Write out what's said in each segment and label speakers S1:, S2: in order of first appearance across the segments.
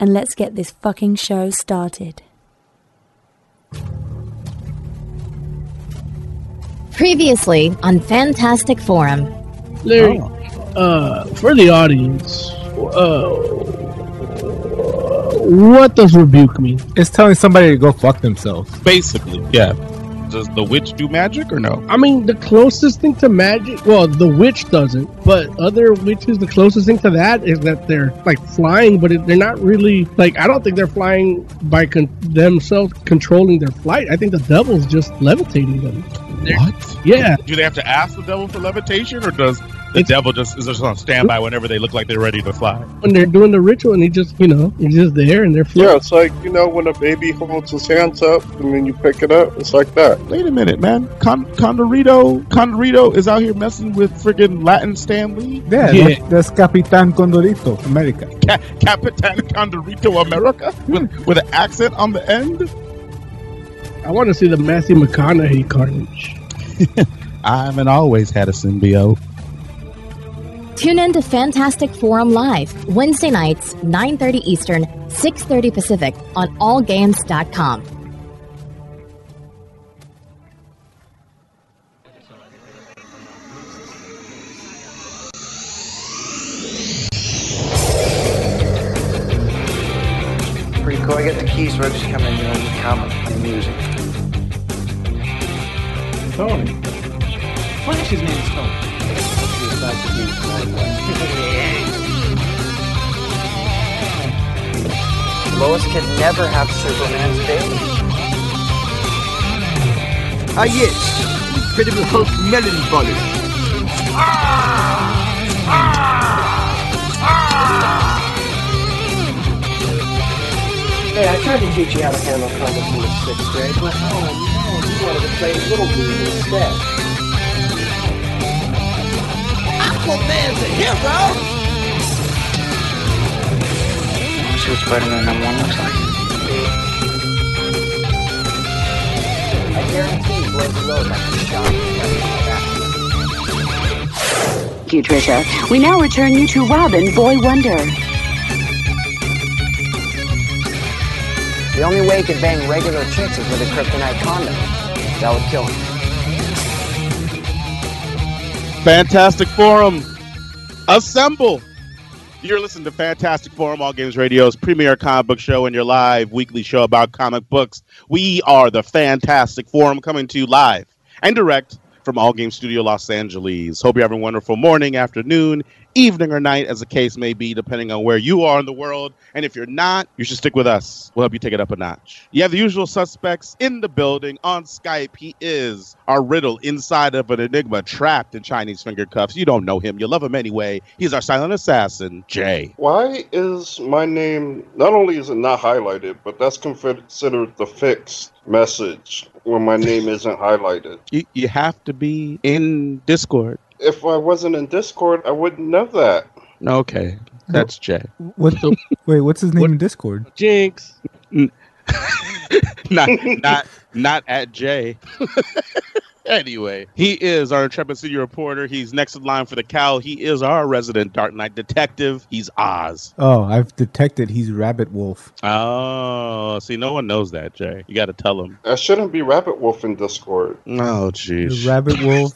S1: and let's get this fucking show started.
S2: Previously on Fantastic Forum.
S3: Larry, uh, for the audience, uh, what does rebuke mean?
S4: It's telling somebody to go fuck themselves.
S5: Basically, yeah. Does the witch do magic or no?
S3: I mean, the closest thing to magic, well, the witch doesn't, but other witches, the closest thing to that is that they're like flying, but it, they're not really like. I don't think they're flying by con- themselves controlling their flight. I think the devil's just levitating them.
S5: What?
S3: Yeah,
S5: Do they have to ask the devil for levitation, or does the
S3: It's-
S5: devil just is just on standby whenever they look like they're ready to fly?
S3: when they're doing the ritual, and he just, you know, he's just there, and they're
S6: Yeah,
S3: flying.
S6: it's like you know when a baby holds his hands up and then you pick it up. It's like that.
S5: Wait a minute, man. Con- Condorito, Condorito is out here messing with friggin' Latin Stan Lee,
S4: Yeah,
S3: Yeah.
S4: That's, that's Capitan Condorito, America.
S5: Ca- Capitan Condorito America, with with an accent on the end.
S3: I want to see the Matthew McConaughey carnage.
S5: I haven't always had a symbiote.
S2: Tune in to Fantastic Forum Live, Wednesday nights, 9.30 Eastern, 6.30 Pacific on allgames.com.
S7: Rico, I got the keys. We're just coming in and the comic and music. Tony. What is his name, Tony? Lois can never have Superman's baby.
S8: Ah yes, Incredible Hulk melon body.
S7: Hey, I tried to teach you how to handle comics in the sixth grade, but oh no, you wanted to play Little League instead.
S8: Aquaman's a hero!
S7: Wanna see what Spider-Man number one looks like? I guarantee Blaze Road like a shot.
S9: Thank you, Trisha. We now return you to Robin Boy Wonder.
S7: The only way he could bang regular chicks is with a kryptonite condom. That would kill him.
S5: Fantastic Forum, assemble! You're listening to Fantastic Forum, All Games Radio's premier comic book show and your live weekly show about comic books. We are the Fantastic Forum coming to you live and direct from All Game Studio Los Angeles. Hope you're having a wonderful morning, afternoon, evening, or night, as the case may be, depending on where you are in the world. And if you're not, you should stick with us. We'll help you take it up a notch. You have the usual suspects in the building on Skype. He is our riddle inside of an enigma, trapped in Chinese finger cuffs. You don't know him, you love him anyway. He's our silent assassin, Jay.
S6: Why is my name not only is it not highlighted, but that's considered the fixed message when my name isn't highlighted.
S5: You, you have to be in Discord.
S6: If I wasn't in Discord, I wouldn't know that.
S5: Okay, that's Jay.
S4: What the, wait, what's his name in Discord?
S3: Jinx.
S5: not not not at Jay. anyway, he is our intrepid city reporter. He's next in line for the cowl. He is our resident Dark Knight detective. He's Oz.
S4: Oh, I've detected he's Rabbit Wolf.
S5: Oh, see, no one knows that, Jay. You got to tell him.
S6: I shouldn't be Rabbit Wolf in Discord.
S5: Oh,
S4: He's
S5: jeez.
S4: Rabbit Wolf.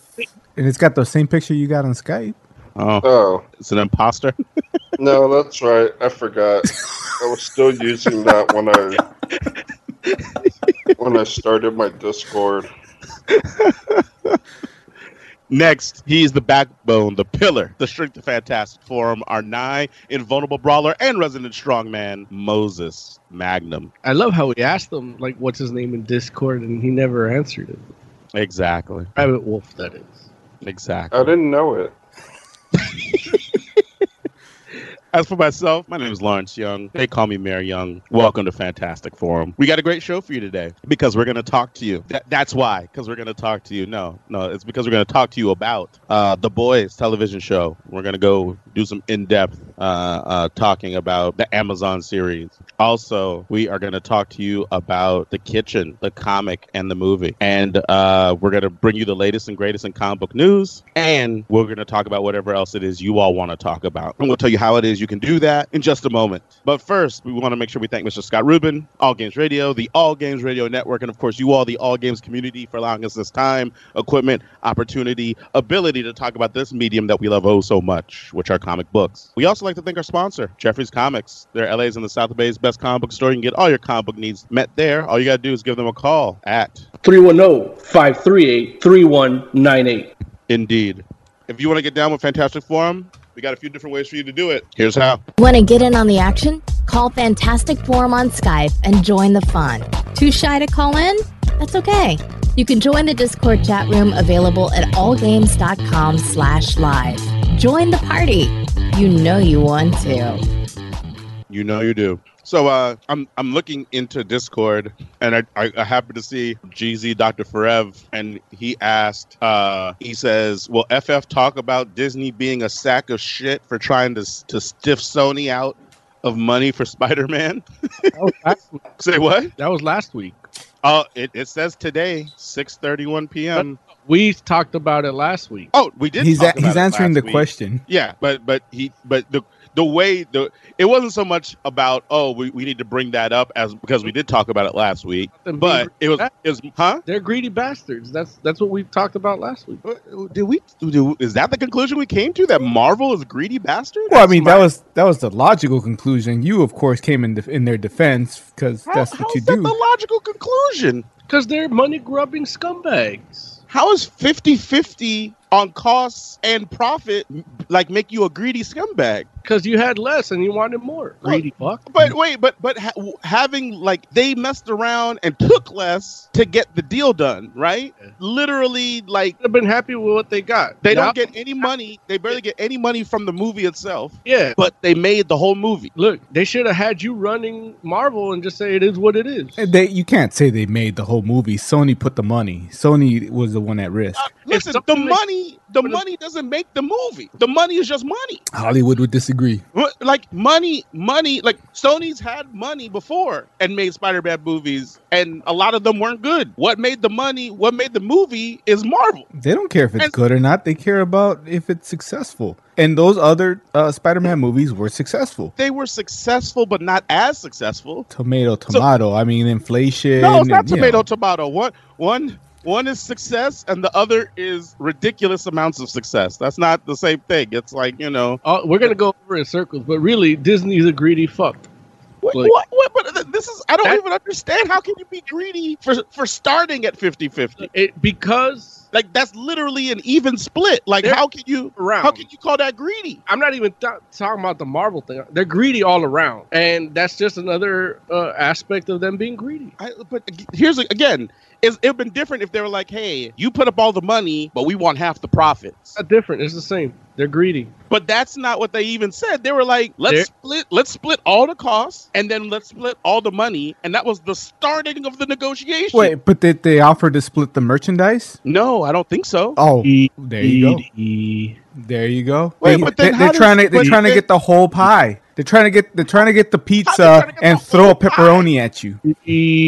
S4: And it's got the same picture you got on Skype.
S5: Oh,
S6: Oh
S5: it's an imposter.
S6: no, that's right. I forgot. I was still using that when I when I started my Discord.
S5: Next, he's the backbone, the pillar, the strength of Fantastic Forum, our nigh invulnerable brawler, and resident strongman, Moses Magnum.
S3: I love how we asked him like what's his name in Discord, and he never answered it.
S5: Exactly.
S3: Rabbit Wolf, that is.
S5: Exactly.
S6: I didn't know it.
S5: As for myself, my name is Lawrence Young. They call me Mayor Young. Welcome to Fantastic Forum. We got a great show for you today because we're going to talk to you. That, that's why, because we're going to talk to you. No, no, it's because we're going to talk to you about uh, The Boys television show. We're going to go do some in depth uh, uh, talking about the Amazon series. Also, we are going to talk to you about The Kitchen, the comic, and the movie. And uh, we're going to bring you the latest and greatest in comic book news. And we're going to talk about whatever else it is you all want to talk about. I'm going to tell you how it is you can do that in just a moment. But first, we want to make sure we thank Mr. Scott Rubin, All Games Radio, the All Games Radio Network, and of course, you all, the All Games community, for allowing us this time, equipment, opportunity, ability to talk about this medium that we love oh so much, which are comic books. We also like to thank our sponsor, Jeffrey's Comics. They're LA's and the South Bay's best comic book store. You can get all your comic book needs met there. All you got to do is give them a call at
S3: 310-538-3198.
S5: Indeed. If you want to get down with Fantastic Forum, we got a few different ways for you to do it. Here's how.
S2: Want to get in on the action? Call Fantastic Forum on Skype and join the fun. Too shy to call in? That's okay. You can join the Discord chat room available at allgames.com slash live. Join the party. You know you want to.
S5: You know you do. So uh, I'm I'm looking into Discord, and I, I, I happen to see GZ Dr. Ferev, and he asked, uh, he says, "Will FF talk about Disney being a sack of shit for trying to s- to stiff Sony out of money for Spider-Man?"
S3: That was last,
S5: Say what?
S3: that was last week.
S4: Uh,
S5: Oh, it, it says today, 6:31 p.m.
S3: We talked about it last week.
S5: Oh, we did.
S4: he's
S5: talk
S4: a-
S5: about
S4: he's
S5: it
S4: answering
S5: last
S4: the
S5: week.
S4: question.
S5: Yeah, but but he but the the way the it wasn't so much about oh we, we need to bring that up as because we did talk about it last week,
S3: Them
S5: but it was it was huh?
S3: they're greedy bastards. That's that's what we talked about last week.
S5: Uh, Did we? Do, is that the conclusion we came to? That Marvel is greedy bastard?
S4: Well, I mean that was that was the logical conclusion. You of course came in def in their defense because that's what you
S5: that
S4: do.
S5: the logical conclusion?
S3: Because they're money grubbing scumbags.
S5: How is 50-50 on costs and profit like make you a greedy scumbag?
S3: Because you had less and you wanted more. Greedy fuck.
S5: But wait, but but ha- having like they messed around and took less to get the deal done, right? Literally, like
S3: I've been happy with what they got.
S5: they
S3: Now-
S5: don't get any money. They barely get any money from the movie itself,
S3: Yeah.
S5: but they made the whole movie.
S3: Look, they should have had you running Marvel and just say it is what it is.
S4: They, you can't say they made the whole movie. Sony put the money. Sony was the one at risk.
S5: Listen, the
S3: something they-
S5: money, the
S3: but it-
S5: money doesn't make the movie. The money is just money.
S4: Hollywood would disagree.
S5: What- Like money, money. Like Sony's had money before and made Spider-Man movies, and a lot of them weren't good. What made the money? What made the movie is Marvel.
S4: They don't care if it's
S5: And-
S4: good or not. They care about if it's successful. And those other uh, Spider-Man movies were successful.
S5: They were successful, but not as successful.
S4: Tomato, tomato. I mean, inflation.
S5: No, it's not
S4: and, you
S5: tomato
S4: know.
S5: tomato. One one one is success and the other is ridiculous amounts of success. That's not the same thing. It's like, you know,
S3: Oh, we're gonna go over in circles, but really, Disney's a greedy fuck.
S5: what,
S3: Like-
S5: what, what but th- this is I don't
S3: That-
S5: even understand how can you be greedy for for starting at 50-50?
S3: It because
S5: Like that's literally an even split. Like
S3: They're-
S5: how can you
S3: around.
S5: how can you call that greedy?
S3: I'm not even th- talking about the Marvel thing. They're greedy all around, and that's just another uh, aspect of them being greedy.
S5: I, but ag- here's again, it's, it'd been different if they were like, "Hey, you put up all the money, but we want half the profits."
S3: Not different. It's the same. They're greedy.
S5: But that's not what they even said. They were like, let's
S3: They're-
S5: split, let's split all the costs, and then let's split all the money, and that was the starting of the negotiation.
S4: Wait, but did they offer to split the merchandise?
S5: no, I don't think so.
S4: Oh,
S3: E
S4: there you go. There you go.
S5: Wait,
S4: they,
S5: but then how
S4: are
S5: does-
S4: trying to they're
S5: but
S4: trying to
S5: then-
S4: get the whole pie. They're trying to get they're trying to get the
S5: trying
S4: pizza
S5: to get
S4: and
S5: the
S4: throw
S5: whole
S4: a pepperoni at you.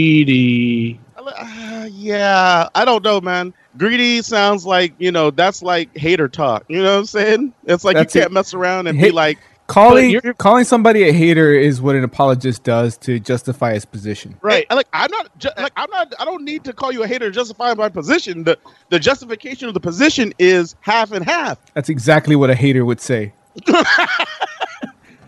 S3: Greedy.
S5: Uh, yeah, I don't know, man. Greedy sounds like you know that's like hater talk. You know what I'm saying? It's like
S4: That's
S5: you can't
S4: it.
S5: mess around and be
S4: Hate-
S5: like,
S4: Calling
S3: you're-
S4: calling somebody a hater is what an apologist does to justify his position.
S5: right? like I'm not, ju- like I'm not, I don't need to call you a hater to justify my position. The the justification of the position is half and half.
S4: That's exactly what a hater would say.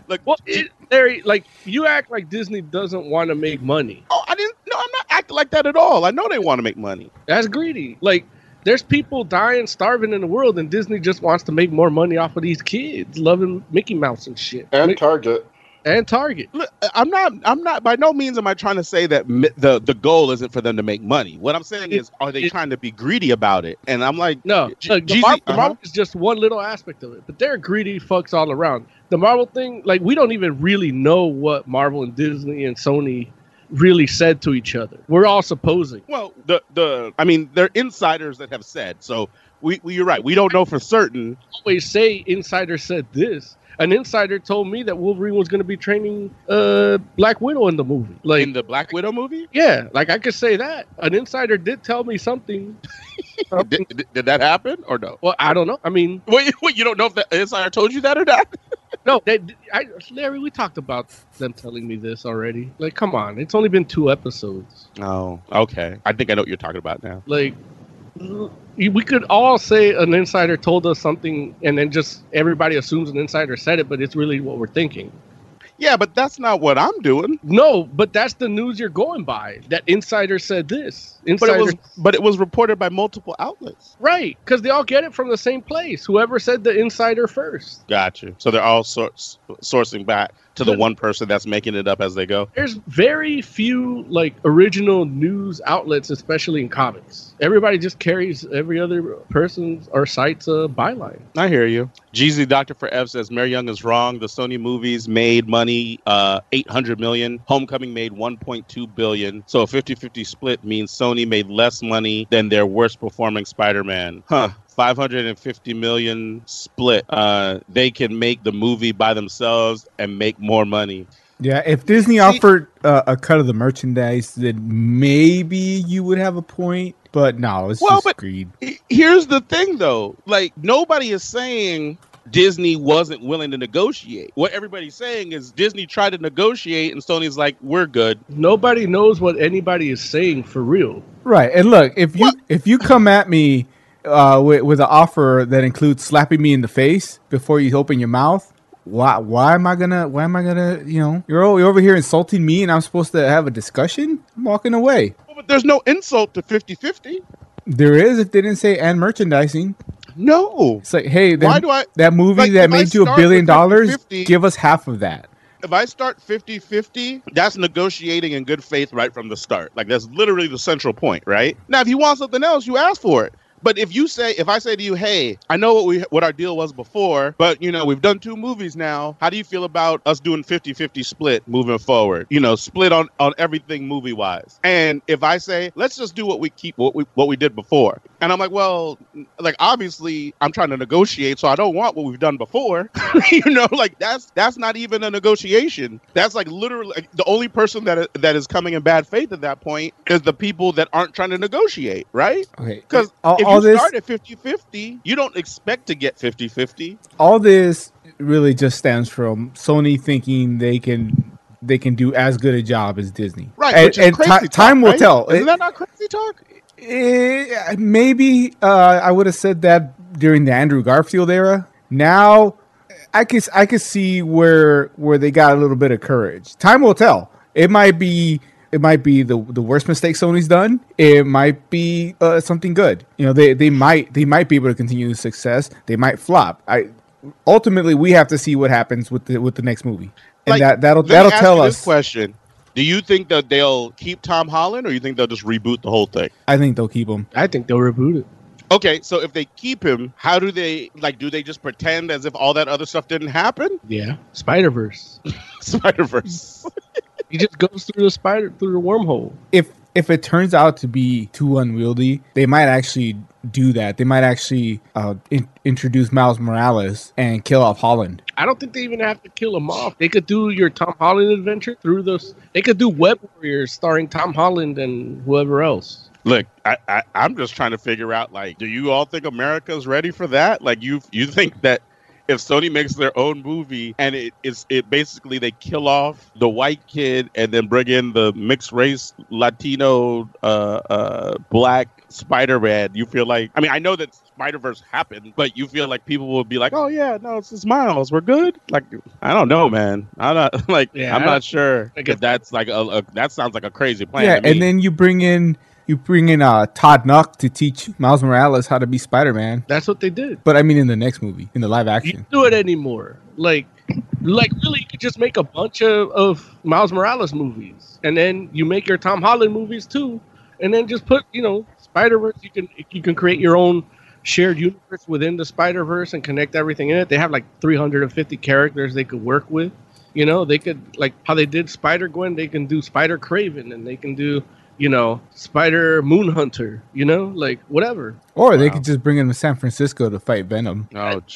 S5: Like
S3: Well, it, Larry, like you act like Disney doesn't want to make money.
S5: Oh, I didn't. No, I'm not acting like that at all. I know they want to make money.
S3: That's greedy. Like there's people dying, starving in the world, and Disney just wants to make more money off of these kids loving Mickey Mouse and shit.
S6: And Target.
S3: and Target.
S5: Look, I'm not. I'm not. By no means am I trying to say that mi- the the goal isn't for them to make money. What I'm saying is, are they
S3: It-
S5: trying to be greedy about it? And I'm like,
S3: No,
S5: G-
S3: look, the,
S5: Jeezy-
S3: Marvel, the
S5: uh-huh.
S3: Marvel is just one little aspect of it, but they're greedy fucks all around. The Marvel thing, like we don't even really know what Marvel and Disney and Sony really said to each other. We're all supposing.
S5: Well, the the I mean, they're insiders that have said so. We, we you're right. We don't know for certain.
S3: Always say insider said this. An insider told me that Wolverine was going to be training uh, Black Widow in the movie. Like,
S5: in the Black Widow movie,
S3: yeah, like I could say that. An insider did tell me something.
S5: did, did, did that happen or no?
S3: Well, I don't know. I mean,
S5: Wait, wait, you don't know if the insider told you that or not?
S3: No, they, I, Larry, we talked about them telling me this already. Like, come on, it's only been two episodes.
S5: Oh, okay. I think I know what you're talking about now.
S3: Like, l- we could all say an insider told us something, and then just everybody assumes an insider said it, but it's really what we're thinking.
S5: Yeah, but that's not what I'm doing.
S3: No, but that's the news you're going by. That insider said this.
S5: But
S3: Insider,
S5: it was but it was reported by multiple outlets.
S3: right? Because they all get it from the same place. Whoever said the insider first.
S5: Got you. So they're all sor- sourcing back to the
S3: Good.
S5: one person that's making it up as they go.
S3: there's very few like original news outlets, especially in comics. Everybody just carries every other person's or site's uh, byline.
S5: I hear you. Jeezy Doctor for F says Mary Young is wrong. The Sony movies made money uh 800 million. Homecoming made 1.2 billion. So a 50-50 split means Sony made less money than their worst performing Spider-Man. Huh. 550 million split. Uh, they can make the movie by themselves and make more money.
S4: Yeah, if Disney offered uh, a cut of the merchandise, then maybe you would have a point. But no, it's
S5: Well,
S4: just
S5: but-
S4: greed.
S5: Here's the thing, though. Like nobody is saying Disney wasn't willing to negotiate. What everybody's saying is Disney tried to negotiate, and Sony's like, "We're good."
S3: Nobody knows what anybody is saying for real.
S4: Right, and look if you if you come at me uh, with with an offer that includes slapping me in the face before you open your mouth, why why am I gonna why am I gonna you know you're, o- you're over here insulting me and I'm supposed to have a discussion? I'm walking away.
S5: Well, But there's no insult to 50-50.
S4: There is if they didn't say and merchandising.
S5: No.
S4: It's like hey,
S5: Why
S4: then-
S5: do I-
S4: that movie
S5: like,
S4: that
S5: if I
S4: made you a
S5: start
S4: billion
S5: with
S4: dollars?
S5: 50-50
S4: Give us half of that.
S5: If I start 50-50, that's negotiating in good faith right from the start. Like that's literally the central point, right? Now, if you want something else, you ask for it. But if you say, if I say to you, "Hey, I know what we what our deal was before, but you know we've done two movies now. How do you feel about us doing 50-50 split moving forward? You know, split on on everything movie wise." And if I say, "Let's just do what we keep what we what we did before," and I'm like, "Well, like obviously I'm trying to negotiate, so I don't want what we've done before." you know, like that's that's not even a negotiation. That's like literally like, the only person that that is coming in bad faith at that point is the people that aren't trying to negotiate, right?
S4: Okay,
S5: Because
S4: all,
S5: if
S4: all
S5: you
S4: this
S5: start at 50 50, you don't expect to get 50 50.
S4: all this really just stems from Sony thinking they can they can do as good a job as Disney.
S5: Right.
S4: And,
S5: which is
S4: and
S5: crazy
S4: ti-
S5: talk,
S4: time will
S5: right?
S4: tell.
S5: Isn't
S4: It-
S5: that not crazy talk?
S4: Eh, maybe uh, I would have said that during the Andrew Garfield era. Now, I could I could see where where they got a little bit of courage. Time will tell. It might be it might be the the worst mistake Sony's done. It might be uh, something good. You know, they they might they might be able to continue the success. They might flop. I ultimately we have to see what happens with the with the next movie, and
S5: Like,
S4: that that'll
S5: Let me
S4: that'll
S5: ask
S4: tell
S5: you This
S4: us.
S5: question Do you think that they'll keep Tom Holland or you think they'll just reboot the whole thing?
S4: I think they'll keep them.
S3: I think they'll reboot it.
S5: Okay, so if they keep him, how do they like? Do they just pretend as if all that other stuff didn't happen?
S3: Yeah, Spider Verse.
S5: Spider Verse.
S3: he just goes through the spider through the wormhole.
S4: if if it turns out to be too unwieldy, they might actually do that. They might actually uh, in- introduce Miles Morales and kill off Holland.
S3: I don't think they even have to kill him off. They could do your Tom Holland adventure through those. They could do Web Warriors starring Tom Holland and whoever else.
S5: Look, I, I, I'm just trying to figure out like, do you all think America's ready for that? Like, you you think that if Sony makes their own movie and it is it basically they kill off the white kid and then bring in the mixed race Latino uh, uh, black Spider Man, you feel like? I mean, I know that Spider Verse happened, but you feel like people will be like, oh yeah, no, it's just Miles, we're good. Like, I don't know, man. I'm not like
S3: Yeah,
S5: I'm
S3: I don't
S5: not sure
S3: think
S5: if
S3: it-
S5: that's like a, a that sounds like a crazy plan.
S4: yeah,
S5: to me.
S4: and then you bring in you bring in uh, Todd Nuck to teach Miles Morales how to be Spider Man.
S3: That's what they did.
S4: But I mean, in the next movie, in the live
S3: You
S4: action,
S3: don't do it anymore. Like Like, really, you could just make a bunch of, of Miles Morales movies, and then you make your Tom Holland movies too, and then just put, you know, Spider Verse. You can you can create your own shared universe within the Spider Verse and connect everything in it. They have like 350 characters they could work with. You know, they could like how they did Spider Gwen. They can do Spider Craven, and they can do you know Spider Moon Hunter. You know, like whatever.
S4: Or they could just bring him to San Francisco to fight Venom.
S5: Oh
S3: They, don't,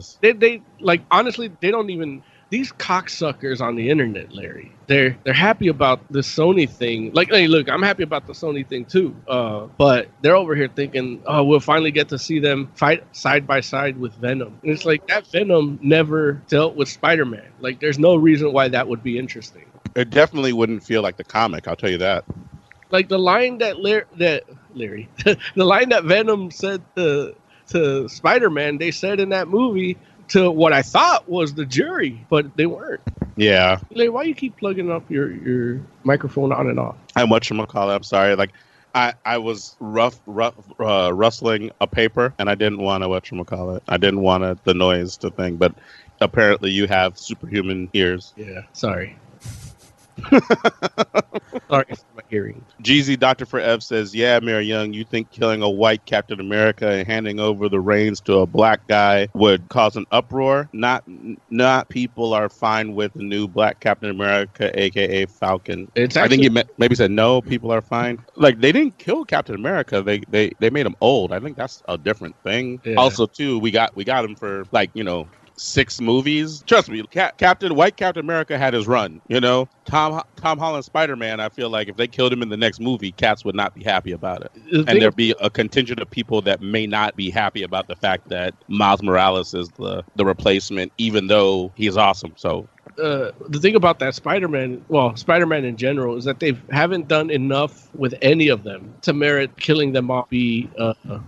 S5: Jesus!
S3: they they like honestly they don't even these cocksuckers on the internet, Larry. They're they're happy about the Sony thing. Like, hey, look, I'm happy about the Sony thing too. Uh, but they're over here thinking, oh, we'll finally get to see them fight side by side with Venom. And it's like that Venom never dealt with Spider-Man. Like, there's no reason why that would be interesting.
S5: It definitely wouldn't feel like the comic. I'll tell you that.
S3: like the line that Larry, that Larry, the line that Venom said to to Spider Man, they said in that movie to what I thought was the jury, but they weren't.
S5: Yeah,
S3: Larry, why you keep plugging up your your microphone on and off?
S5: I'm what you call it. I'm sorry. Like, I I was rough, rough uh, rustling a paper, and I didn't want to what you call it. I didn't want to the noise to thing, but apparently you have superhuman ears.
S3: Yeah, sorry. sorry for my hearing.
S5: Jeezy Doctor for Ev says, "Yeah, Mary Young, you think killing a white Captain America and handing over the reins to a black guy would cause an uproar? Not, not people are fine with the new black Captain America, aka Falcon.
S3: It's
S5: I think
S3: actually
S5: you ma- maybe said no. People are fine. Like they didn't kill Captain America. They they they made him old. I think that's a different thing.
S3: Yeah.
S5: Also, too, we got we got him for like you know six movies. Trust me, Cap- Captain White Captain America had his run. You know, Tom Tom Holland Spider Man. I feel like if they killed him in the next movie, cats would not be happy about it,
S3: the
S5: and
S3: thing-
S5: there'd be a contingent of people that may not be happy about the fact that Miles Morales is the the replacement, even though he's awesome. So
S3: uh, the thing about that Spider-Man, well, Spider-Man in general, is that they haven't done enough with any of them to merit killing them off be uh, a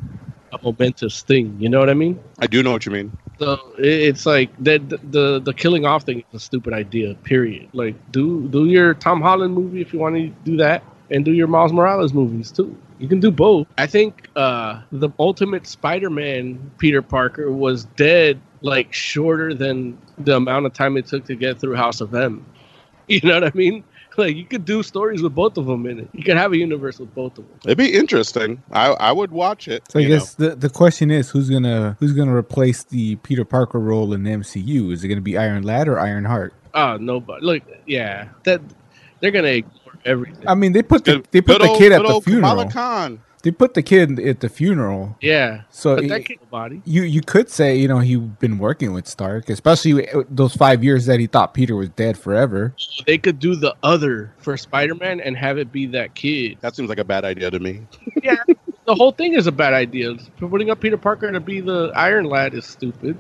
S3: momentous thing. You know what I mean?
S5: I do know what you mean.
S3: So it- it's like that the, the the killing off thing is a stupid idea. Period. Like do do your Tom Holland movie if you want to do that, and do your Miles Morales movies too. You can do both. I think uh, the ultimate Spider-Man Peter Parker was dead like shorter than the amount of time it took to get through House of M. You know what I mean? Like you could do stories with both of them in it. You could have a universe with both of them.
S5: It'd be interesting. I I would watch it.
S4: So I
S5: you know.
S4: guess the, the question is who's gonna who's gonna replace the Peter Parker role in the MCU? Is it gonna be Iron Lad or Iron Heart?
S3: Oh, nobody. Look, yeah, that they're gonna ignore everything.
S4: I mean, they put the
S5: Good-
S4: they put
S5: good
S4: the
S5: old-
S4: kid at
S5: good
S4: the
S5: old
S4: funeral.
S5: Kamala Khan.
S4: They put the kid at the funeral.
S3: yeah,
S4: So
S3: but
S4: it-
S3: that kid nobody.
S4: you you could say you know he'd been working with Stark, especially those five years that he thought Peter was dead forever.
S3: they could do the other for Spider-Man and have it be that kid.
S5: That seems like a bad idea to me.
S3: Yeah, the whole thing is a bad idea. Putting up Peter Parker to be the Iron Lad is stupid.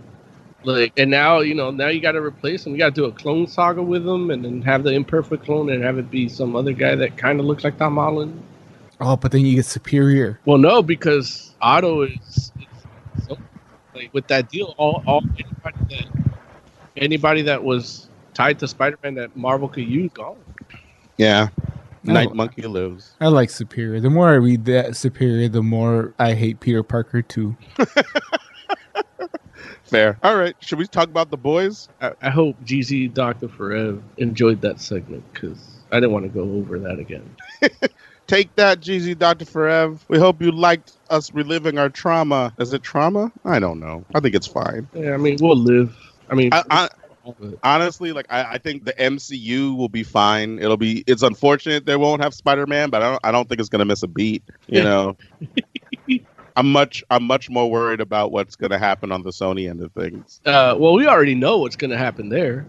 S3: Like, and now you know, now you got to replace him. You got to do a clone saga with him, and then have the imperfect clone, and have it be some other guy that kind of looks like Tom Holland.
S4: Oh, but then you get Superior.
S3: Well, no, because Otto is, is so- like with that deal. All, all anybody that anybody that was tied to Spider-Man that Marvel could use gone.
S5: Yeah. Night
S4: No.
S5: Monkey lives.
S4: I like Superior. The more I read that Superior, the more I hate Peter Parker too.
S5: Fair. All right. Should we talk about the boys?
S3: I, I hope GZ Doctor Forever enjoyed that segment because I didn't want to go over that again.
S5: Take that, GZ Dr. Forev. We hope you liked us reliving our trauma. Is it trauma? I don't know. I think it's fine.
S3: Yeah, I mean, we'll live. I mean,
S5: I, I,
S3: but-
S5: honestly, like I, I think the MCU will be fine. It'll be. It's unfortunate they won't have Spider Man, but I don't. I don't think it's gonna miss a beat. You know. I'm much. I'm much more worried about what's gonna happen on the Sony end of things.
S3: uh, well, we already know what's going to happen there.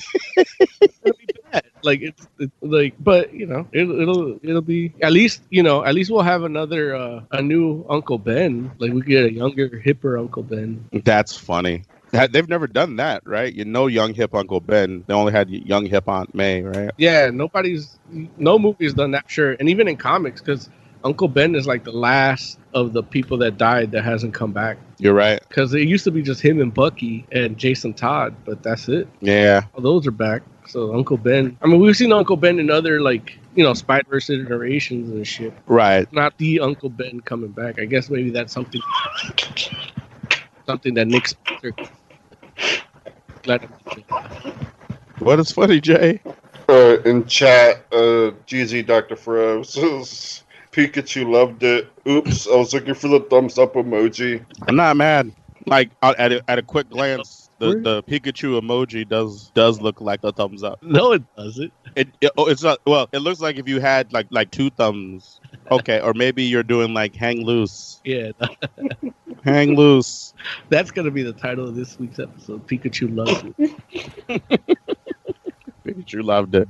S3: It'll be bad. Like it's, it's like, but you know, it, it'll it'll be at least you know at least we'll have another uh, a new Uncle Ben. Like we could get a younger, hipper Uncle Ben.
S5: That's funny. That- They've never done that, right? You know, young hip Uncle Ben. They only had young hip Aunt May, right?
S3: Yeah, nobody's no movie's done that sure, and even in comics because Uncle Ben is like the last of the people that died that hasn't come back.
S5: You're right.
S3: because it used to be just him and Bucky and Jason Todd, but that's it.
S5: Yeah.
S3: All those are back. So Uncle Ben. I mean, we've seen Uncle Ben in other like you know Spider Verse iterations and shit.
S5: Right.
S3: Not the Uncle Ben coming back. I guess maybe that's something something that Nick Spencer.
S5: Glad what is funny, Jay?
S6: Uh, in chat, uh, GZ Dr. Fro says Pikachu loved it. Oops, I was looking for the thumbs up emoji.
S5: I'm not mad. Like at at a, at a quick glance, the, the Pikachu emoji does does look like a thumbs up.
S3: No, it doesn't.
S5: It, it oh, it's not well. It looks like if you had like like two thumbs. Okay, or maybe you're doing like hang loose,
S3: Yeah,
S5: hang loose.
S3: that's gonna be the title of this week's episode. Pikachu loves it.
S5: Pikachu loved it.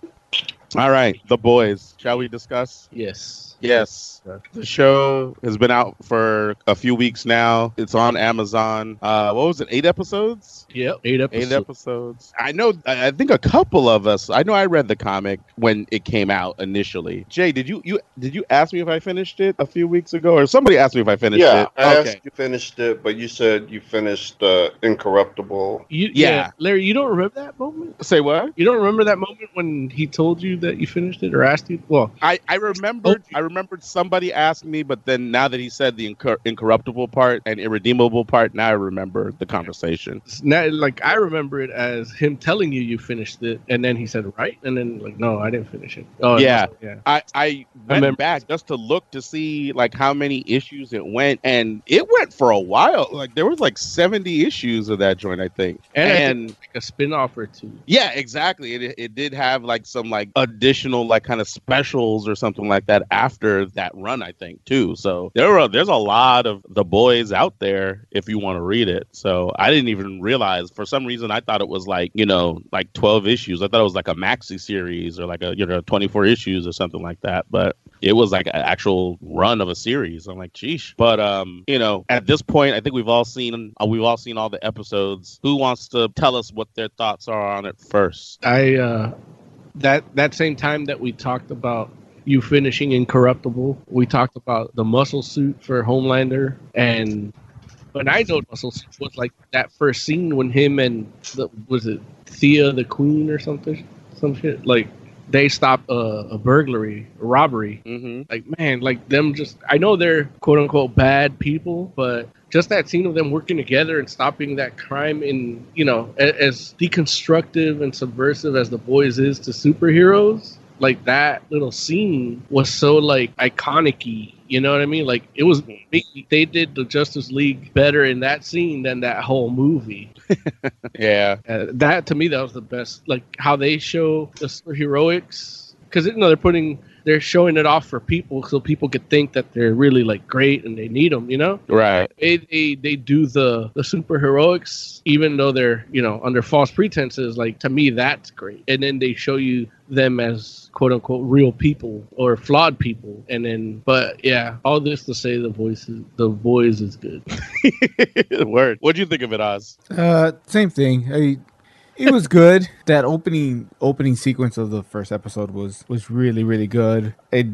S5: All right, the boys. Shall we discuss?
S3: Yes.
S5: Yes. The show has been out for a few weeks now. It's on Amazon. Uh, what was it? Eight episodes?
S3: Yep. Eight episodes.
S5: Eight episodes. I know. I I think a couple of us. I know. I read the comic when it came out initially. Jay, did you you did you ask me if I finished it a few weeks ago, or somebody asked me if I finished
S6: yeah,
S5: it?
S6: I asked you finished it, but you said you finished uh, Incorruptible.
S3: You,
S5: Yeah.
S3: yeah. Larry, you don't remember that moment?
S5: Say what?
S3: You don't remember that moment when he told you that you finished it or asked you? Well,
S5: I I remembered.
S3: Oh.
S5: I remembered somebody asked me, but then now that he said the incor- incorruptible part and irredeemable part, now I remember the conversation.
S3: it's not, like I remember it as him telling you you finished it, and then he said right, and then like no, I didn't finish it. Oh
S5: Yeah.
S3: no, yeah.
S5: I, I went
S3: remember.
S5: back just to look to see like how many issues it went, and it went for a while. Like there was like seventy issues of that joint, I think.
S3: And, I think,
S5: and
S3: like a spin off or two.
S5: yeah, exactly. It it did have like some like additional like kind of specials or something like that after that run, I think too. So there were there's a lot of the boys out there if you want to read it. So I didn't even realize for some reason I thought it was like you know like twelve issues. I thought it was like a maxi series or like a you know twenty four issues or something like that, but it was like an actual run of a series. I'm like, geesh. But um, you know, at this point, I think we've all seen uh, we've all seen all the episodes. Who wants to tell us what their thoughts are on it first?
S3: I uh, that that same time that we talked about you finishing incorruptible, we talked about the muscle suit for Homelander, and when I know muscle suit was like that first scene when him and the, was it Thea the Queen or something, some shit like they stopped a, a burglary, a robbery.
S5: Mm-hmm.
S3: Like man, like them just I know they're quote unquote bad people, but just that scene of them working together and stopping that crime in you know a- as deconstructive and subversive as the boys is to superheroes like that little scene was so like iconic you know what i mean like it was they did the justice league better in that scene than that whole movie
S5: Yeah,
S3: uh, that to me that was the best like how they show the superheroics because you know they're putting they're showing it off for people so people could think that they're really like great and they need them you know
S5: right.
S3: they, they they do the the superheroics even though they're you know under false pretenses like to me that's great and then they show you them as quote unquote real people or flawed people and then but yeah all this to say the voices the boys is good
S5: Word. What'd you think of it, Oz?
S4: Uh, same thing. I, it was good. that opening opening sequence of the first episode was was really really good. It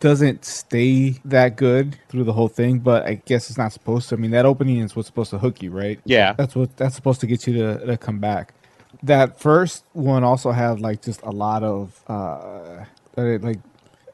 S4: doesn't stay that good through the whole thing, but I guess it's not supposed to. I mean, that opening is what's supposed to hook you, right?
S5: Yeah,
S4: That's what that's supposed to get you to, to come back. That first one also had like just a lot of uh that it like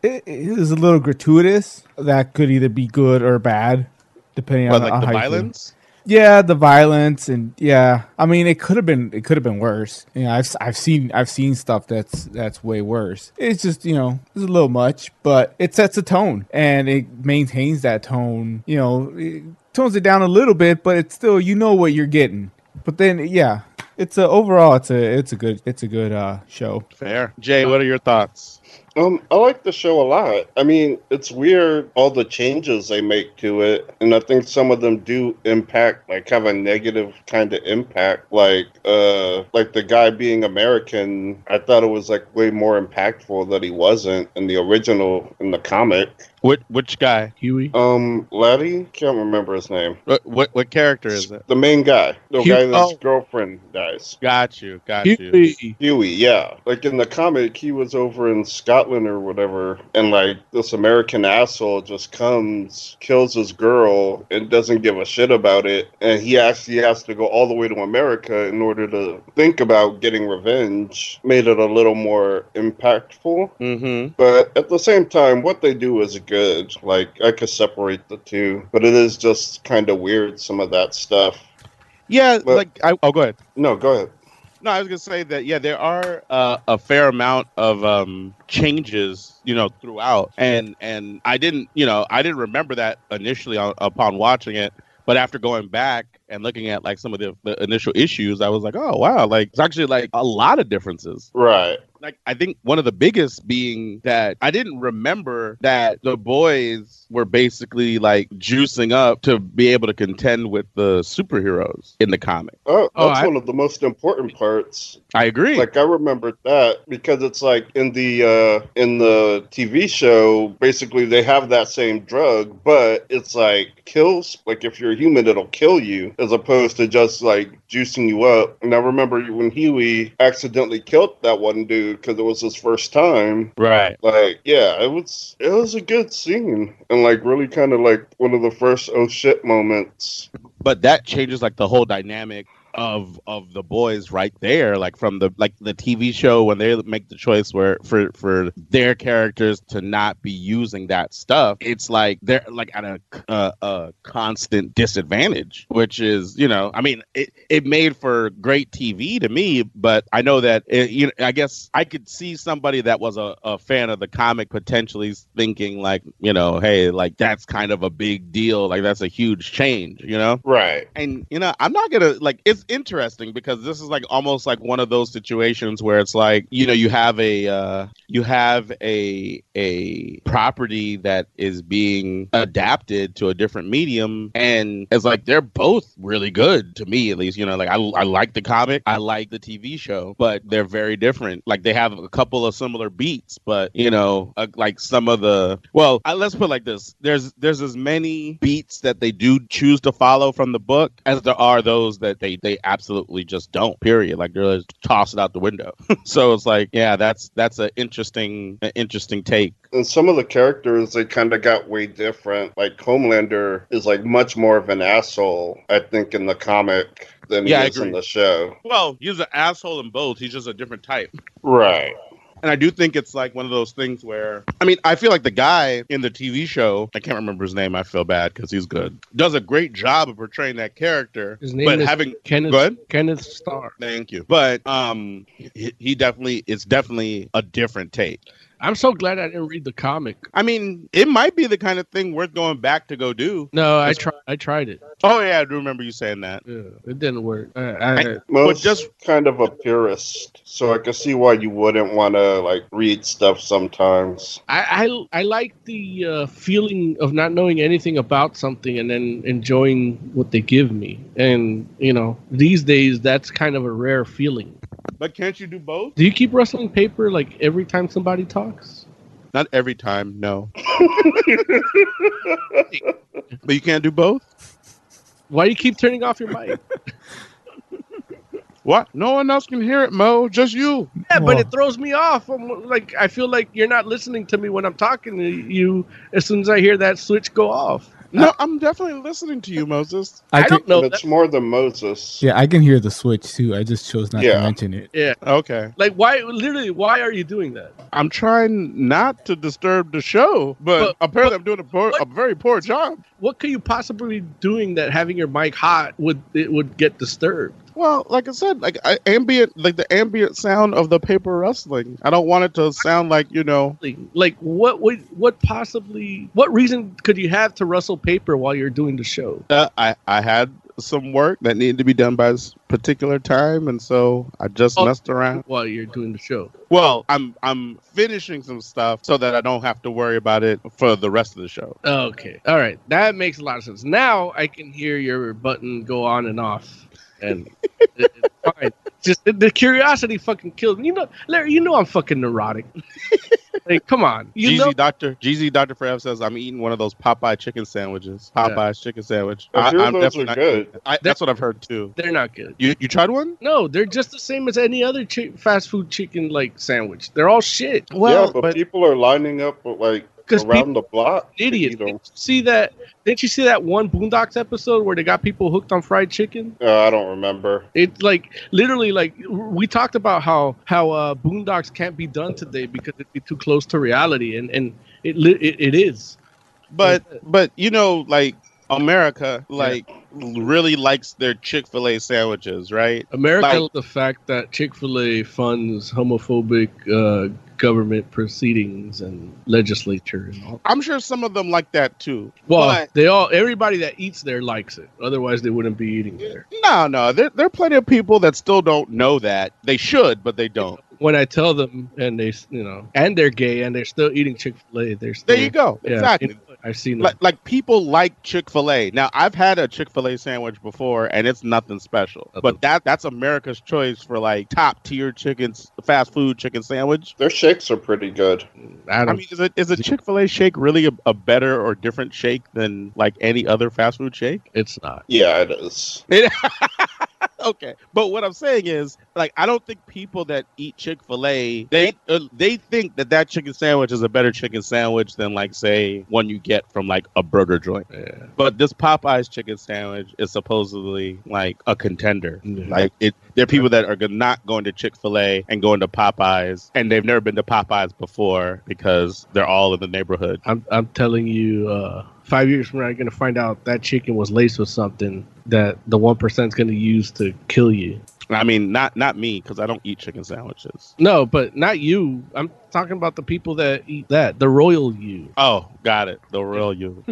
S4: it, it was a little gratuitous. That could either be good or bad, depending
S5: but
S4: on
S5: like
S4: on
S5: the
S4: how you feel.
S5: violence.
S4: Yeah, the violence and yeah, I mean it could have been it could have been worse. You know, I've I've seen I've seen stuff that's that's way worse. It's just you know it's a little much, but it sets a tone and it maintains that tone. You know, it tones it down a little bit, but it's still you know what you're getting. But then yeah, it's a overall it's a it's a good it's a good uh show.
S5: Fair. Jay, what are your thoughts?
S6: Um, I like the show a lot. I mean, it's weird all the changes they make to it, and I think some of them do impact, like have a negative kind of impact. Like, uh, like the guy being American, I thought it was like way more impactful that he wasn't in the original in the comic.
S5: Which which guy?
S3: huey
S6: Um, Laddie, can't remember his name.
S5: What what, what character is it?
S6: The main guy, the
S3: Hugh-
S6: guy that's
S5: oh.
S6: girlfriend dies.
S5: Got you. Got you.
S3: huey
S6: Huey, yeah. Like in the comic, he was over in Scotland or whatever, and like this American asshole just comes, kills his girl, and doesn't give a shit about it. And he actually has to go all the way to America in order to think about getting revenge. Made it a little more impactful.
S5: Mm-hmm.
S6: But at the same time, what they do is good. Like, I could separate the two, but it is just kind of weird, some of that stuff.
S5: Yeah,
S6: Well-
S5: like I. Oh, go ahead.
S6: No, go ahead.
S5: No, I was gonna say that. Yeah, there are uh, a fair amount of um, changes, you know, throughout, and and I didn't, you know, I didn't remember that initially on, upon watching it, but after going back and looking at like some of the, the initial issues, I was like, oh wow, like it's actually like a lot of differences.
S6: Right.
S5: Like I think one of the biggest being that I didn't remember that the boys were basically like juicing up to be able to contend with the superheroes in the comic.
S6: Oh,
S5: Oh,
S6: that's
S5: I-
S6: one of the most important parts.
S5: I agree.
S6: Like I remembered that because it's like in the uh in the TV show, basically they have that same drug, but it's like kills. Like if you're human, it'll kill you, as opposed to just like juicing you up. And I remember when Huey accidentally killed that one dude because it was his first time.
S5: right.
S6: Like yeah, it was it was a good scene and like really kind of like one of the first oh shit moments.
S5: but that changes like the whole dynamic of of the boys right there like from the like the tv show when they make the choice where for for their characters to not be using that stuff it's like they're like at a uh, a constant disadvantage which is you know i mean it, it made for great tv to me but i know that it, you know i guess i could see somebody that was a, a fan of the comic potentially thinking like you know hey like that's kind of a big deal like that's a huge change you know
S6: Right.
S5: and you know i'm not gonna like it's interesting because this is like almost like one of those situations where it's like you know you have a uh you have a a property that is being adapted to a different medium and it's like they're both really good to me at least you know like i, I like the comic i like the tv show but they're very different like they have a couple of similar beats but you know uh, like some of the well I, let's put it like this there's there's as many beats that they do choose to follow from the book as there are those that they they absolutely just don't period like they're just toss it out the window so it's like yeah that's that's an interesting an interesting take
S6: and some of the characters they kind of got way different. Like Homelander is like much more of an asshole, I think, in the comic than
S5: Yeah, I
S6: he is in
S5: agree.
S6: the show.
S5: well he's an asshole in both he's just a different type
S6: Right.
S5: And I do think it's like one of those things where I mean, I feel like the guy in the TV show, I can't remember his name, I feel bad because he's good. Does a great job of portraying that character.
S3: His name
S5: but
S3: is
S5: having
S3: Kenneth
S5: go ahead.
S3: Kenneth Starr.
S5: Thank you. But um he, he definitely it's definitely a different take.
S3: I'm so glad I didn't read the comic.
S5: I mean, it might be the kind of thing worth going back to go do.
S3: No, I
S5: That's-
S3: tried. I tried it.
S5: Oh yeah, I do remember you saying that.
S3: Yeah, it didn't work. I, I,
S5: I-
S6: Most
S5: just-
S6: just kind of a purist, so I can see why you wouldn't want to like read stuff sometimes.
S3: I, I, I like the uh, feeling of not knowing anything about something and then enjoying what they give me. And, you know, these days that's kind of a rare feeling.
S5: But can't you do both?
S3: Do you keep rustling paper like every time somebody talks?
S5: Not every time, no. but you can't do both?
S3: Why do you keep turning off your mic?
S5: What? No one else can hear it, Mo. Just you.
S3: Yeah, but
S10: Well-
S3: it throws me off. I'm like, I feel like you're not listening to me when I'm talking to you as soon as I hear that switch go off.
S5: No, I'm definitely listening to you, Moses.
S3: I,
S10: can,
S3: don't know.
S6: but
S3: That,
S6: it's more than Moses.
S10: Yeah, I can hear the switch too. I just chose not to
S6: Yeah.
S10: mention it.
S5: Okay.
S3: like, why, literally, why are you doing that?
S5: I'm trying not to disturb the show, but, apparently I'm doing a, poor, a very poor job.
S3: what could you possibly be doing that having your mic hot would it would get disturbed?
S5: Well, like I said, like I, ambient, like the ambient sound of the paper rustling. I don't want it to sound like you know.
S3: Like, like what would what possibly what reason could you have to rustle paper while you're doing the show?
S5: Uh, I I had some work that needed to be done by this particular time, and so I just
S3: Oh.
S5: messed around.
S3: While you're doing the show,
S5: Well, I'm I'm finishing some stuff so that I don't have to worry about it for the rest of the show.
S3: okay, all right, that makes a lot of sense. Now I can hear your button go on and off, and it- it's fine. Just the, the curiosity fucking kills me. You know, Larry, you know I'm fucking neurotic. like, come on, you
S5: GZ
S3: know
S5: Doctor GZ Doctor Forever says I'm eating one of those Popeye chicken sandwiches.
S3: Yeah.
S5: Popeye's chicken sandwich.
S6: I hear
S5: I'm
S6: Oh, those
S5: definitely
S6: are
S5: not-
S6: good.
S5: I, that's what I've heard too.
S3: they're not good.
S5: You you tried one?
S3: No, they're just the same as any other chi- fast food chicken like sandwich. They're all shit.
S6: yeah, but, people are lining up like
S3: 'Cause
S6: around the block. to
S3: idiots.
S6: eat 'em.
S3: Didn't you see that? Didn't you see that one Boondocks episode where they got people hooked on fried chicken?
S6: Uh, I don't remember.
S3: It's like literally like we talked about how how uh, Boondocks can't be done today because it'd be too close to reality, and and it li- it, it is.
S5: But but you know like America like really likes their Chick Fil A sandwiches, right?
S3: America,
S5: Like-
S3: the fact that Chick Fil A funds homophobic uh, government proceedings and legislature and all.
S5: I'm sure some of them like that too.
S3: Well,
S5: But-
S3: they all everybody that eats there likes it. Otherwise, they wouldn't be eating there.
S5: no, no, there there are plenty of people that still don't know that they should, but they don't.
S3: When I tell them, and they, s- you know, and they're gay, and they're still eating Chick Fil A. They're still
S5: There you go.
S3: Yeah,
S5: exactly.
S3: I've seen that.
S5: Like, like people like Chick Fil A. Now I've had a Chick Fil A sandwich before, and it's nothing special. But that that's America's choice for like top tier chicken fast food chicken sandwich.
S6: Their shakes are pretty good.
S3: I,
S5: mean, is a, is a Chick Fil A shake really a, a better or different shake than like any other fast food shake?
S3: It's not.
S6: Yeah, it is.
S5: okay, but what I'm saying is, like, I don't think people that eat Chick Fil A they uh, they think that that chicken sandwich is a better chicken sandwich than like say one you get from like a burger joint.
S3: Yeah.
S5: But this Popeyes chicken sandwich is supposedly like a contender.
S3: Mm-hmm.
S5: Like it, there are people that are go- not going to Chick Fil A and going to Popeyes, and they've never been to Popeyes before because they're all in the neighborhood.
S3: I'm I'm telling you, uh, five years from now, you're gonna find out that chicken was laced with something that the one percent's gonna use to kill you.
S5: I mean, not not me because I don't eat chicken sandwiches.
S3: No, but not you. I'm talking about the people that eat that, the royal you.
S5: Oh, got it. The real you.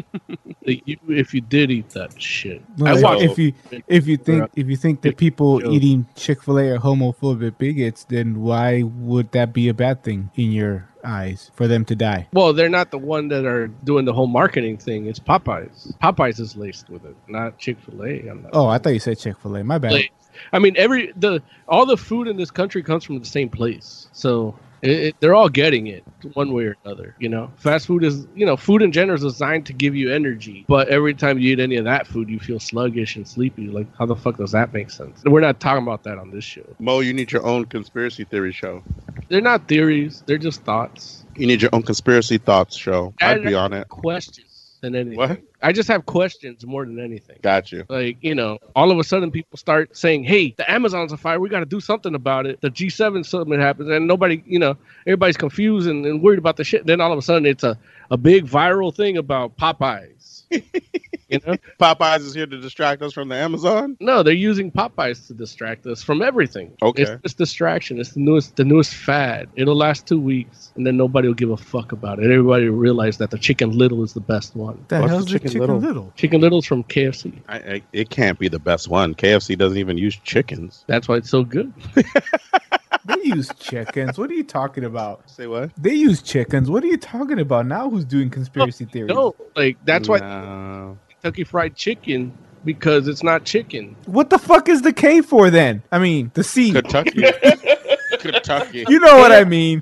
S3: The you if you did eat that shit.
S5: I
S4: Like,
S5: want-
S4: if you if you think if you think that people
S3: Yo.
S4: eating Chick Fil A are homophobic bigots, then why would that be a bad thing in your eyes for them to die?
S3: Well, they're not the one that are doing the whole marketing thing. It's Popeyes. Popeyes is laced with it, not Chick Fil A. I'm not.
S4: Oh, I thought you said Chick Fil A. My bad.
S3: Like, I mean, every the all the food in this country comes from the same place, so it, it, they're all getting it one way or another. You know, fast food is you know food in general is designed to give you energy, but every time you eat any of that food, you feel sluggish and sleepy. Like, how the fuck does that make sense? We're not talking about that on this show.
S5: Mo, you need your own conspiracy theory show.
S3: They're not theories; they're just thoughts.
S5: You need your own conspiracy thoughts show. I'd be on it.
S3: Questions than anything.
S5: What?
S3: I just have questions more than anything.
S5: Got you.
S3: Like, you know, all of a sudden people start saying, hey, the Amazon's on fire. We got to do something about it. The G7 summit happens, and nobody, you know, everybody's confused and, and worried about the shit. Then all of a sudden it's a, a big viral thing about Popeyes. you know?
S5: Popeyes is here to distract us from the Amazon.
S3: No, they're using Popeyes to distract us from everything.
S5: Okay.
S3: It's just distraction. It's the newest the newest fad. It'll last two weeks and then nobody will give a fuck about it. Everybody will realize that the chicken little is the best one.
S4: the
S5: what's
S4: hell's
S5: the
S4: the
S5: Chicken
S4: Chicken,
S5: Little?
S4: Little?
S3: Chicken Little's from KFC.
S5: I, I, it can't be the best one. KFC doesn't even use chickens.
S3: That's why it's so good.
S4: They use chickens. What are you talking about?
S5: Say what?
S4: They use chickens. What are you talking about? Now who's doing conspiracy theories?
S3: No, like that's why
S5: No.
S3: Kentucky Fried Chicken because it's not chicken.
S4: What the fuck is the K for then? I mean, the C.
S5: Kentucky. Kentucky.
S4: You know what I mean?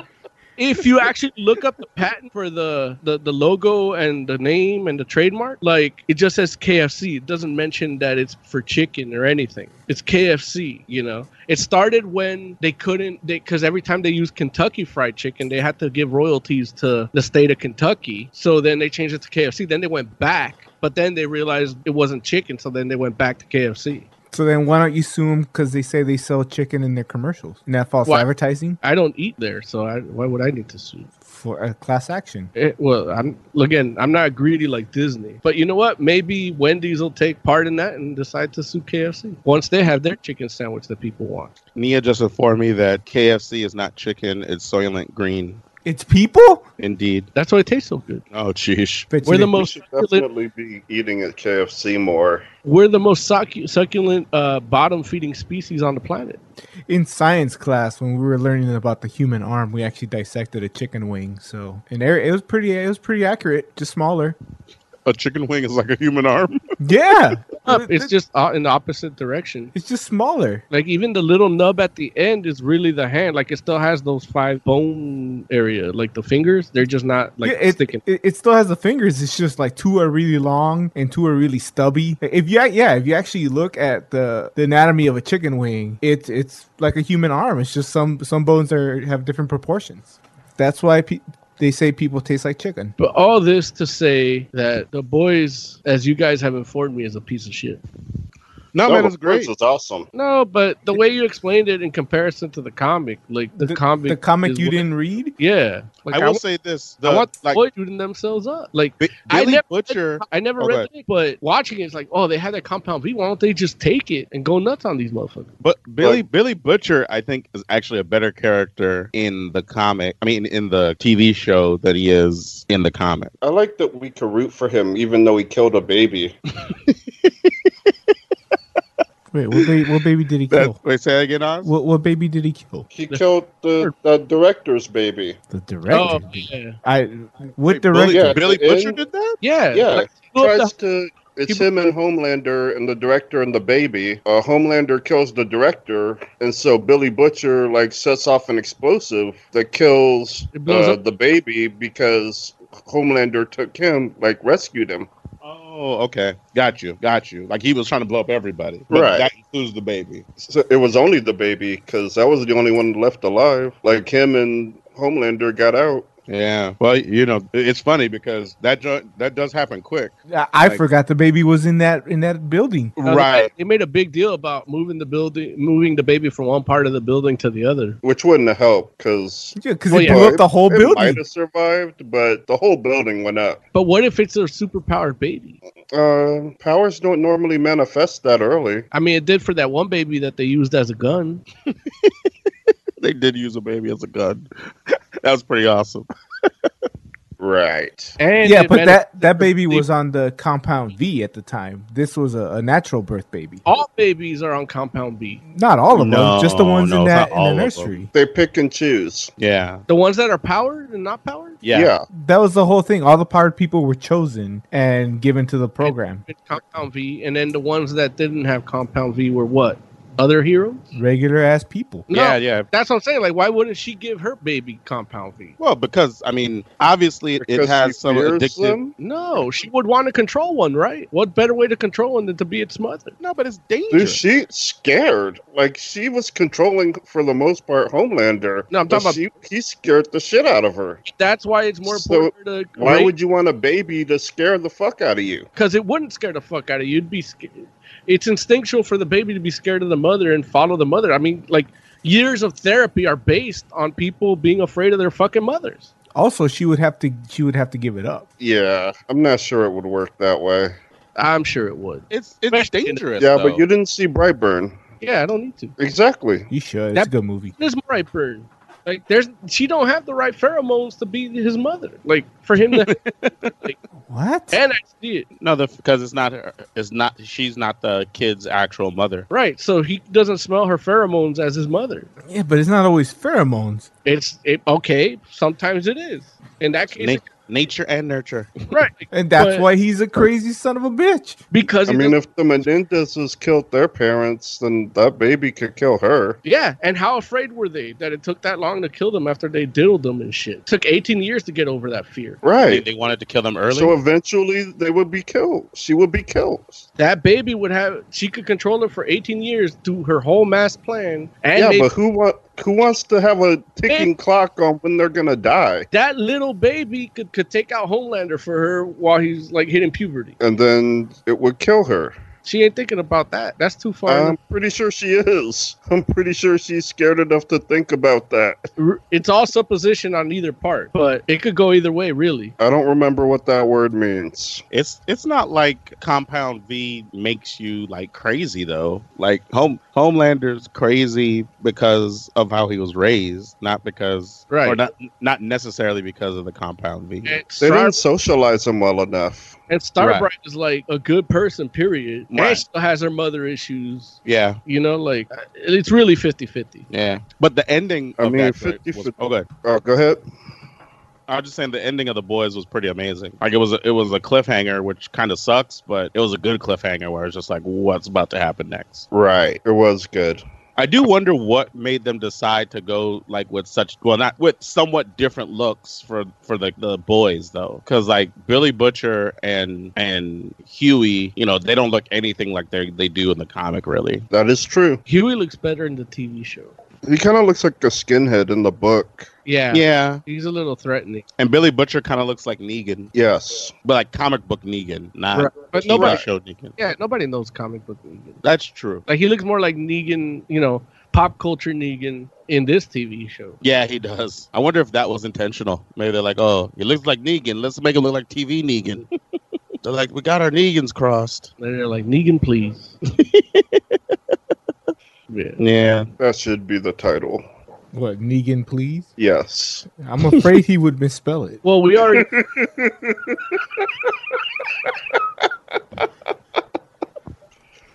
S3: If you actually look up the patent for the, the the logo and the name and the trademark, like it just says KFC. It doesn't mention that it's for chicken or anything. It's KFC. You know, it started when they couldn't they because every time they used Kentucky Fried Chicken, they had to give royalties to the state of Kentucky. So then they changed it to KFC. Then they went back, but then they realized it wasn't chicken. So then they went back to KFC.
S4: So then why don't you sue them because they say they sell chicken in their commercials? And that false
S3: Why?
S4: advertising
S3: I don't eat there, so I, why would I need to sue?
S4: for a class action.
S3: Eh, well, I'm again. I'm not greedy like Disney, but you know what? Maybe Wendy's will take part in that and decide to sue KFC once they have their chicken sandwich that people want.
S5: Nia just informed me that KFC is not chicken. It's Soylent Green.
S4: It's people?
S5: Indeed.
S3: That's why it tastes so good.
S5: Oh, sheesh.
S4: Bet
S3: We're
S4: you
S3: the
S4: they-
S6: We
S3: most
S6: should
S3: succulent,
S6: definitely be eating at KFC more.
S3: we're the most succu- succulent uh, bottom feeding species on the planet.
S4: in science class when we were learning about the human arm, we actually dissected a chicken wing. So and there- it was pretty it was pretty accurate, just smaller.
S5: A chicken wing is like a human arm.
S4: Yeah.
S3: Up, it's just uh, in the opposite direction.
S4: it's just smaller.
S3: Like even the little nub at the end is really the hand. Like it still has those five bone area, like the fingers. They're just not like
S4: Yeah, it,
S3: sticking.
S4: It, it still has the fingers. It's just like two are really long and two are really stubby. If you ac- yeah, if you actually look at the, the anatomy of a chicken wing, it's it's like a human arm. It's just some some bones are have different proportions. That's why pe- they say people taste like chicken.
S3: But all this to say that the boys, as you guys have informed me, is a piece of shit.
S5: No, man, it's
S6: of course
S5: great.
S6: Oh, It's awesome.
S3: No, but the way you explained it in comparison to the comic, like the, comic,
S10: the comic
S3: is
S10: you
S3: what-
S10: didn't read.
S3: Yeah, like
S5: I will
S3: wa-
S5: say this:
S3: I
S5: the-
S3: want
S5: like
S3: Floyd shooting themselves up. Like
S5: Bi-
S3: I
S5: Billy
S3: never-
S5: Butcher.
S3: I never
S5: Oh, go
S3: read
S5: ahead.
S3: the book, but watching it, it's like, oh, they had that compound V. Why don't they just take it and go nuts on these motherfuckers?
S5: But Billy Billy Butcher, I think, is actually a better character in the comic. I mean, in the TV show that he is in the comic.
S6: I like that we could root for him, even though he killed a baby.
S10: Wait, what, ba- what baby did he
S5: That,
S10: kill?
S5: wait, say that again, Oz?
S10: What, what baby did he kill?
S6: He killed the, the director's baby.
S10: The director.
S3: Oh, yeah,
S10: I what
S5: Wait,
S10: director?
S5: Billy,
S6: Yeah,
S5: Billy
S6: and-
S5: Butcher did that?
S3: yeah.
S6: Yeah.
S3: like, blew up
S6: Tries to. It's him and Homelander and the director and the baby. Uh, Homelander kills the director, and so Billy Butcher like sets off an explosive that kills
S3: It blows
S6: uh,
S3: up.
S6: the baby because Homelander took him, like rescued him.
S5: Oh, okay. Got you. Got you. Like he was trying to blow up everybody. But
S6: Right.
S5: That includes the baby.
S6: So it was only the baby because that was the only one left alive. Like him and Homelander got out.
S5: Yeah. Well, you know, it- it's funny because that jo- that does happen quick.
S10: I, I
S5: Like-
S10: forgot the baby was in that in that building.
S3: the- They made a big deal about moving the building, moving the baby from one part of the building to the other.
S6: Which wouldn't have helped because
S10: Yeah, because
S3: Well,
S10: he
S3: yeah.
S10: blew up the whole
S6: might
S10: building.
S6: have survived, but the whole building went up.
S3: But what if it's a superpowered baby?
S6: Uh, powers don't normally manifest that early.
S3: I mean, it did for that one baby that they used as a gun.
S5: They did use a baby as a gun. that was pretty awesome.
S6: Right.
S3: And
S10: Yeah,
S3: it
S10: but
S3: mani-
S10: that that baby
S3: they-
S10: was on the compound V at the time. This was a, a natural birth baby.
S3: all babies are on compound B.
S10: Not all of
S5: No,
S10: them, just the ones
S5: no,
S10: in
S5: it's
S10: that
S5: not
S10: in
S5: all
S10: the
S5: of
S10: nursery.
S6: They pick and choose.
S5: Yeah.
S3: The ones that are powered and not powered.
S5: Yeah.
S10: That was the whole thing. All the powered people were chosen and given to the program.
S3: with compound V, and then the ones that didn't have compound V were what? Other heroes?
S10: Regular ass people.
S3: No,
S5: Yeah, yeah.
S3: That's what I'm saying. Like, why wouldn't she give her baby compound V?
S5: Well, because I mean, obviously it, it
S6: Because
S5: has
S6: she
S5: some
S6: fears
S5: addictive.
S6: them?
S3: No, she would want to control one, right? What better way to control one than to be its mother?
S5: No, but it's
S6: Dude,
S5: dangerous.
S6: she scared. Like she was controlling for the most part Homelander.
S3: No, I'm
S6: but
S3: talking
S6: she, he scared the shit out of her.
S3: That's why it's more
S6: So,
S3: important to
S6: Why would you want a baby to scare the fuck out of you?
S3: because it wouldn't scare the fuck out of you. You'd be scared. It's instinctual for the baby to be scared of the mother and follow the mother. I mean, like years of therapy are based on people being afraid of their fucking mothers.
S10: Also, she would have to she would have to give it up.
S6: Yeah, I'm not sure it would work that way.
S3: I'm sure it would.
S5: It's it's
S3: Especially-
S5: dangerous.
S6: Yeah,
S5: though.
S6: but you didn't see Brightburn.
S3: Yeah, I don't need to.
S6: Exactly.
S10: You should. It's
S3: That-
S10: a good movie.
S3: This right bird. Like there's she don't have the right pheromones to be his mother. Like for him to
S10: What?
S3: and I see it.
S5: No, because it's not her. It's not. She's not the kid's actual mother.
S3: Right. So he doesn't smell her pheromones as his mother.
S10: Yeah, but it's not always pheromones.
S3: It's it, okay, sometimes it is. In that case,
S5: Na- nature and nurture.
S3: it's right. like,
S10: And that's
S3: But-
S10: why he's a crazy son of a bitch.
S3: because
S6: I
S3: he
S6: mean,
S3: doesn't-
S6: if the Menendezes killed their parents, then that baby could kill her.
S3: yeah, and how afraid were they that it took that long to kill them after they diddled them and shit? took 18 years to get over that fear.
S5: They,
S6: Right.
S5: they wanted to kill them early.
S6: So eventually they would be killed. She would be killed.
S3: That baby would have she could control it for 18 years through her whole mass plan and
S6: yeah,
S3: maybe-
S6: but who want who wants to have a ticking clock on when they're gonna die?
S3: that little baby could, could take out Homelander for her while he's like hitting puberty.
S6: And then it would kill her.
S3: She ain't thinking about that. That's too far.
S6: I'm pretty sure she is. I'm pretty sure she's scared enough to think about that.
S3: it's all supposition on either part, but it could go either way, really.
S6: I don't remember what that word means.
S5: it's it's not like Compound V makes you like crazy though. Like Home Homelander's crazy because of how he was raised, not because
S3: Right.
S5: or not not necessarily because of the Compound V.
S3: And
S6: They
S3: Star,
S6: didn't socialize him well enough.
S3: and Starbright
S5: Right.
S3: is like a good person, period. And
S5: Right.
S3: she still has her mother issues.
S5: Yeah,
S3: You know, like it's really 50 50.
S5: yeah. But the ending.
S6: I
S5: of
S6: mean,
S5: that
S6: 50
S5: was, oh, good.
S6: Oh, go ahead.
S5: I was just saying the ending of the boys was pretty amazing. Like it was a, it was a cliffhanger, which kind of sucks, but it was a good cliffhanger where it's just like, what's about to happen next?
S6: Right. It was good.
S5: I do wonder what made them decide to go like with such well not with somewhat different looks for for the, the boys though because like Billy Butcher and and Huey you know they don't look anything like they they do in the comic really
S6: That is true.
S3: Huey looks better in the TV show.
S6: He kind of looks like a skinhead in the book.
S3: Yeah.
S5: Yeah.
S3: He's a little threatening.
S5: And Billy Butcher kind of looks like Negan,
S6: Yes.
S5: but like comic book Negan, not
S3: Right. But
S5: TV
S3: nobody-
S5: show Negan.
S3: Yeah, nobody knows comic book Negan.
S5: That's true.
S3: Like he looks more like Negan, you know, pop culture Negan in this TV show.
S5: Yeah, he does. I wonder if that was intentional. Maybe they're like, "Oh, he looks like Negan. Let's make him look like TV Negan." they're like, "We got our Negans crossed."
S3: They're like Negan, please. yeah.
S5: Yeah,
S6: That should be the title.
S4: What Negan, please?
S6: Yes.
S4: I'm afraid he would misspell it.
S3: Well, we already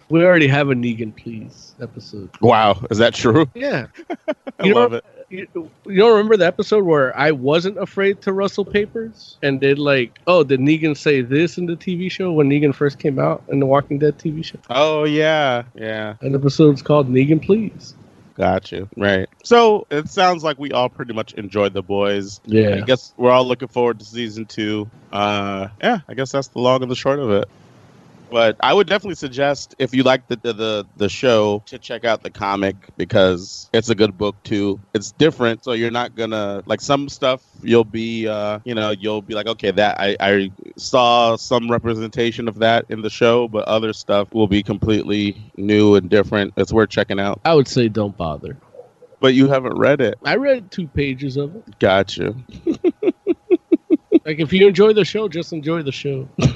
S3: we already have a Negan, please episode.
S5: Wow, is that true?
S3: Yeah,
S5: I
S3: You know-
S5: love it.
S3: you, you don't remember the episode where I wasn't afraid to rustle papers and did like, oh, did Negan say this in the TV show when Negan first came out in the Walking Dead TV show?
S5: Oh yeah, yeah.
S3: An episode's called Negan, please.
S5: Got you. Right. So it sounds like we all pretty much enjoyed the boys. I
S3: Yeah,
S5: guess we're all looking forward to season two. Uh, yeah, I guess that's the long and the short of it. But I would definitely suggest if you like the, the the the show to check out the comic because it's a good book too. It's different, so you're not gonna like some stuff. You'll be uh, you know you'll be like okay that I, I saw some representation of that in the show, but other stuff will be completely new and different. It's worth checking out.
S3: I would say don't bother.
S5: But you haven't read it,
S3: I read two pages of it.
S5: got you?
S3: Like, if you enjoy the show, just enjoy the show.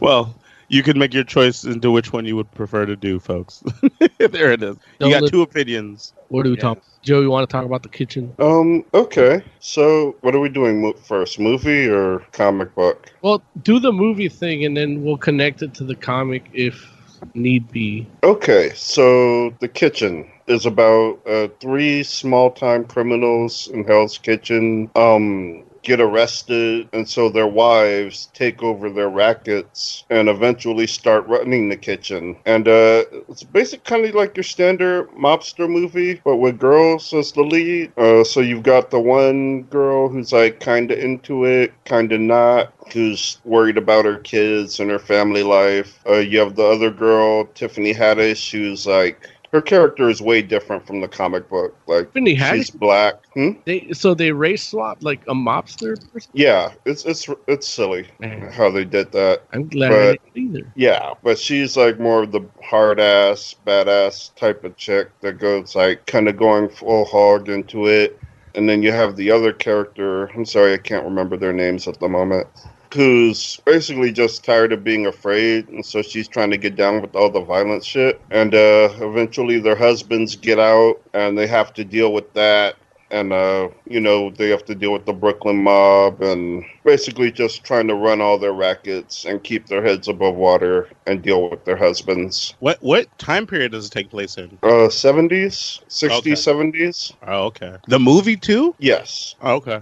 S5: Well, you can make your choice into which one you would prefer to do, folks. there it is.
S3: Don't
S5: You got
S3: let-
S5: two opinions.
S3: What do we
S5: Yeah.
S3: talk? Joe, you want to talk about the kitchen?
S6: Um. Okay. So, what are we doing mo- first? Movie or comic book?
S3: Well, do the movie thing, and then we'll connect it to the comic if need be.
S6: Okay, so The Kitchen is about uh, three small time criminals in Hell's Kitchen um, get arrested, and so their wives take over their rackets and eventually start running the kitchen. And uh, it's basically kind of like your standard mobster movie, but with girls as the lead. Uh, so you've got the one girl who's like kind of into it, kind of not, who's worried about her kids and her family life. Uh, you have the other girl, Tiffany Haddish, who's like her character is way different from the comic book. Like
S3: Tiffany Haddish?
S6: she's black. Hmm?
S3: They so they race swapped like a mobster person.
S6: Yeah, it's it's it's silly
S3: Man,
S6: how they did that.
S3: I'm glad I
S6: Right.
S3: didn't either.
S6: Yeah, but she's like more of the hard ass, badass type of chick that goes like kind of going full hog into it. And then you have the other character. I'm sorry, I can't remember their names at the moment. Who's basically just tired of being afraid, and so she's trying to get down with all the violent shit. And uh, eventually, their husbands get out, and they have to deal with that. And uh, you know, they have to deal with the Brooklyn mob, and basically just trying to run all their rackets and keep their heads above water and deal with their husbands.
S5: What what time period does it take place in?
S6: Uh, 70s, 60s,
S5: Okay.
S6: 70s.
S5: Oh, okay. The movie too?
S6: Yes.
S5: Oh, okay.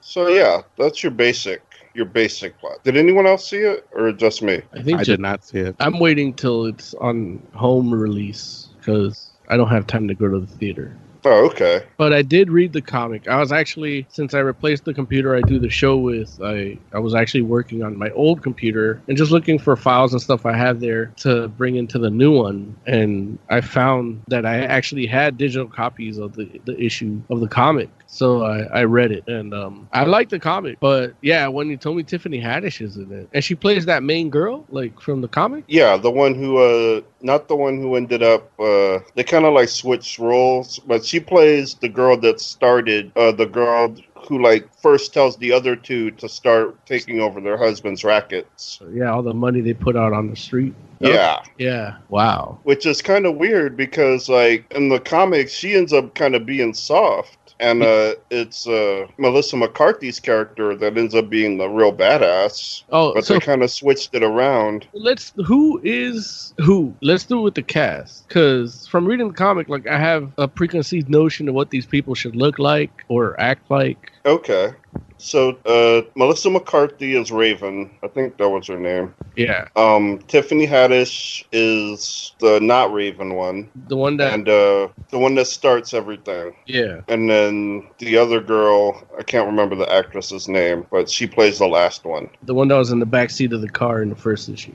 S6: So yeah, that's your basic your basic plot. Did anyone else see it or just me?
S3: I think
S5: I
S3: just,
S5: did not see it.
S3: I'm waiting till it's on home release because I don't have time to go to the theater.
S6: Oh, okay.
S3: But I did read the comic. I was actually since I replaced the computer I do the show with, I I was actually working on my old computer and just looking for files and stuff I have there to bring into the new one and I found that I actually had digital copies of the, the issue of the comic. So I, I read it and um, I liked the comic, but yeah, when you told me Tiffany Haddish is in it and she plays that main girl like from the comic,
S6: Yeah, the one who uh not the one who ended up uh they kind of like switched roles, but she plays the girl that started uh the girl who like first tells the other two to start taking over their husband's rackets.
S3: yeah, all the money they put out on the street, Oh.
S6: Yeah.
S3: yeah, wow,
S6: which is kind of weird because like in the comics she ends up kind of being soft and
S3: Mm.
S6: uh it's uh melissa mccarthy's character that ends up being the real badass
S3: oh,
S6: but
S3: so
S6: they kind of switched it around
S3: let's who is who let's do it with the cast because from reading the comic like i have a preconceived notion of what these people should look like or act like
S6: okay so uh melissa mccarthy is raven i think that was her name
S3: yeah
S6: um tiffany haddish is the not raven one
S3: the one that
S6: and uh the one that starts everything
S3: yeah
S6: and then the other girl i can't remember the actress's name but she plays the last one
S3: the one that was in the back seat of the car in the first issue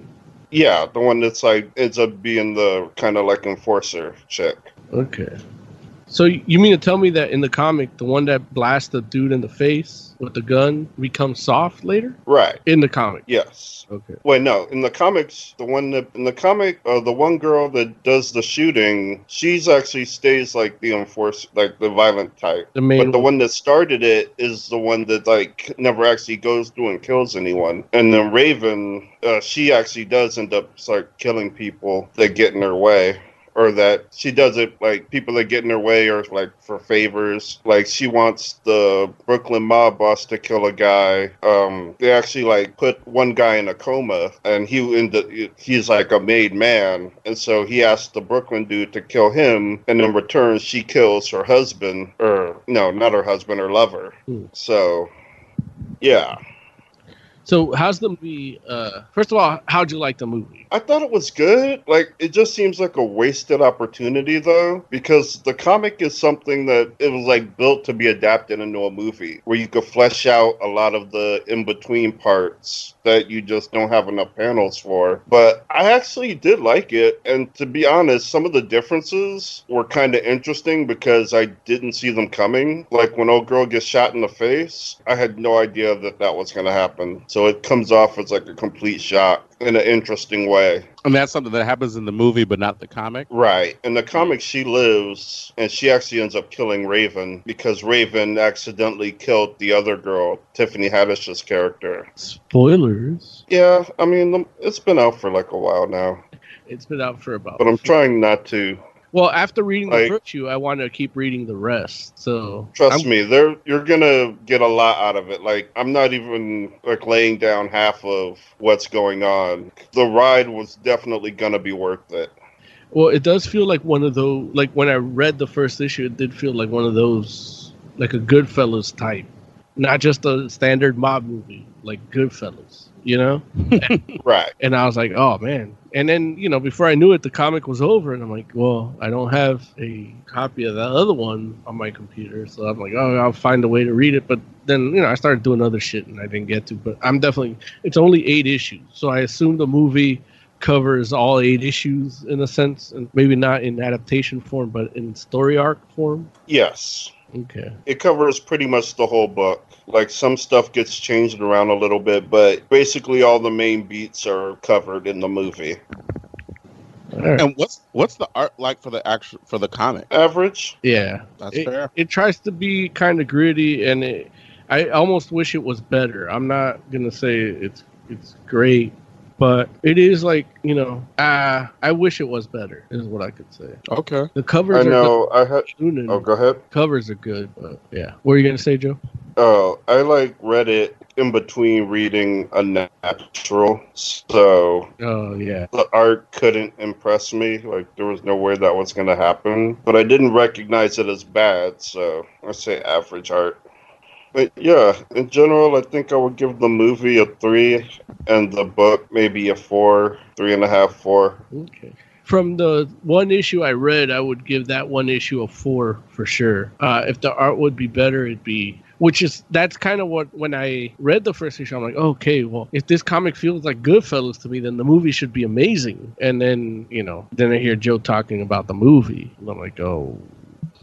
S6: Yeah, the one that's like ends up being the kind of like enforcer chick.
S3: okay So you mean to tell me that in the comic, the one that blasts the dude in the face with the gun becomes soft later?
S6: Right.
S3: In the comic.
S6: Yes.
S3: Okay.
S6: Wait, no. In the comics, the one that in the comic, uh, the one girl that does the shooting, she's actually stays like the enforce, like the violent type.
S3: The main
S6: but the one that started it is the one that like never actually goes through and kills anyone. And then Raven, uh, she actually does end up start killing people that get in her way. Or that she does it like people that get in her way or like for favors. Like she wants the Brooklyn mob boss to kill a guy. Um, they actually like put one guy in a coma, and he ended. He's like a made man, and so he asked the Brooklyn dude to kill him, and in return she kills her husband, or no, not her husband, her lover.
S3: Hmm.
S6: So, yeah.
S3: So how's the movie? Uh, first of all, how'd you like the movie?
S6: I thought it was good. Like it just seems like a wasted opportunity though, because the comic is something that it was like built to be adapted into a movie where you could flesh out a lot of the in between parts that you just don't have enough panels for. But I actually did like it, and to be honest, some of the differences were kind of interesting because I didn't see them coming. Like when old girl gets shot in the face, I had no idea that that was going to happen. So it comes off as like a complete shock in an interesting way.
S5: And that's something that happens in the movie, but not the comic.
S6: Right. In the comic, she lives, and she actually ends up killing Raven because Raven accidentally killed the other girl, Tiffany Haddish's character.
S3: Spoilers.
S6: Yeah, I mean, um, it's been out for like a while now,
S3: It's been out for about.
S6: but I'm trying not to.
S3: Well, after reading
S6: Like-
S3: the virtue, I want to keep reading the rest. So
S6: Trust
S3: I'm-
S6: me, there you're gonna get a lot out of it. Like I'm not even like laying down half of what's going on. The ride was definitely gonna be worth it.
S3: Well, it does feel like one of those. Like when I read the first issue, it did feel like one of those, like a Goodfellas type, not just a standard mob movie, like Goodfellas. You know.
S6: Right.
S3: And I was like, oh man. And then, you know, before I knew it, the comic was over. And I'm like, well, I don't have a copy of the other one on my computer. So I'm like, oh, I'll find a way to read it. But then, you know, I started doing other shit and I didn't get to. But I'm definitely, it's only eight issues. So I assume the movie covers all eight issues in a sense. And maybe not in adaptation form, but in story arc form.
S6: Yes.
S3: Okay.
S6: It covers pretty much the whole book. Like some stuff gets changed around a little bit, but basically all the main beats are covered in the movie.
S5: And what's what's the art like for the actual for the comic?
S6: Average.
S3: Yeah.
S5: That's
S3: it,
S5: fair.
S3: It tries to be kind of gritty, and it, I almost wish it was better. I'm not gonna say it's it's great, but it is like you know, uh, I wish it was better. Is what I could say.
S5: Okay.
S3: The covers
S6: I
S3: are
S6: know. I had.
S3: good.
S6: Oh, go ahead.
S3: Covers are good, but yeah. What are you gonna say, Joe?
S6: Oh, I like read it in between reading Unnatural, so
S3: Oh yeah.
S6: the art couldn't impress me. Like there was no way that was going to happen, but I didn't recognize it as bad, so I say average art. But yeah, in general, I think I would give the movie a three, and the book maybe a four, three and a half, four.
S3: Okay. From the one issue I read, I would give that one issue a four for sure. Uh, if the art would be better, it'd be. Which is that's kind of what when I read the first issue, I'm like, okay, well, if this comic feels like Goodfellas to me, then the movie should be amazing. And then you know, then I hear Joe talking about the movie, and I'm like, oh,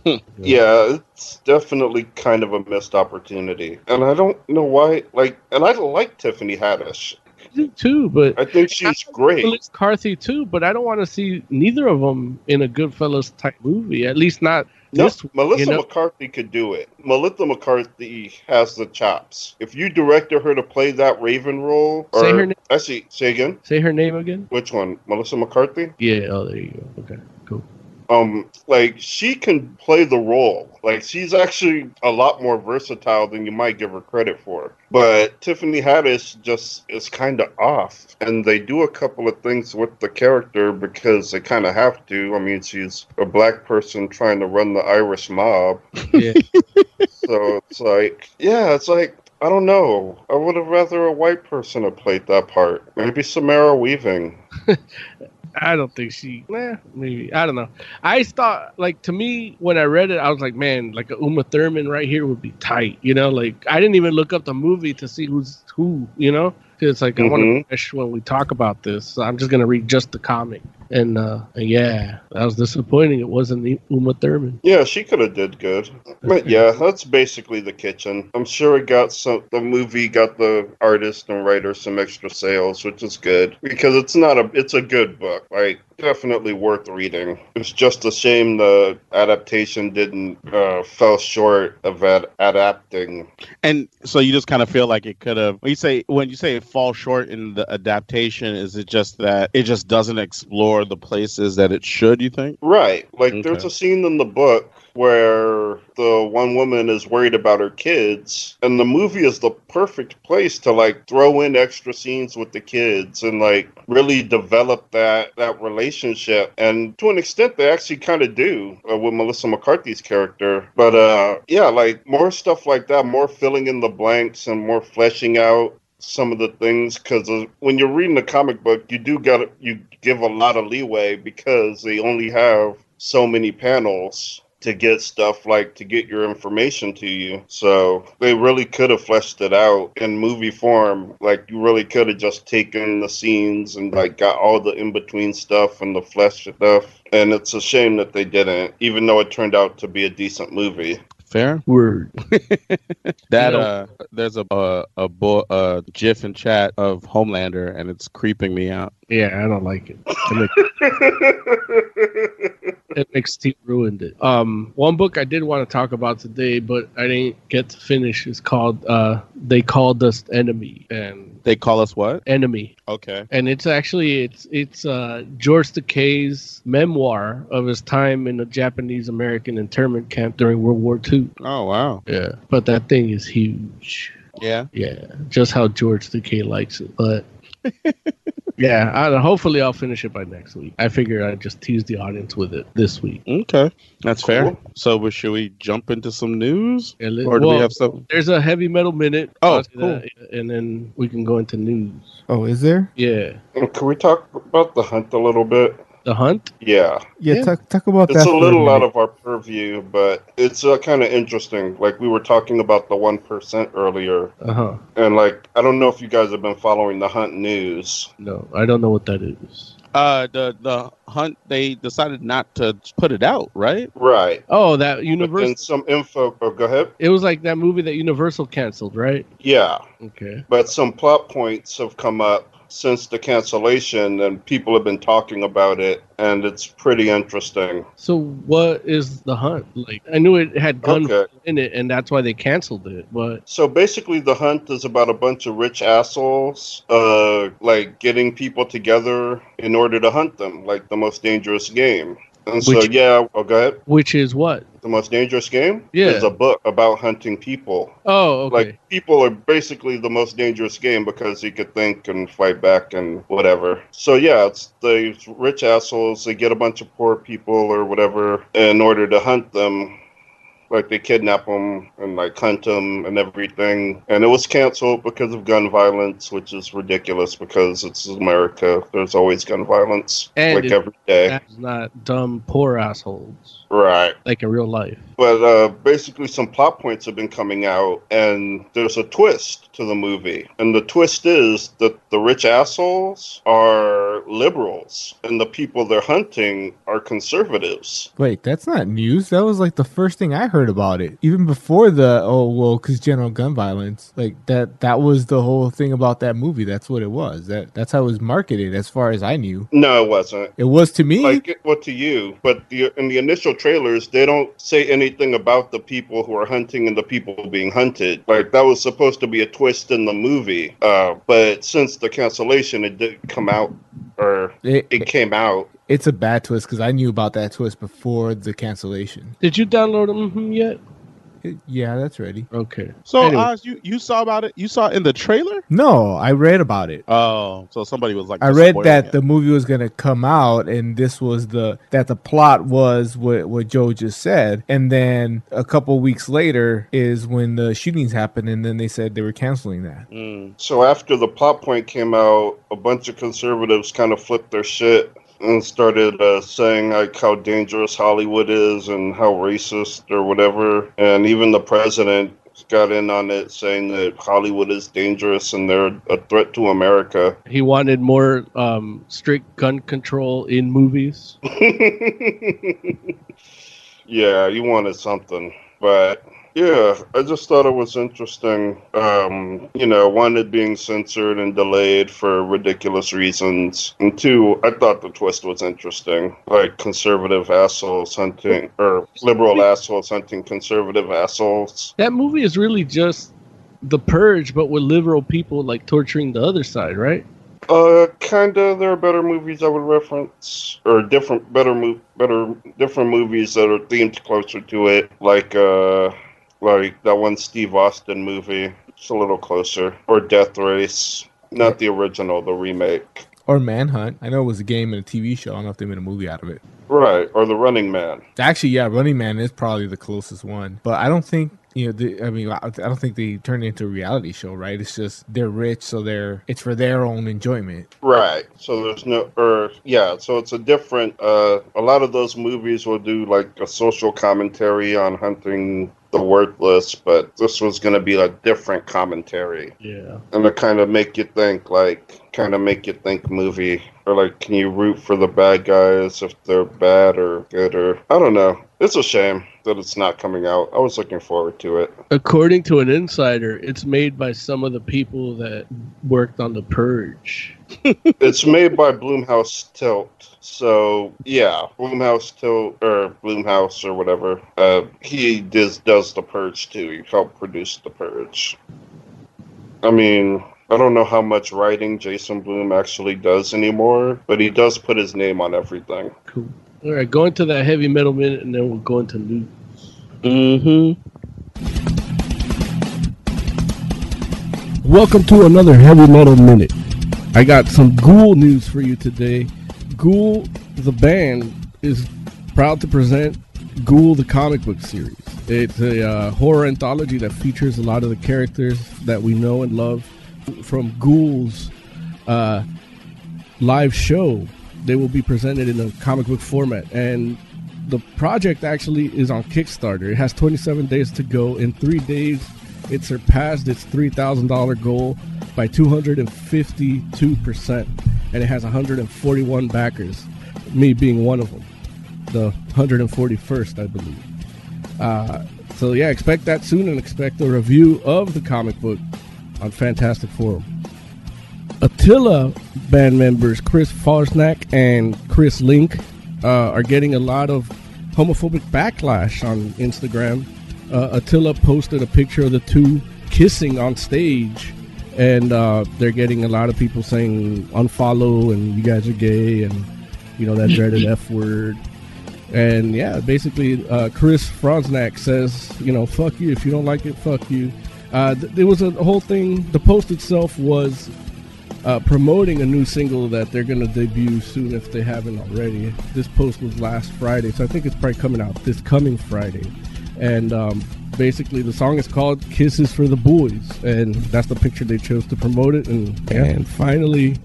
S6: Yeah, it's definitely kind of a missed opportunity, and I don't know why. Like, and I like Tiffany Haddish.
S3: you too, but
S6: I think she's great.
S3: Melissa Carthy too. But I don't want to see neither of them in a Goodfellas type movie. At least not
S6: No,
S3: this.
S6: Melissa
S3: you know-
S6: McCarthy could do it. Melissa McCarthy has the chops. If you directed her to play that Raven role, or
S3: Say her name.
S6: actually, say again,
S3: Say her name again.
S6: which one? Melissa McCarthy.
S3: Yeah. Oh, there you go. Okay.
S6: Um, like she can play the role. Like she's actually a lot more versatile than you might give her credit for. But Tiffany Haddish just is kind of off, and they do a couple of things with the character because they kind of have to. I mean, she's a black person trying to run the Irish mob.
S3: Yeah.
S6: so it's like, yeah, it's like I don't know. I would have rather a white person have played that part. Maybe Samara Weaving.
S3: I don't think she. Nah, maybe I don't know. I thought like to me when I read it, I was like, man, like a Uma Thurman right here would be tight. You know, like I didn't even look up the movie to see who's who. You know, It's like I want
S6: Mhm.
S3: to finish when we talk about this. So I'm just gonna read just the comic. And uh, yeah, that was disappointing. It wasn't the Uma Thurman.
S6: Yeah, she could have did good. But yeah, that's basically the kitchen. I'm sure it got some. The movie got the artist and writer some extra sales, which is good because it's not a. It's a good book. Like definitely worth reading. It's just a shame the adaptation didn't uh, fell short of ad- adapting.
S5: And so you just kind of feel like it could have. When you say when you say it falls short in the adaptation, is it just that it just doesn't explore the places that it should? You think?
S6: Right. Like there's
S5: Okay.
S6: a scene in the book where the one woman is worried about her kids and the movie is the perfect place to like throw in extra scenes with the kids and like really develop that that relationship and to an extent they actually kind of do uh, with Melissa McCarthy's character but uh yeah like more stuff like that more filling in the blanks and more fleshing out some of the things because when you're reading a comic book, you do got you give a lot of leeway because they only have so many panels to get stuff like to get your information to you. So they really could have fleshed it out in movie form. Like you really could have just taken the scenes and like got all the in between stuff and the flesh stuff. And it's a shame that they didn't, even though it turned out to be a decent movie.
S5: Fair
S3: word.
S5: That
S6: You know-
S5: uh, there's a a a, bo- a gif in chat of Homelander, and it's creeping me out.
S3: Yeah, I don't like it. NXT ruined it. Um, one book I did want to talk about today, but I didn't get to finish, is called uh, "They Called Us Enemy," and
S5: they call us what?
S3: Enemy.
S5: Okay.
S3: And it's actually it's it's uh, George Takei's memoir of his time in the Japanese American internment camp during World War II.
S5: Oh wow!
S3: Yeah, but that thing is huge.
S5: Yeah.
S3: Yeah, just how George Takei likes it, but. Yeah, I, hopefully I'll finish it by next week. I figure I just tease the audience with it this week.
S5: Okay, that's fair. So, we- should we jump into some news,
S3: Yeah, let-
S5: or do we
S3: well,
S5: have some?
S3: There's a heavy metal minute.
S5: Oh,
S3: I'll do
S5: cool.
S3: that, and then we can go into news.
S4: Oh, is there?
S3: Yeah.
S6: Can we talk about the hunt a little bit?
S3: The hunt?
S6: Yeah.
S4: Yeah, Talk, talk about
S6: it's
S4: that.
S6: a
S4: for
S6: little out
S4: minute.
S6: of our purview, but it's uh, kind of interesting. Like we were talking about the one percent earlier,
S3: Uh huh.
S6: and like I don't know if you guys have been following the hunt news.
S3: No, I don't know what that is.
S5: Uh, the the hunt. They decided not to put it out, right?
S6: Right.
S3: Oh, that
S6: And
S3: Universal.
S6: some info. Oh, go ahead.
S3: It was like that movie that Universal canceled, right?
S6: Yeah,
S3: Okay.
S6: but some plot points have come up since the cancellation, and people have been talking about it, and it's pretty interesting.
S3: So what is the hunt like? I knew it had gun
S6: Okay.
S3: in it, and that's why they canceled it. But
S6: So basically, the hunt is about a bunch of rich assholes, uh, like getting people together in order to hunt them, like the most dangerous game. And so,
S3: Which-
S6: yeah, oh, go ahead.
S3: which is what?
S6: The most dangerous game
S3: Yeah.
S6: is a book about hunting people.
S3: Oh, okay.
S6: Like people are basically the most dangerous game because you could think and fight back and whatever. So yeah, it's the rich assholes. They get a bunch of poor people or whatever in order to hunt them. Like they kidnap them and like hunt them and everything. And it was canceled because of gun violence, which is ridiculous because it's America. There's always gun violence,
S3: And
S6: like
S3: it-
S6: every day.
S3: that's not dumb poor assholes
S6: Right.
S3: like in real life.
S6: But uh, basically, some plot points have been coming out, and there's a twist to the movie. And the twist is that the rich assholes are liberals, and the people they're hunting are conservatives.
S4: Wait, that's not news. That was like the first thing I heard about it, even before the oh well, because general gun violence. Like that, that was the whole thing about that movie. That's what it was. That that's how it was marketed, as far as I knew.
S6: No, it wasn't.
S4: It was to me.
S6: Like it- what to you? But the, in the initial trailers, they don't say anything about the people who are hunting and the people being hunted. Like that was supposed to be a twist in the movie, uh, but since the cancellation, it didn't come out, or
S4: It-
S6: it came out.
S4: it's a bad twist because I knew about that twist before the cancellation.
S3: Did you download them yet?
S4: Yeah, that's ready.
S3: Okay.
S5: So,
S4: Anyway.
S5: Oz, you you saw about it. You saw it in the trailer.
S4: No, I read about it.
S5: Oh, so somebody was like,
S4: I read
S5: spoiling
S4: that
S5: it.
S4: the movie was going to come out, and this was the that the plot was what what Joe just said, and then a couple weeks later is when the shootings happened, and then they said they were canceling that.
S6: So after the plot point came out, a bunch of conservatives kind of flipped their shit and started uh, saying like how dangerous Hollywood is and how racist or whatever. And even the president got in on it saying that Hollywood is dangerous and they're a threat to America.
S11: He wanted more um, strict gun control in movies.
S6: Yeah, you wanted something, but yeah, I just thought it was interesting. Um, you know, one it being censored and delayed for ridiculous reasons, and two, I thought the twist was interesting. Like conservative assholes hunting or liberal assholes hunting conservative assholes.
S11: That movie is really just the purge, but with liberal people like torturing the other side, right?
S6: Uh, kinda. There are better movies I would reference, or different, better move, better, different movies that are themed closer to it. Like, uh, like that one Steve Austin movie. It's a little closer. Or Death Race, not the original, the remake.
S4: Or Manhunt. I know it was a game and a TV show. I don't know if they made a movie out of it.
S6: Right. Or The Running Man.
S4: Actually, yeah, Running Man is probably the closest one, but I don't think you know. The, I mean, I I don't think they turned it into a reality show, right? It's just they're rich, so they're it's for their own enjoyment.
S6: Right. So there's no, or yeah. So it's a different. Uh, a lot of those movies will do like a social commentary on hunting the worthless, but this was going to be a different commentary.
S11: Yeah.
S6: and to kind of make you think, like kind of make you think movie, or like can you root for the bad guys if they're bad or good or I don't know. It's a shame that it's not coming out. I was looking forward to it.
S11: According to an insider, it's made by some of the people that worked on The Purge.
S6: it's made by Bloomhouse Tilt. So yeah, Bloomhouse Tilt or Bloomhouse or whatever. Uh, he does does the Purge too. He helped produce the Purge. I mean, I don't know how much writing Jason Bloom actually does anymore, but he does put his name on everything.
S11: All right, go into that heavy metal minute, and then we'll go into news.
S5: Mm-hmm.
S3: Welcome to another Heavy Metal Minute. I got some Ghoul news for you today. Ghoul, the band, is proud to present Ghoul, the comic book series. It's a uh, horror anthology that features a lot of the characters that we know and love from Ghoul's uh, live show. They will be presented in a comic book format. And the project actually is on Kickstarter. It has 27 days to go. In three days, it surpassed its $3,000 goal by 252%. And it has 141 backers, me being one of them, the 141st, I believe. Uh, so, yeah, expect that soon and expect a review of the comic book on Fantastic Forum. Attila band members Chris Farsnack and Chris Link uh, are getting a lot of homophobic backlash on Instagram. Uh, Attila posted a picture of the two kissing on stage, and uh, they're getting a lot of people saying unfollow and you guys are gay and you know that dreaded F word. And yeah, basically, uh, Chris Fronsnak says, you know, fuck you. If you don't like it, fuck you. Uh, th- there was a whole thing. The post itself was uh, promoting a new single that they're going to debut soon if they haven't already. This post was last Friday, so I think it's probably coming out this coming Friday. And um, basically, the song is called Kisses for the Boys, and that's the picture they chose to promote it. And, and finally,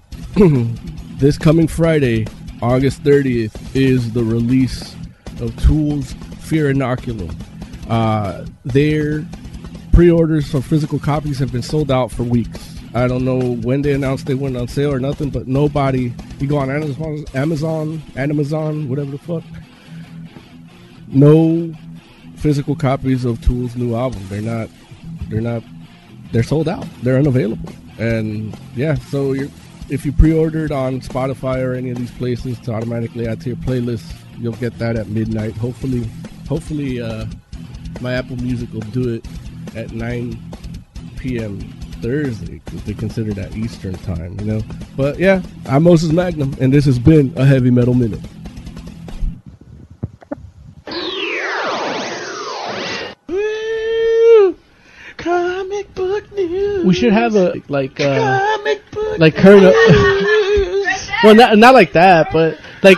S3: this coming Friday, August 30th, is the release of Tool's Fear Inoculum. Uh, their pre-orders for physical copies have been sold out for weeks. I don't know when they announced they went on sale or nothing, but nobody. You go on Amazon, Amazon, Amazon, whatever the fuck. No physical copies of Tool's new album. They're not. They're not. They're sold out. They're unavailable. And yeah, so you're, if you pre-ordered on Spotify or any of these places to automatically add to your playlist, you'll get that at midnight. Hopefully, hopefully, uh, my Apple Music will do it at nine p.m. Thursday. If they consider that Eastern time, you know. But yeah, I'm Moses Magnum, and this has been a heavy metal minute.
S12: Comic book news.
S11: We should have a like uh,
S12: Comic book
S11: like current.
S12: news.
S11: well, not not like that, but like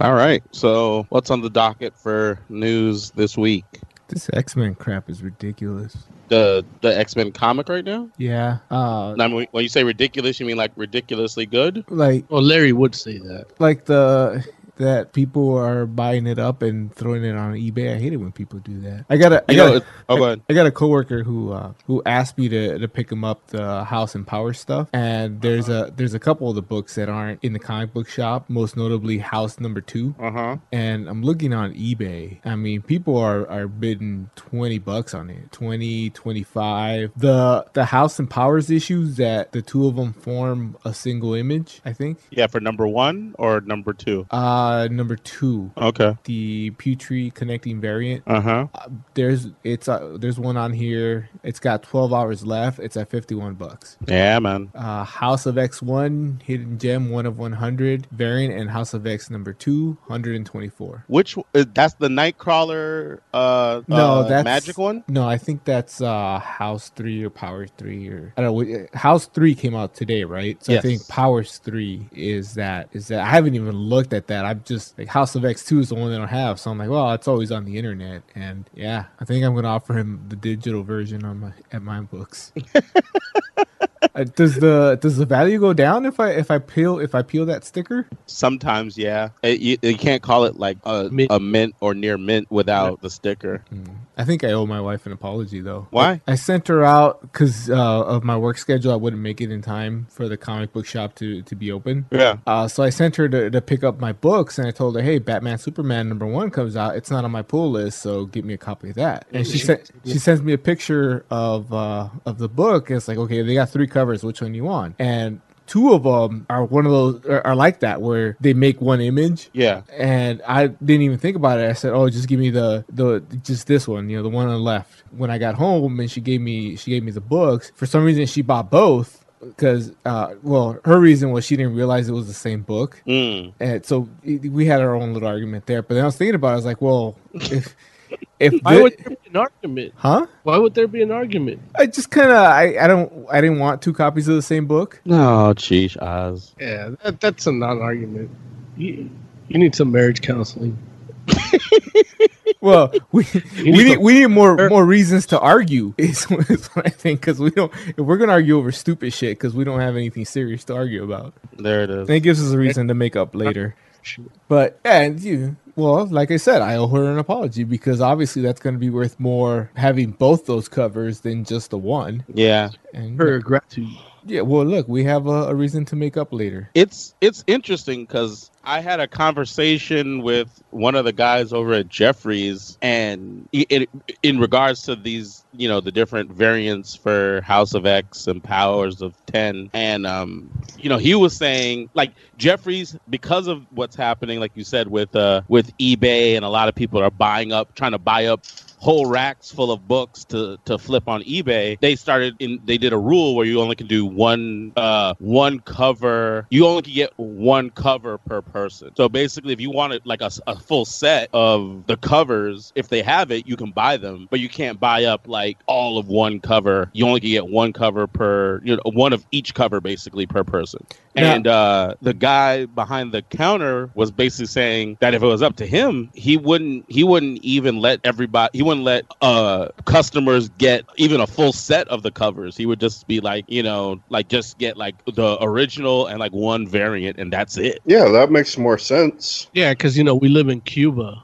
S5: All right. So, what's on the docket for news this week?
S4: This X Men crap is ridiculous.
S5: The the X Men comic right now.
S4: Yeah. Uh,
S5: I mean, when you say ridiculous, you mean like ridiculously good?
S4: like
S11: well, Larry would say that.
S4: like the that people are buying it up and throwing it on eBay. I hate it when people do that. I got a, I
S5: You
S4: got
S5: know,
S4: a,
S5: it- oh, go ahead.
S4: I got a coworker who uh, who asked me to, to pick him up the House and Power stuff, and there's a there's a couple of the books that aren't in the comic book shop, most notably House Number Two.
S5: Uh huh.
S4: And I'm looking on eBay. I mean, people are are bidding twenty bucks on it, 20, 25. The the House and Powers issues that the two of them form a single image. I think.
S5: Yeah, for number one or number two.
S4: Uh number two.
S5: Okay.
S4: The Putri connecting variant.
S5: Uh-huh.
S4: Uh, There's it's uh, there's one on here. It's got 12 hours left. It's at 51 bucks.
S5: Yeah, man.
S4: Uh, House of X1, Hidden Gem, one of 100 variant, and House of X number two, 124.
S5: Which uh, that's the Nightcrawler. Uh,
S4: No,
S5: uh,
S4: that's
S5: magic one.
S4: No, I think that's uh House Three or Powers Three or I don't know. uh, House Three came out today, right? So
S5: Yes.
S4: I think Powers Three is that is that I haven't even looked at that. I'm just like House of X Two is the one that I don't have, so I'm like, well, it's always on the internet, and yeah, I think I'm gonna offer him the digital version on my at my books. Uh, does the does the value go down if I if I peel if I peel that sticker?
S5: Sometimes, yeah, It- you, you can't call it like a mint. a mint or near mint without the sticker.
S4: I think I owe my wife an apology though.
S5: Why?
S4: I, I sent her out because uh, of my work schedule. I wouldn't make it in time for the comic book shop to, to be open.
S5: Yeah.
S4: Uh, so I sent her to, to pick up my books, and I told her, "Hey, Batman Superman number one comes out. It's not on my pull list, so get me a copy of that." And she sent she sends me a picture of uh, of the book. And it's like, okay, they got three covers. Which one you want? And two of them are one of those are, are like that where they make one image
S5: Yeah.
S4: and I didn't even think about it. I said, "Oh, just give me the the just this one, you know, the one on the left." When I got home and she gave me she gave me the books. For some reason, she bought both because uh, well, her reason was she didn't realize it was the same book,
S5: Mm.
S4: and so it- we had our own little argument there. But then I was thinking about, it, I was like, "Well, if if
S3: Why
S4: thi-
S3: would there be an argument?
S4: huh?"
S3: Why would there be an argument?
S4: I just kind of I, I don't I didn't want two copies of the same book.
S5: No, sheesh, Oz.
S3: Yeah, that, that's a non-argument. You, you need some marriage counseling.
S4: Well, we we
S3: need
S4: need, er
S3: to-
S4: we need more more reasons to argue. Is, is what I think because we don't if we're gonna argue over stupid shit because we don't have anything serious to argue about.
S5: There it
S4: And it gives us a reason to make up later. But yeah, and you well, like I said, I owe her an apology because obviously that's gonna be worth more having both those covers than just the one.
S5: Yeah.
S4: And
S3: Her gratitude.
S4: yeah, well, look, we have a, a reason to make up later.
S5: It's it's interesting because I had a conversation with one of the guys over at Jeffries, and i- in, in regards to these, you know, the different variants for House of X and Powers of Ten, and um, you know, he was saying like Jeffries because of what's happening, like you said, with uh, with eBay, and a lot of people are buying up, trying to buy up whole racks full of books to to flip on eBay. They started in they did a rule where you only can do one uh one cover. You only can get one cover per person. So basically if you wanted like a, s- a full set of the covers, if they have it, you can buy them, but you can't buy up like all of one cover. You only can get one cover per you know one of each cover basically per person.
S4: Now-
S5: And uh, the guy behind the counter was basically saying that if it was up to him, he wouldn't he wouldn't even let everybody he wouldn't let uh, customers get even a full set of the covers. He would just be like, you know, like just get like the original and like one variant and that's it.
S6: Yeah, that makes more sense.
S3: Yeah, because you know we live in Cuba.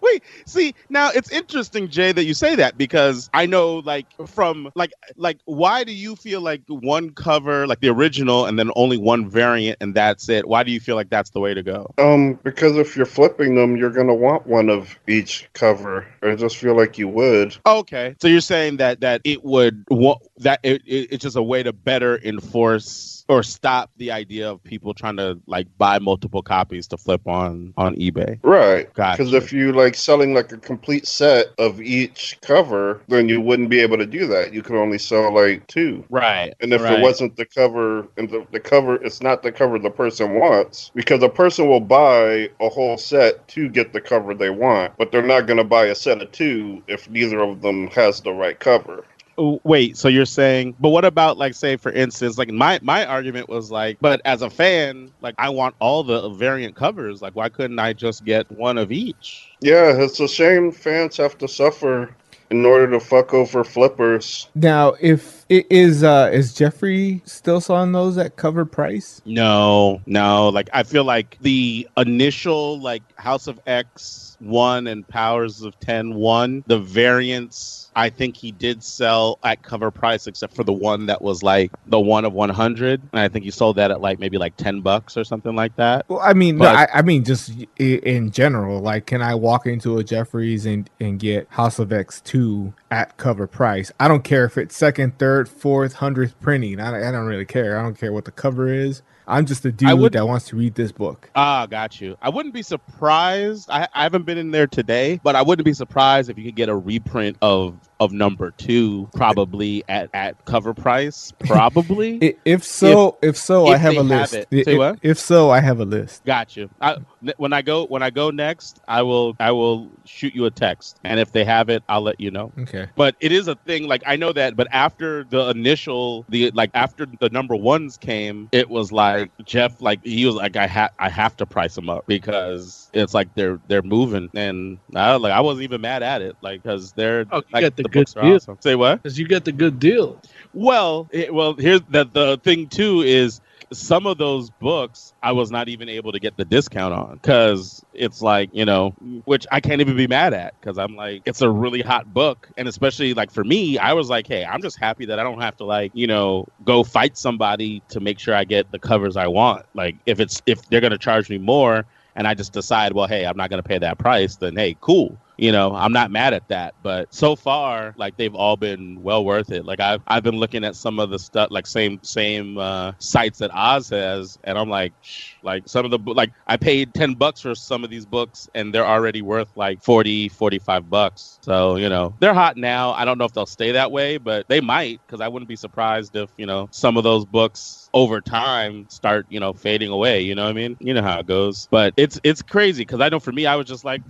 S5: Wait, see, now it's interesting, Jay, that you say that because I know, like, from like, like, why do you feel like one cover, like the original, and then only one variant, and that's it? Why do you feel like that's the way to go?
S6: Um, because if you're flipping them, you're gonna want one of each cover. I just feel like you would.
S5: Okay, so you're saying that that it would wa- that it, it, it's just a way to better enforce or stop the idea of people trying to like buy multiple copies to flip on on eBay.
S6: Right.
S5: Gotcha.
S6: Because if you like selling like a complete set of each cover, then you wouldn't be able to do that. You could only sell like two.
S5: Right.
S6: And if
S5: right.
S6: it wasn't the cover, and the, the cover, it's not the cover the person wants, because a person will buy a whole set to get the cover they want, but they're not going to buy a set of two if neither of them has the right cover.
S5: Oh, wait so you're saying but what about like say for instance like my my argument was like but as a fan like i want all the variant covers like why couldn't i just get one of each
S6: Yeah, it's a shame fans have to suffer in order to fuck over flippers.
S4: Now, if it is uh is Jeffrey still selling those at cover price?
S5: No, no. Like I feel like the initial like House of X one and Powers of 10 one, the variants I think he did sell at cover price except for the one that was like the one of 100 and I think he sold that at like maybe like 10 bucks or something like that.
S4: Well, I mean, no,
S5: But-
S4: I, I mean just i- in general, like can I walk into a Jeffrey's and and get House of X two at cover price? I don't care if it's second, third, fourth, hundredth printing. I, I don't really care. I don't care what the cover is. I'm just a dude
S5: would-
S4: that wants to read this book.
S5: Ah, got you. I wouldn't be surprised. I, I haven't been in there today, but I wouldn't be surprised if you could get a reprint of of number two, probably at at cover price. Probably.
S4: I- If so, if, so, I
S5: if
S4: have
S5: they
S4: a list.
S5: it.
S4: I-
S5: Say
S4: if-
S5: what?
S4: if so, I have a list.
S5: Got you. I, n- when I go when I go next, I will I will shoot you a text, and if they have it, I'll let you know.
S4: Okay.
S5: But it is a thing. Like I know that. But after the initial, the like after the number ones came, it was like Jeff. Like he was like I have I have to price them up because it's like they're they're moving, and I like I wasn't even mad at it. Like because they're
S3: Oh, you
S5: like,
S3: got the, good
S5: books are
S3: deal.
S5: awesome. Say what?
S3: Because you got the good deal.
S5: Well, it, Eh, well, here's the the thing too is some of those books I was not even able to get the discount on because it's like you know, which I can't even be mad at because I'm like it's a really hot book, and especially like for me, I was like, hey, I'm just happy that I don't have to like you know go fight somebody to make sure I get the covers I want. Like if it's if they're gonna charge me more, and I just decide, well, hey, I'm not going to pay that price, then hey, cool. You know, I'm not mad at that. But so far, like they've all been well worth it. Like I've I've been looking at some of the stuff, like same same uh, sites that Oz has, and I'm like, shh, like some of the bo- like I paid ten bucks for some of these books, and they're already worth like 40, 45 bucks. So you know, they're hot now. I don't know if they'll stay that way, but they might because I wouldn't be surprised if you know some of those books over time start you know fading away. You know what I mean? You know how it goes. But it's it's crazy because I know for me, I was just like.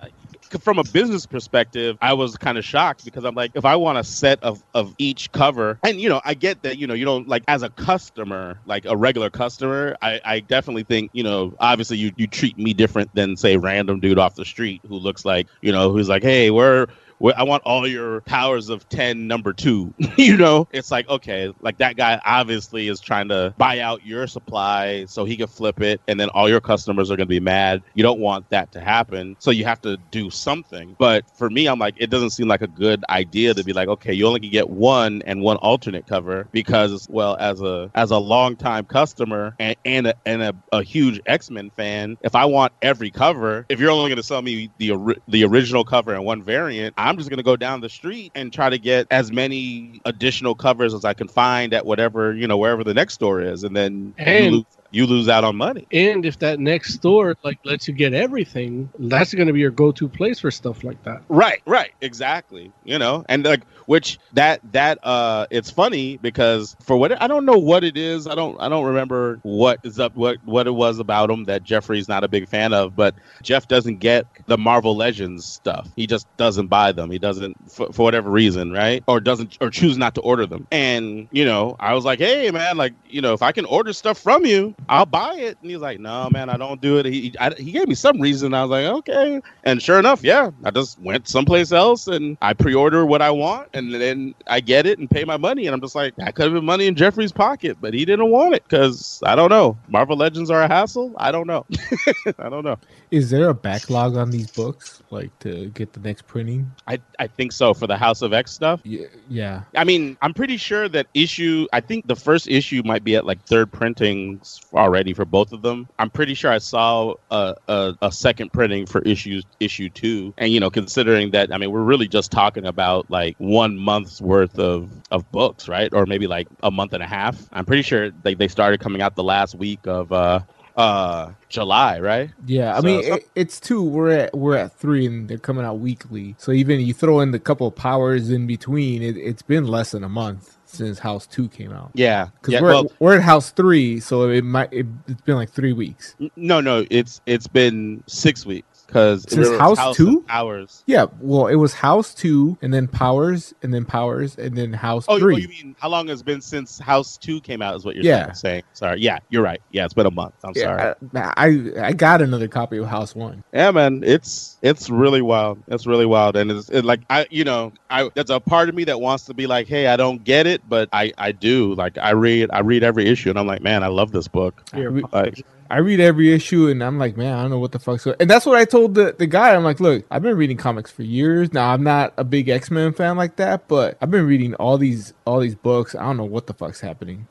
S5: I- From a business perspective, I was kind of shocked because I'm like, if I want a set of, of each cover, and you know, I get that, you know, you don't like as a customer, like a regular customer, I, I definitely think, you know, obviously you, you treat me different than say random dude off the street who looks like, you know, who's like, hey, we're well, I want all your powers of 10 number two. you know, it's like, okay, like that guy obviously is trying to buy out your supply so he can flip it, and then all your customers are going to be mad. You don't want that to happen. So you have to do something. But for me, I'm like, it doesn't seem like a good idea to be like, okay, you only can get one and one alternate cover because, well, as a as a longtime customer and, and, a, and a, a huge X Men fan, if I want every cover, if you're only going to sell me the ori- the original cover and one variant, I'm just going to go down the street and try to get as many additional covers as I can find at whatever you know wherever the next store is, and then you,
S3: And-
S5: lose, you lose out on money.
S3: And if that next store like lets you get everything, that's going to be your go-to place for stuff like that.
S5: Right, right, exactly. You know, and like which that that uh it's funny because for what I don't know what it is, I don't I don't remember what is up what what it was about him that Jeffrey's not a big fan of, but Jeff doesn't get the Marvel Legends stuff. He just doesn't buy them. He doesn't for, for whatever reason, right? Or doesn't or choose not to order them. And, you know, I was like, "Hey man, like, you know, if I can order stuff from you, I'll buy it." And he's like, "No, man, I don't do it." He he- I, he gave me some reason. I was like, "Okay." And sure enough, yeah, I just went someplace else and I pre-order what I want, and then I get it and pay my money. And I'm just like, I could have been money in Jeffrey's pocket, but he didn't want it because I don't know. Marvel Legends are a hassle. I don't know. I don't know.
S4: Is there a backlog on these books, like to get the next printing?
S5: I, I think so for the House of X stuff.
S4: Yeah, yeah.
S5: I mean, I'm pretty sure that issue. I think the first issue might be at like third printings already for both of them. I'm pretty sure I saw a, a, a second printing for issues issue two. And you know, considering that, I mean, we're really just talking about like one month's worth of of books, right? Or maybe like a month and a half. I'm pretty sure they they started coming out the last week of uh uh July, right?
S4: Yeah, I
S5: So-
S4: mean it, it's two. We're at we're at three, and they're coming out weekly. So even you throw in the couple of powers in between, it, it's been less than a month since House Two came out.
S5: Yeah,
S4: because
S5: yeah,
S4: we're
S5: well-
S4: we're at House
S5: Mm.
S4: Three, so it might it, it's been like three weeks.
S5: N- No, no, it's it's been six weeks. because
S4: Since House Two?
S5: Powers.
S4: Yeah, well, it was House Two, and then Powers, and then Powers, and then House
S5: Oh,
S4: Three.
S5: you- oh, you mean how long has it been since House Two came out? Is what you're
S4: Yeah.
S5: saying? Sorry, yeah, you're right. Yeah, it's been a month. I'm sorry.
S4: Yeah, I, I I got another copy of House One.
S5: Yeah, man, it's it's really wild. It's really wild, and it's it, like I, you know, I there's a part of me that wants to be like, hey, I don't get it, but I I do. Like I read I read every issue, and I'm like, man, I love this book. Like,
S4: I read every issue and I'm like, man, I don't know what the fuck's going And that's what I told the, the guy. I'm like, look, I've been reading comics for years. Now I'm not a big X-Men fan like that, but I've been reading all these all these books. I don't know what the fuck's happening.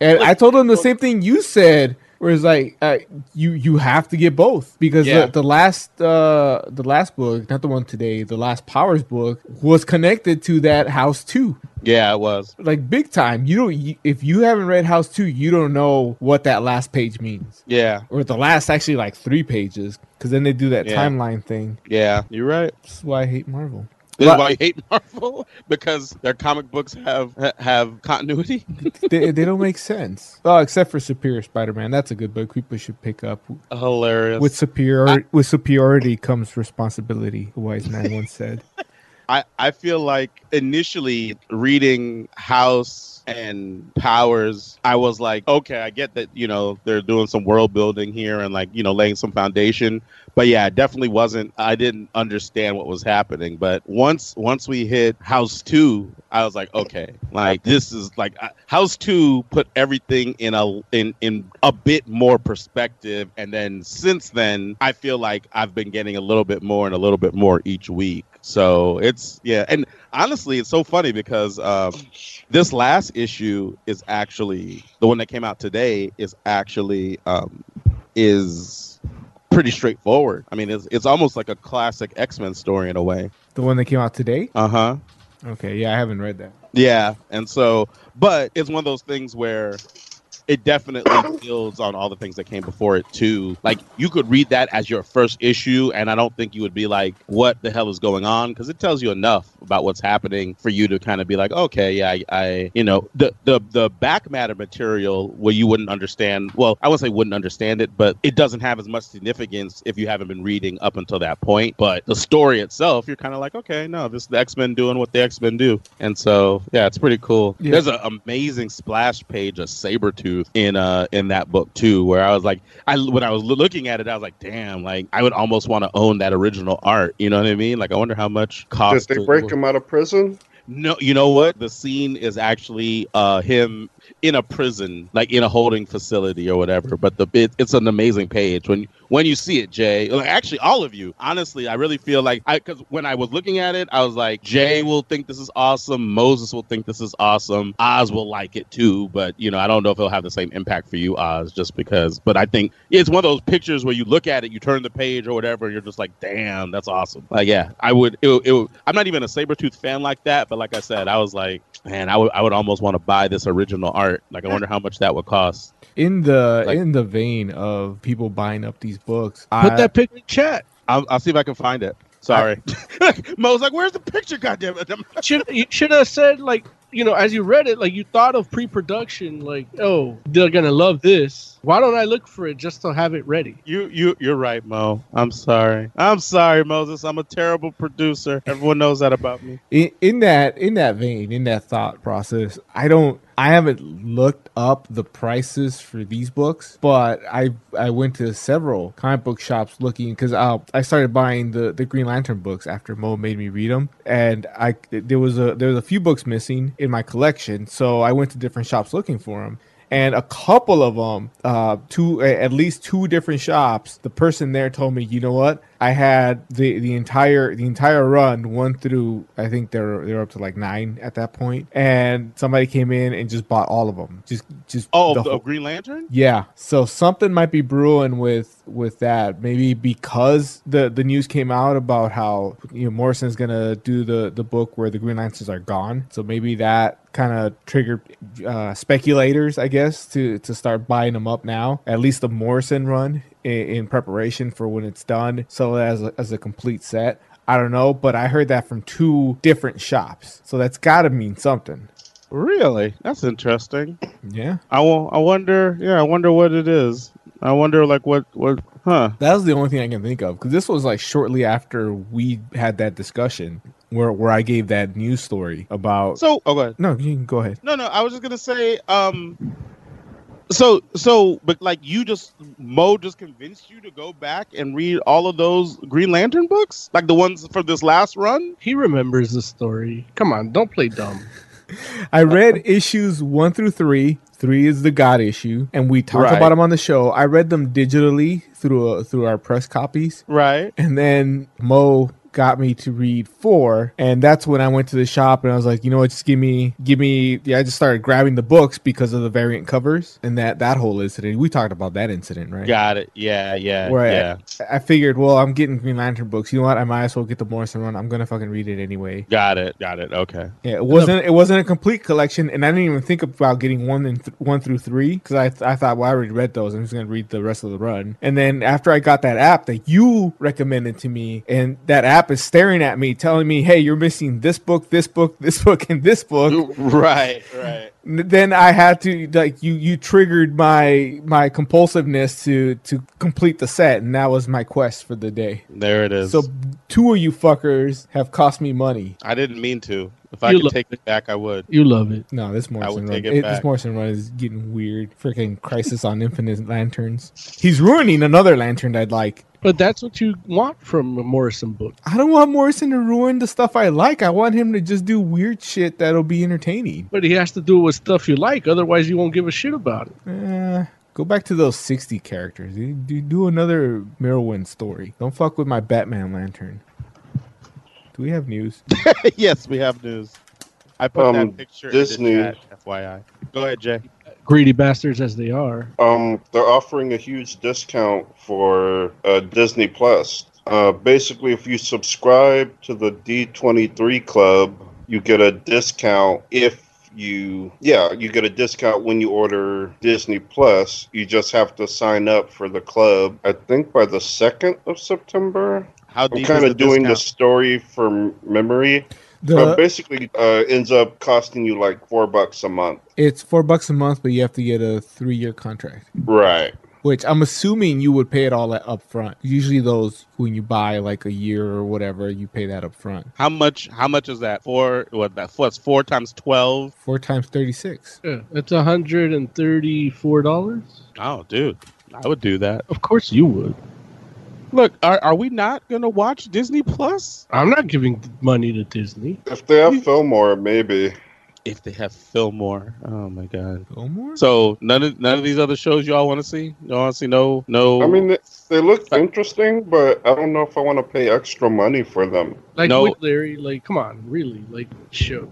S4: and I told him the same thing you said, where it's like, uh, you you have to get both because
S5: Yeah.
S4: the, the last uh, the last book, not the one today, the last Powers book was connected to that House Two
S5: yeah, it was.
S4: like big time. You don't you, if you haven't read House Two, you don't know what that last page means,
S5: Yeah,
S4: or the last actually like three pages, because then they do that
S5: Yeah.
S4: timeline thing.
S5: yeah, you're right.
S4: That's why I hate Marvel.
S5: This
S4: Well,
S5: is why I hate Marvel because their comic books have ha- have continuity.
S4: they, they don't make sense. Oh, except for Superior Spider-Man, that's a good book people should pick up.
S5: Hilarious.
S4: With superior with superiority comes responsibility. A wise man once said.
S5: I, I feel like initially reading House and Powers, I was like, okay, I get that, you know, they're doing some world building here and like, you know, laying some foundation. But yeah, it definitely wasn't I didn't understand what was happening. But once once we hit House Two, I was like, okay, like this is like I, House Two put everything in a in in a bit more perspective, and then since then, I feel like I've been getting a little bit more and a little bit more each week. So it's yeah, and honestly, it's so funny because um, this last issue is actually the one that came out today is actually um, is pretty straightforward. I mean, it's it's almost like a classic X Men story in a way.
S4: The one that came out today.
S5: Uh huh.
S4: Okay, yeah, I haven't read that.
S5: Yeah, and so, but it's one of those things where it definitely builds on all the things that came before it too. Like you could read that as your first issue, and I don't think you would be like, "What the hell is going on?" Because it tells you enough about what's happening for you to kind of be like, "Okay, yeah, I, I you know, the the the back matter material where you wouldn't understand. Well, I wouldn't say wouldn't understand it, but it doesn't have as much significance if you haven't been reading up until that point. But the story itself, you're kind of like, okay, no, this is the X Men doing what the X Men do, and so yeah, it's pretty cool.
S4: Yeah.
S5: There's an amazing splash page of Sabretooth in uh in that book too, where I was like, I when I was loo- looking at it, I was like, damn, like I would almost want to own that original art. You know what I mean? Like I wonder how much
S6: Did
S5: cost
S6: they
S5: it
S6: break
S5: would-
S6: him out of prison?
S5: no, you know what? The scene is actually uh, him in a prison, like in a holding facility or whatever. But the it, it's an amazing page when when you see it, Jay. Like actually, all of you. Honestly, I really feel like I because when I was looking at it, I was like, Jay will think this is awesome. Moses will think this is awesome. Oz will like it too. But you know, I don't know if it'll have the same impact for you, Oz, just because. But I think it's one of those pictures where you look at it, you turn the page or whatever, and you're just like, damn, that's awesome. Like, yeah, I would. It, would- it, would- I'm not even a Sabretooth fan like that, but like I said, I was like, man, I would, I would almost want to buy this original art. Like, I wonder how much that would cost.
S4: In the
S5: Like-
S4: in the vein of people buying up these books,
S5: Put
S4: I-
S5: that picture in chat. I'll, I'll see if I can find it. Sorry. Mo's like, where's the picture? Goddamn it.
S3: should you should have said like you know as you read it like you thought of pre-production like oh they're gonna love this why don't i look for it just to have it ready
S5: You you you're right, Mo. I'm sorry. I'm sorry, Moses. I'm a terrible producer. Everyone knows that about me.
S4: in, in that in that vein in that thought process i don't i haven't looked up the prices for these books but i i went to several comic book shops looking because i i started buying the the green lantern books after mo made me read them and i there was a there was a few books missing in my collection so i went to different shops looking for them and a couple of them uh two a- at least two different shops the person there told me you know what i had the the entire the entire run one through i think they're they're up to like nine at that point and somebody came in and just bought all of them just just
S5: Oh,
S4: the
S5: the,
S4: whole-
S5: Green Lantern?
S4: yeah so something might be brewing with with that maybe because the the news came out about how you know morrison's gonna do the the book where the green lanterns are gone so maybe that kind of triggered uh speculators i guess to to start buying them up now at least the morrison run in, in preparation for when it's done so as a, as a complete set i don't know but i heard that from two different shops so that's gotta mean something
S5: Really? That's interesting.
S4: yeah
S5: I will, I wonder. Yeah, I wonder what it is. I wonder, like, what, what, huh?
S4: That was the only thing I can think of because this was like shortly after we had that discussion where where I gave that news story about.
S5: So, oh, go ahead.
S4: No, you can go ahead.
S5: No, no, I was just gonna say, um, so, so, but like you just Mo just convinced you to go back and read all of those Green Lantern books, like the ones from this last run.
S3: He remembers the story. Come on, don't play dumb.
S4: I read issues one through three. Three is the God issue, and we talked
S5: Right.
S4: about them on the show. I read them digitally through uh through our press copies,
S5: right?
S4: And then Mo got me to read four, and that's when I went to the shop and I was like, you know what, just give me, give me. Yeah, I just started grabbing the books because of the variant covers and that that whole incident. We talked about that incident, right?
S5: Got it. Yeah, yeah,
S4: Where I-
S5: yeah.
S4: I, figured, well, I'm getting Green Lantern books. You know what? I might as well get the Morrison run. I'm gonna fucking read it anyway.
S5: Got it. Got it. Okay.
S4: Yeah, it wasn't it wasn't a complete collection, and I didn't even think about getting one and th- one through three because I th- I thought, well, I already read those. I'm just gonna read the rest of the run. And then after I got that app that you recommended to me, and that app is staring at me, telling me, "Hey, you're missing this book, this book, this book, and this book."
S5: Right. Right.
S4: N- Then I had to like you you triggered my my compulsiveness to to complete the set, and that was my quest for the day.
S5: There it is.
S4: So two of you fuckers have cost me money.
S5: I didn't mean to. If I
S4: You
S5: could
S4: love
S5: take it back, I would.
S3: You love it.
S4: No, this
S5: I would
S4: Morrison run.
S5: take it
S4: it-
S5: back.
S4: this Morrison run is getting weird. Freaking Crisis on Infinite Lanterns. He's ruining another lantern I'd like.
S3: But that's what you want from a Morrison book.
S4: I don't want Morrison to ruin the stuff I like. I want him to just do weird shit that'll be entertaining.
S3: But he has to do it with stuff you like, otherwise you won't give a shit about it.
S4: Eh, go back to those 60 characters. You- you Do another Merwin story. Don't fuck with my Batman lantern. Do we have news?
S5: yes, we have news. I put
S6: Um,
S5: that picture
S6: Disney.
S5: in the chat, FYI. Go ahead, Jay.
S3: Greedy bastards as they are.
S6: Um, they're offering a huge discount for uh, Disney Plus. Uh, basically, if you subscribe to the D23 Club, you get a discount if you yeah you get a discount when you order disney plus you just have to sign up for the club i think by the 2nd of september
S5: How
S6: i'm
S5: deep
S6: kind
S5: is
S6: of
S5: the
S6: doing the
S5: discount?
S6: story from memory
S4: The-
S6: but basically uh, ends up costing you like four bucks a month
S4: It's four bucks a month, but you have to get a three year contract.
S6: right
S4: Which I'm assuming you would pay it all up front. Usually those when you buy like a year or whatever, you pay that up front.
S5: How much? How much is that? Four? What? That what's four times twelve?
S4: Four times thirty six.
S3: Yeah, it's hundred and thirty-four dollars.
S5: Oh, dude, I would do that.
S3: Of course you would.
S5: Look, are, are we not gonna watch Disney Plus?
S3: I'm not giving money to Disney.
S6: If they have Fillmore, maybe.
S5: If they have Fillmore, oh my god.
S4: Fillmore.
S5: So none of none of these other shows y'all want to see? Y'all want to see no no?
S6: I mean, they- they look interesting, but I don't know if I want to pay extra money for them.
S3: Like
S5: No.
S3: with Larry, like come on, really, like show.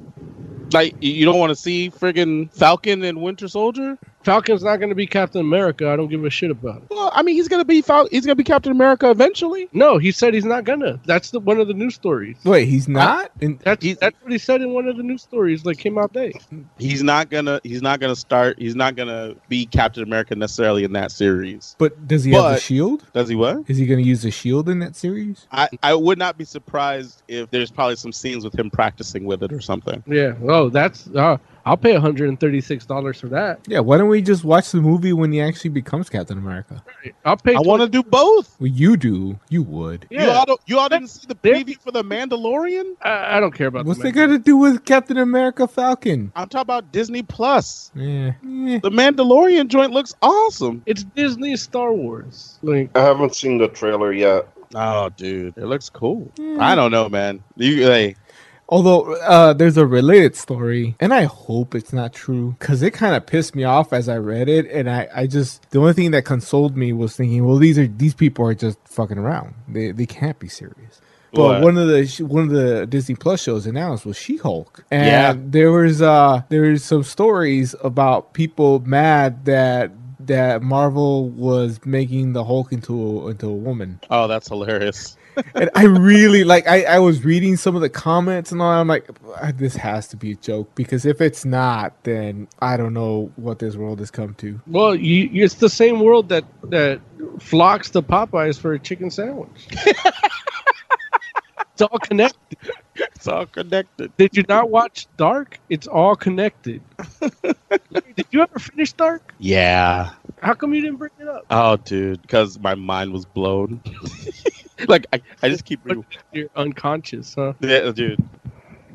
S5: like you- you don't want to see friggin' Falcon and Winter Soldier?
S3: Falcon's not going to be Captain America. I don't give a shit about it.
S5: Well, I mean, he's gonna be Fal- he's gonna be Captain America eventually.
S3: No, he said he's not gonna. That's the one of the news stories.
S4: Wait, he's not? And
S3: That's that's what he said in one of the news stories that came out today.
S5: He's not gonna he's not gonna start. He's not gonna be Captain America necessarily in that series.
S4: but does he have the
S5: But-
S4: shield?
S5: Does he what?
S4: Is he gonna use the shield in that series?
S5: I, I would not be surprised if there's probably some scenes with him practicing with it or something.
S3: Yeah. Oh, that's. Uh, I'll pay one hundred and thirty-six dollars for that.
S4: Yeah, why don't we just watch the movie when he actually becomes Captain America?
S3: I'll pay.
S5: I want to do both.
S4: Well you do. You would.
S5: You
S3: Yeah.
S5: all don't, you all didn't see the preview for the Mandalorian?
S3: I, I don't care about.
S4: What's
S3: the
S4: that gotta do with Captain America Falcon?
S5: I'm talking about Disney Plus.
S4: Yeah. Eh.
S5: The Mandalorian joint looks awesome.
S3: It's Disney Star Wars. Like
S6: I haven't seen the trailer yet.
S5: Oh, dude, it looks cool. I don't know, man. You hey,
S4: Although uh, there's a related story, and I hope it's not true because it kind of pissed me off as I read it, and I, I just the only thing that consoled me was thinking, well, these are these people are just fucking around. They they can't be serious. But
S5: What?
S4: one of the sh- one of the Disney Plus shows announced was She Hulk, and
S5: Yeah.
S4: there was uh there was some stories about people mad that that Marvel was making the Hulk into a, into a woman
S5: oh, that's hilarious.
S4: and I really like I, I was reading some of the comments and all I'm like "Uh, this has to be a joke because if it's not then I don't know what this world has come to.
S3: Well, you, you- it's the same world that that flocks to Popeyes for a chicken sandwich. it's all connected.
S5: It's all connected.
S3: Did you not watch Dark? It's all connected. Did you ever finish Dark?
S5: Yeah,
S3: How come you didn't bring it up?
S5: Oh, dude, because my mind was blown. like I, I just keep re-
S3: You're unconscious, huh?
S5: yeah, dude.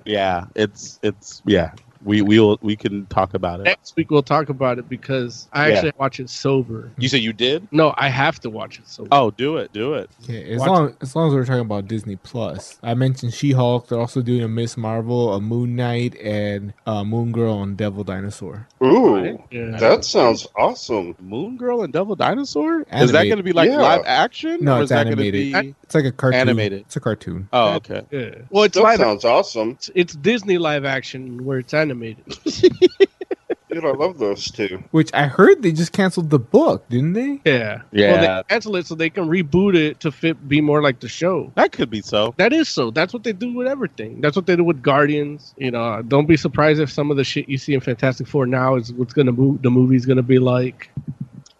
S5: Yeah, it's it's yeah. We we'll we can talk about it.
S3: Next week we'll talk about it because I
S5: Yeah.
S3: actually watch it sober.
S5: You say you did?
S3: No, I have to watch it sober.
S5: Oh, do it, do it.
S4: Yeah, as
S5: Watch-
S4: long as long as we're talking about Disney Plus, I mentioned She Hulk. They're also doing a Miss Marvel, a Moon Knight, and uh, Moon Girl and Devil Dinosaur.
S6: Ooh,
S3: Yeah.
S6: that sounds awesome.
S5: Moon Girl and Devil Dinosaur? Is that
S4: Animated.
S5: going to be like
S6: Yeah.
S5: live action?
S4: No,
S5: or
S4: it's
S5: is that gonna
S4: animated.
S5: Be...
S4: It's like a cartoon.
S5: Animated.
S4: It's a cartoon.
S5: Oh, okay.
S3: Yeah.
S5: Well, it's
S6: That
S5: live.
S6: sounds awesome.
S3: It's, it's Disney live action where it's animated.
S6: Dude, I love those two.
S4: Which I heard they just canceled the book, didn't they?
S3: Yeah.
S5: Yeah.
S3: Well, they cancel it so they can reboot it to fit be more like the show.
S5: That could be so.
S3: That is so. That's what they do with everything. That's what they do with Guardians. You know, don't be surprised if some of the shit you see in Fantastic Four now is what's gonna move. The movie's gonna be like.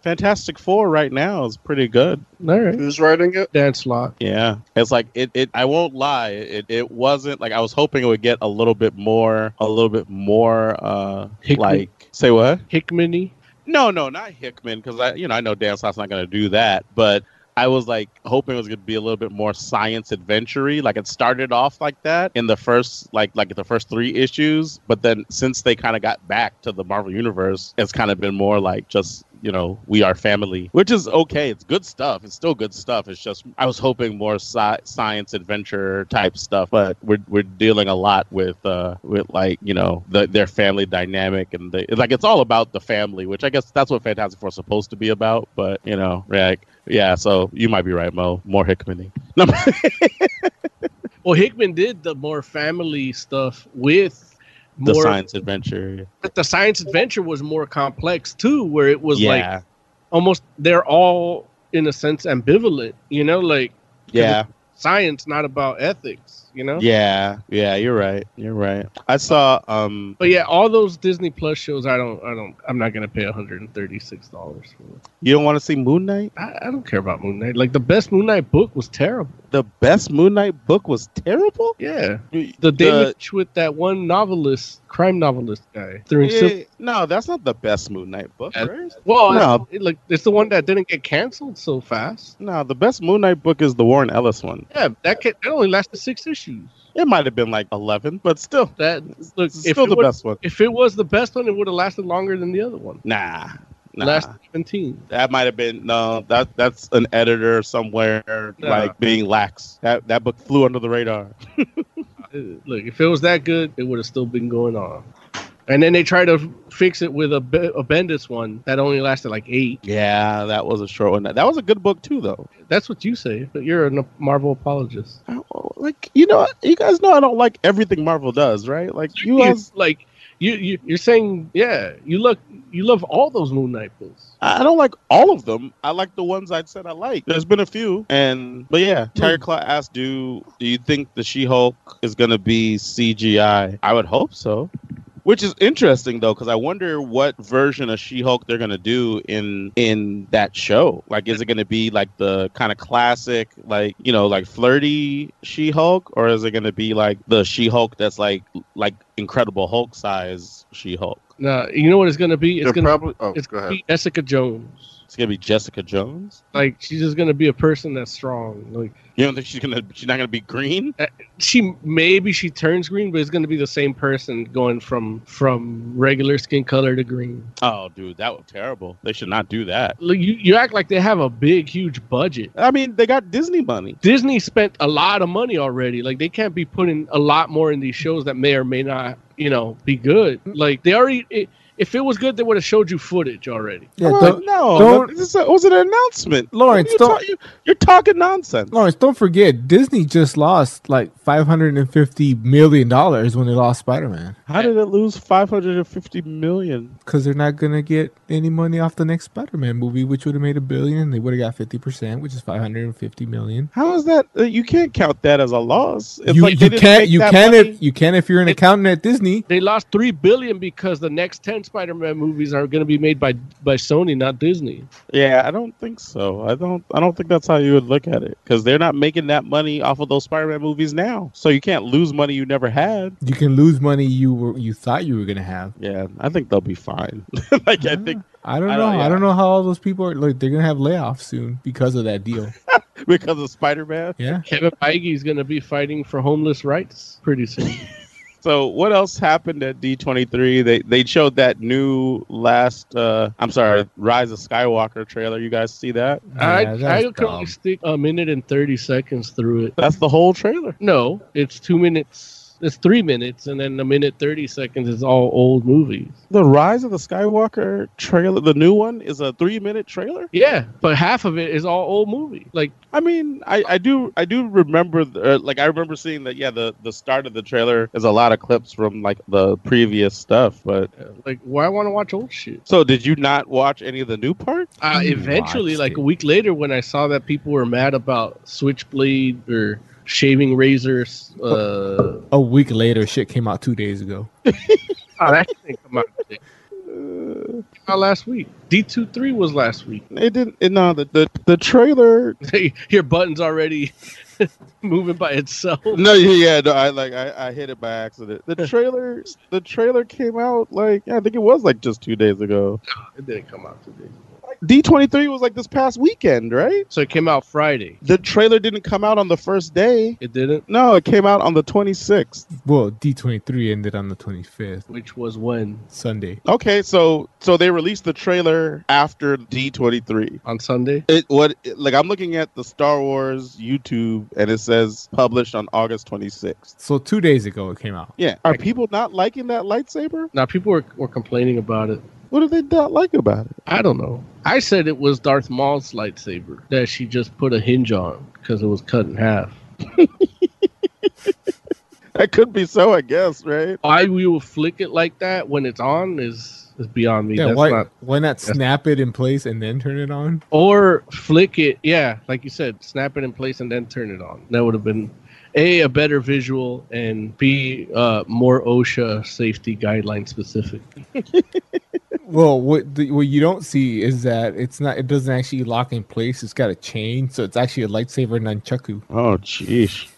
S5: Fantastic Four right now is pretty good.
S3: All right,
S6: Who's writing it?
S3: dance lot.
S5: Yeah. It's like it, it I won't lie, it, it wasn't like I was hoping it would get a little bit more a little bit more uh
S3: Hickman.
S5: like say what?
S3: Hickmany.
S5: No, no, not Hickman because I you know I know Dan Slott's not going to do that, but I was like hoping it was going to be a little bit more science adventure-y. Like it started off like that in the first like like the first three issues, but then since they kind of got back to the Marvel universe, it's kind of been more like just you know we are family, which is okay. It's good stuff. It's still good stuff. It's just I was hoping more sci- science adventure type stuff, but we're we're dealing a lot with uh with like you know the, their family dynamic and the like. It's all about the family, which I guess that's what Fantastic Four is supposed to be about. But you know, like yeah, so you might be right, Mo. More Hickman. No,
S3: Well, Hickman did the more family stuff with
S5: the
S3: more.
S5: science adventure.
S3: But the science adventure was more complex too, where it was like
S5: yeah,
S3: almost they're all in a sense ambivalent. You know, like
S5: yeah,
S3: science not about ethics. You know.
S5: yeah, yeah. You're right. You're right. I saw um
S3: But yeah, all those Disney Plus shows, I don't, I don't, I'm not gonna pay 136 dollars for.
S5: You don't want to see Moon Knight?
S3: I, I don't care about Moon Knight. Like the best Moon Knight book was terrible.
S5: The best Moon Knight book was terrible.
S3: Yeah,
S5: The
S3: the damage with that one novelist, crime novelist guy. Through Civil-
S5: yeah, no, that's not the best Moon Knight book.
S3: Yeah.
S5: right?
S3: well,
S5: No.
S3: it, like it's the one that didn't get canceled so fast.
S5: No, the best Moon Knight book is the Warren Ellis one.
S3: Yeah, that ca that only lasted six issues.
S5: It might have been like eleven, but still,
S3: That look,
S5: it's
S3: if
S5: still
S3: it,
S5: the
S3: would-
S5: best one.
S3: if it was the best one, it would have lasted longer than the other one.
S5: Nah, nah.
S3: Last 17.
S5: that might have been no. That that's an editor somewhere
S3: Nah.
S5: like being lax. That that book flew under the radar.
S3: Uh, look, if it was that good, it would have still been going on. And then they tried to fix it with a, Be- a Bendis one that only lasted like eight.
S5: Yeah, that was a short one. That was a good book too, though.
S3: That's what you say, but you're a Marvel apologist.
S5: I- Like you know, you guys know I don't like everything Marvel does, right? Like you
S3: You-
S5: guys,
S3: like you, you you're saying, yeah, you look you love all those Moon Knight books.
S5: I I don't like all of them. I like the ones I said I like. There's been a few, Hmm. and but yeah, Terry Claw asked, "Do do you think the She-Hulk is gonna be CGI?" I would hope so. Which is interesting though, because I wonder what version of She-Hulk they're gonna do in in that show. Like, is it gonna be like the kind of classic, like you know, like flirty She-Hulk, or is it gonna be like the She-Hulk that's like like Incredible Hulk size She-Hulk?
S3: Now you know what it's gonna be. It's
S6: They're
S3: gonna
S6: probably. Oh,
S3: it's
S6: go
S3: gonna
S6: ahead.
S3: be Jessica Jones.
S5: It's gonna be Jessica Jones.
S3: Like she's just gonna be a person that's strong. Like
S5: You don't think she's gonna? She's not gonna be green?
S3: she maybe she turns green, but it's gonna be the same person going from from regular skin color to green.
S5: Oh, dude, that was terrible. They should not do that.
S3: Look, you, you act like they have a big, huge budget.
S5: I mean, they got Disney money.
S3: Disney spent a lot of money already. Like they can't be putting a lot more in these shows that may or may not, you know, be good. Like they already, i if it was good, they would have showed you footage already.
S4: Yeah,
S5: Come on,
S4: don't-
S5: no,
S4: don't-
S5: this is a- it was an announcement.
S4: Lawrence,
S5: you
S4: don't-
S5: you, you're talking nonsense.
S4: Lawrence, don't forget Disney just lost like five hundred and fifty million dollars when they lost Spider Man
S5: How did it lose 550 million?
S4: because they're not gonna get any money off the next Spider Man movie, which would have made a billion. They would have got fifty percent, which is five hundred and fifty million.
S5: How is that? uh, You can't count that as a loss. It's
S4: you
S5: like they
S4: you
S5: didn't
S4: can't
S5: make
S4: you
S5: that
S4: can
S5: money.
S4: if you can if you're an accountant at
S10: Disney.
S3: They lost three billion because the next ten Spider-Man movies are going to be made by by Sony, not Disney.
S5: Yeah, I don't think so. I don't. I don't think that's how you would look at it because they're not making that money off of those Spider-Man movies now. So you can't lose money you never had.
S4: You can lose money you were you thought you were gonna have.
S5: Yeah, I think they'll be fine. like I think
S4: I don't know. I don't,
S5: yeah.
S4: know how all those people are. Like they're gonna have layoffs soon because of that deal.
S5: because of Spider-Man.
S4: Yeah.
S3: Kevin Feige is going to be fighting for homeless rights pretty soon.
S5: So what else happened at D23? They they showed that new last uh I'm sorry, Rise of Skywalker trailer. You guys see that?
S3: I I could only stick a minute and thirty seconds through it.
S5: That's the whole trailer.
S3: No, it's two minutes. It's three minutes, and then a minute thirty seconds is all old movies.
S5: The Rise of the Skywalker trailer, the new one is a 3-minute trailer?
S3: Yeah, but half of it is all old movie. Like
S5: I mean, I, I do I do remember the, uh, like I remember seeing that yeah the the start of the trailer is a lot of clips from like the previous stuff but
S3: like why I want to watch old shit.
S5: so did you not watch any of the new part?
S3: Uh, eventually, like a week later, when I saw that people were mad about Switchblade or shaving razors, uh, oh,
S4: A week later, shit came out two days ago.
S3: that didn't come out. today. Came out last week. D two three was last week.
S5: It didn't. It, no, the, the the trailer.
S3: Your button's already moving by itself.
S5: No, yeah, yeah, no, I like I, I hit it by accident. The trailer, the trailer came out like yeah, I think it was like just two days ago.
S3: It didn't come out today.
S5: D twenty three was like this past weekend, right?
S3: So it came out Friday.
S5: The trailer didn't come out on the first day.
S3: It didn't.
S5: No, it came out on the twenty sixth.
S4: Well, D twenty three ended on the twenty fifth
S3: Which was when
S4: Sunday.
S5: Okay, so so they released the trailer after D twenty three.
S3: on Sunday.
S5: It what it- like I'm looking at the Star Wars YouTube and it says published on August twenty sixth.
S4: So two days ago it came out.
S5: Yeah, are people not liking that lightsaber?
S3: Now people were, were complaining about it.
S5: What do they not like about it?
S3: I don't know. I said it was Darth Maul's lightsaber that she just put a hinge on because it was cut in half.
S5: That could be so, I guess, right?
S3: Why we will flick it like that when it's on is is beyond me.
S4: Yeah,
S3: That's
S4: why
S3: not
S4: why not snap it in place and then turn it on?
S3: or flick it. Yeah, like you said, snap it in place and then turn it on. That would have been a a better visual and b uh, more OSHA safety guideline specific.
S4: Well, what the, what you don't see is that it's not it doesn't actually lock in place. It's got a chain, so it's actually a lightsaber nunchaku.
S5: Oh, jeez.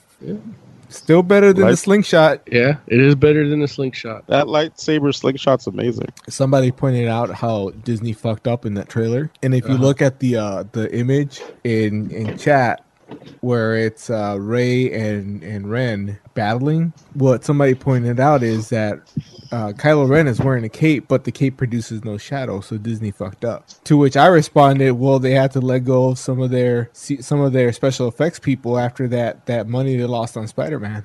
S4: Still better than the
S5: Light-
S4: slingshot.
S3: Yeah, it is better than a slingshot.
S5: That lightsaber slingshot's amazing.
S4: Somebody pointed out how Disney fucked up in that trailer, and if you look at the uh, the image in in chat where it's uh, Ray and and Ren battling, what somebody pointed out is that uh, Kylo Ren is wearing a cape, but the cape produces no shadow, so Disney fucked up. To which I responded, "Well, they had to let go of some of their some of their special effects people after that that money they lost on Spider Man."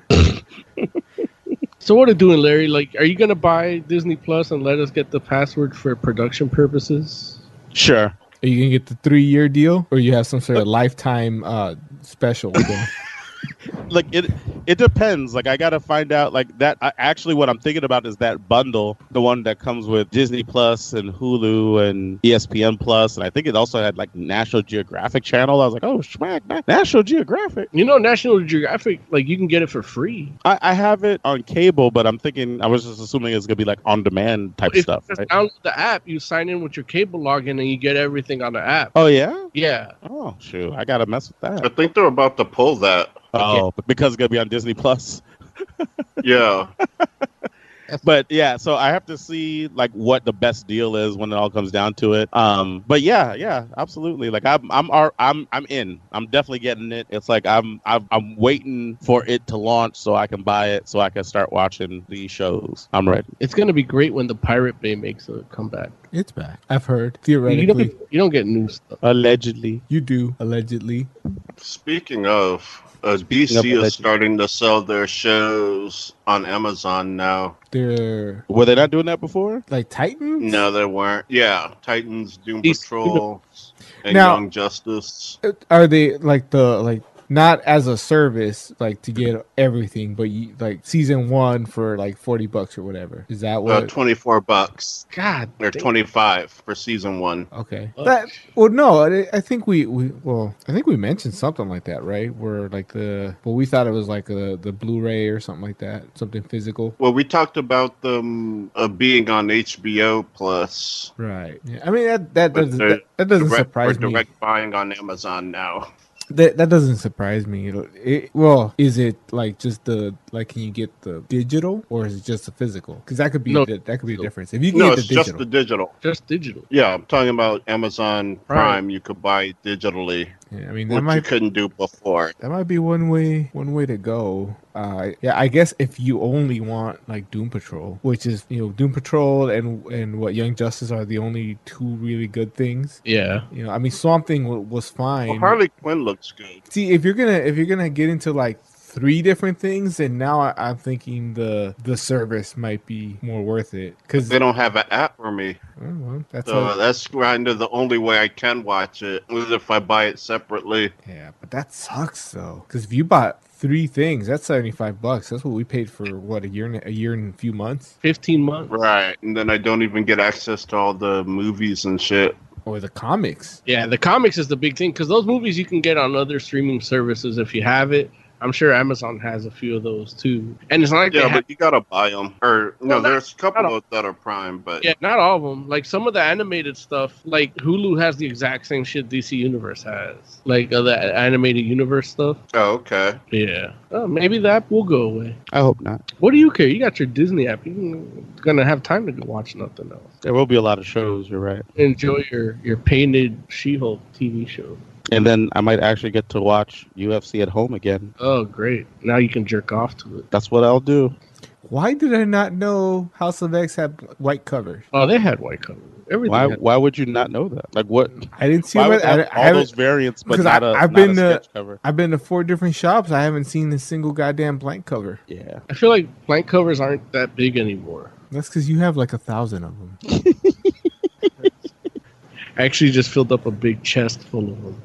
S3: So what are you doing, Larry? Like, are you gonna buy Disney Plus and let us get the password for production purposes?
S5: Sure.
S4: Are you gonna get the three year deal, or you have some sort of lifetime uh, special? Thing?
S5: Like it, it depends. Like I gotta find out. Like that. I, actually, what I'm thinking about is that bundle, the one that comes with Disney Plus and Hulu and E ESPN Plus, and I think it also had like National Geographic Channel. I was like, oh, smack, na- National Geographic.
S3: You know, National Geographic, like you can get it for free.
S5: I, I have it on cable, but I'm thinking I was just assuming it's gonna be like on demand type
S3: If
S5: stuff.
S3: you just
S5: right?
S3: download the app, you sign in with your cable login, and you get everything on the app.
S5: Oh yeah.
S3: Yeah,
S5: Oh shoot, I gotta mess with
S6: I
S5: that.
S6: think they're about to pull that.
S5: Oh, but because it's gonna be on Disney Plus.
S6: Yeah.
S5: but yeah so i have to see like what the best deal is when it all comes down to it um but yeah yeah absolutely like i'm i'm ar- i'm i'm in i'm definitely getting it it's like i'm i'm, I'm waiting for it to launch so i can buy it so i can start watching these shows i'm ready
S3: it's gonna be great when the Pirate Bay makes a comeback.
S4: It's back. I've heard
S3: You
S4: theoretically.
S3: don't, you don't get new stuff.
S5: allegedly
S4: You do allegedly.
S6: Speaking of, uh,
S5: of
S6: DC
S5: religion.
S6: is starting to sell their shows on Amazon now.
S4: They're
S5: were they not doing that before
S4: like Titans.
S6: No, they weren't. Yeah, Titans, Doom
S3: These-
S6: Patrol, and
S4: Now-
S6: Young Justice. Uh,
S4: Are they like the like not as a service, like to get everything, but you, like season one for like forty bucks or whatever. Is that
S6: Uh,
S4: what?
S6: twenty four bucks.
S4: God,
S6: or
S4: damn.
S6: twenty five for season one.
S4: Okay.
S6: Oh,
S4: well, no, I, I think we, we well, I think we mentioned something like that, right? Where like the well, we thought it was like the the Blu-ray or something like that, something physical.
S6: Well, we talked about them uh, being on HBO Plus.
S4: Right. Yeah, I mean that that
S6: But
S4: doesn't
S6: they're
S4: that, that doesn't
S6: direct,
S4: surprise
S6: we're
S4: me.
S6: direct buying on Amazon now.
S4: That that doesn't surprise me. It'll- It, well, is it like just the like can you get the digital or is it just the physical? Because that could be
S6: No.
S4: the, that could be a difference. If you can
S6: no,
S4: get the
S6: it's
S4: digital,
S6: just the digital.
S3: Just digital.
S6: Yeah, I'm talking about Amazon
S4: Prime.
S6: Prime. You could buy digitally.
S4: Yeah, I mean, that
S6: which you
S4: might-
S6: couldn't do before.
S4: that might be one way one way to go. Uh, yeah, I guess if you only want like Doom Patrol, which is you know Doom Patrol and and what Young Justice are the only two really good things.
S3: Yeah.
S4: You know, I mean, Swamp Thing wa- was fine.
S6: Well, Harley Quinn looks good.
S4: See, if you're gonna if you're gonna get into like three different things, and now I, I'm thinking the the service might be more worth it because
S6: They don't have an app for me.
S4: Oh, well, that's
S6: so
S5: uh,
S4: a-
S6: that's kind of the only way I can watch it is if I buy it separately.
S4: Yeah, but that sucks though. Because if you bought three things, that's seventy five bucks. That's what we paid for what a year and a year and a few months.
S3: Fifteen months.
S6: Right, and then I don't even get access to all the movies and shit.
S4: Or the comics.
S3: Yeah, the comics is the big thing because those movies you can get on other streaming services if you have it. I'm sure Amazon has a few of those too. And it's not like they
S6: yeah,
S3: have-
S6: but you gotta buy them. Or no,
S3: Well, not-
S6: there's a couple
S3: not
S6: of that are Prime, but
S3: Yeah, not all of them. Like some of the animated stuff, like Hulu has the exact same shit DC Universe has, like uh, the animated universe stuff.
S6: Oh, okay.
S3: Yeah. Oh, maybe the app will go away.
S5: I hope not.
S3: What do you care? You got your Disney app. You're gonna have time to go watch nothing else.
S5: There will be a lot of shows. You're right.
S3: Enjoy your your painted She-Hulk TV show.
S5: And then I might actually get to watch UFC at home again.
S3: Oh, great! Now you can jerk off to it.
S5: That's what I'll do.
S4: Why did I not know House of X had white covers?
S3: Oh, they had white cover. Everything.
S5: Why?
S3: had-
S5: Why would you not know that? Like what?
S4: I didn't see
S5: why
S4: what-
S5: would they
S4: I-
S5: have
S4: I
S5: all
S4: haven't-
S5: those variants, but
S4: Because
S5: not a
S4: I, I've
S5: not a
S4: been to
S5: sketch cover.
S4: I've been to four different shops. I haven't seen a single goddamn blank cover.
S5: Yeah,
S3: I feel like blank covers aren't that big anymore.
S4: that's because you have like a thousand of them.
S3: I actually just filled up a big chest full of them.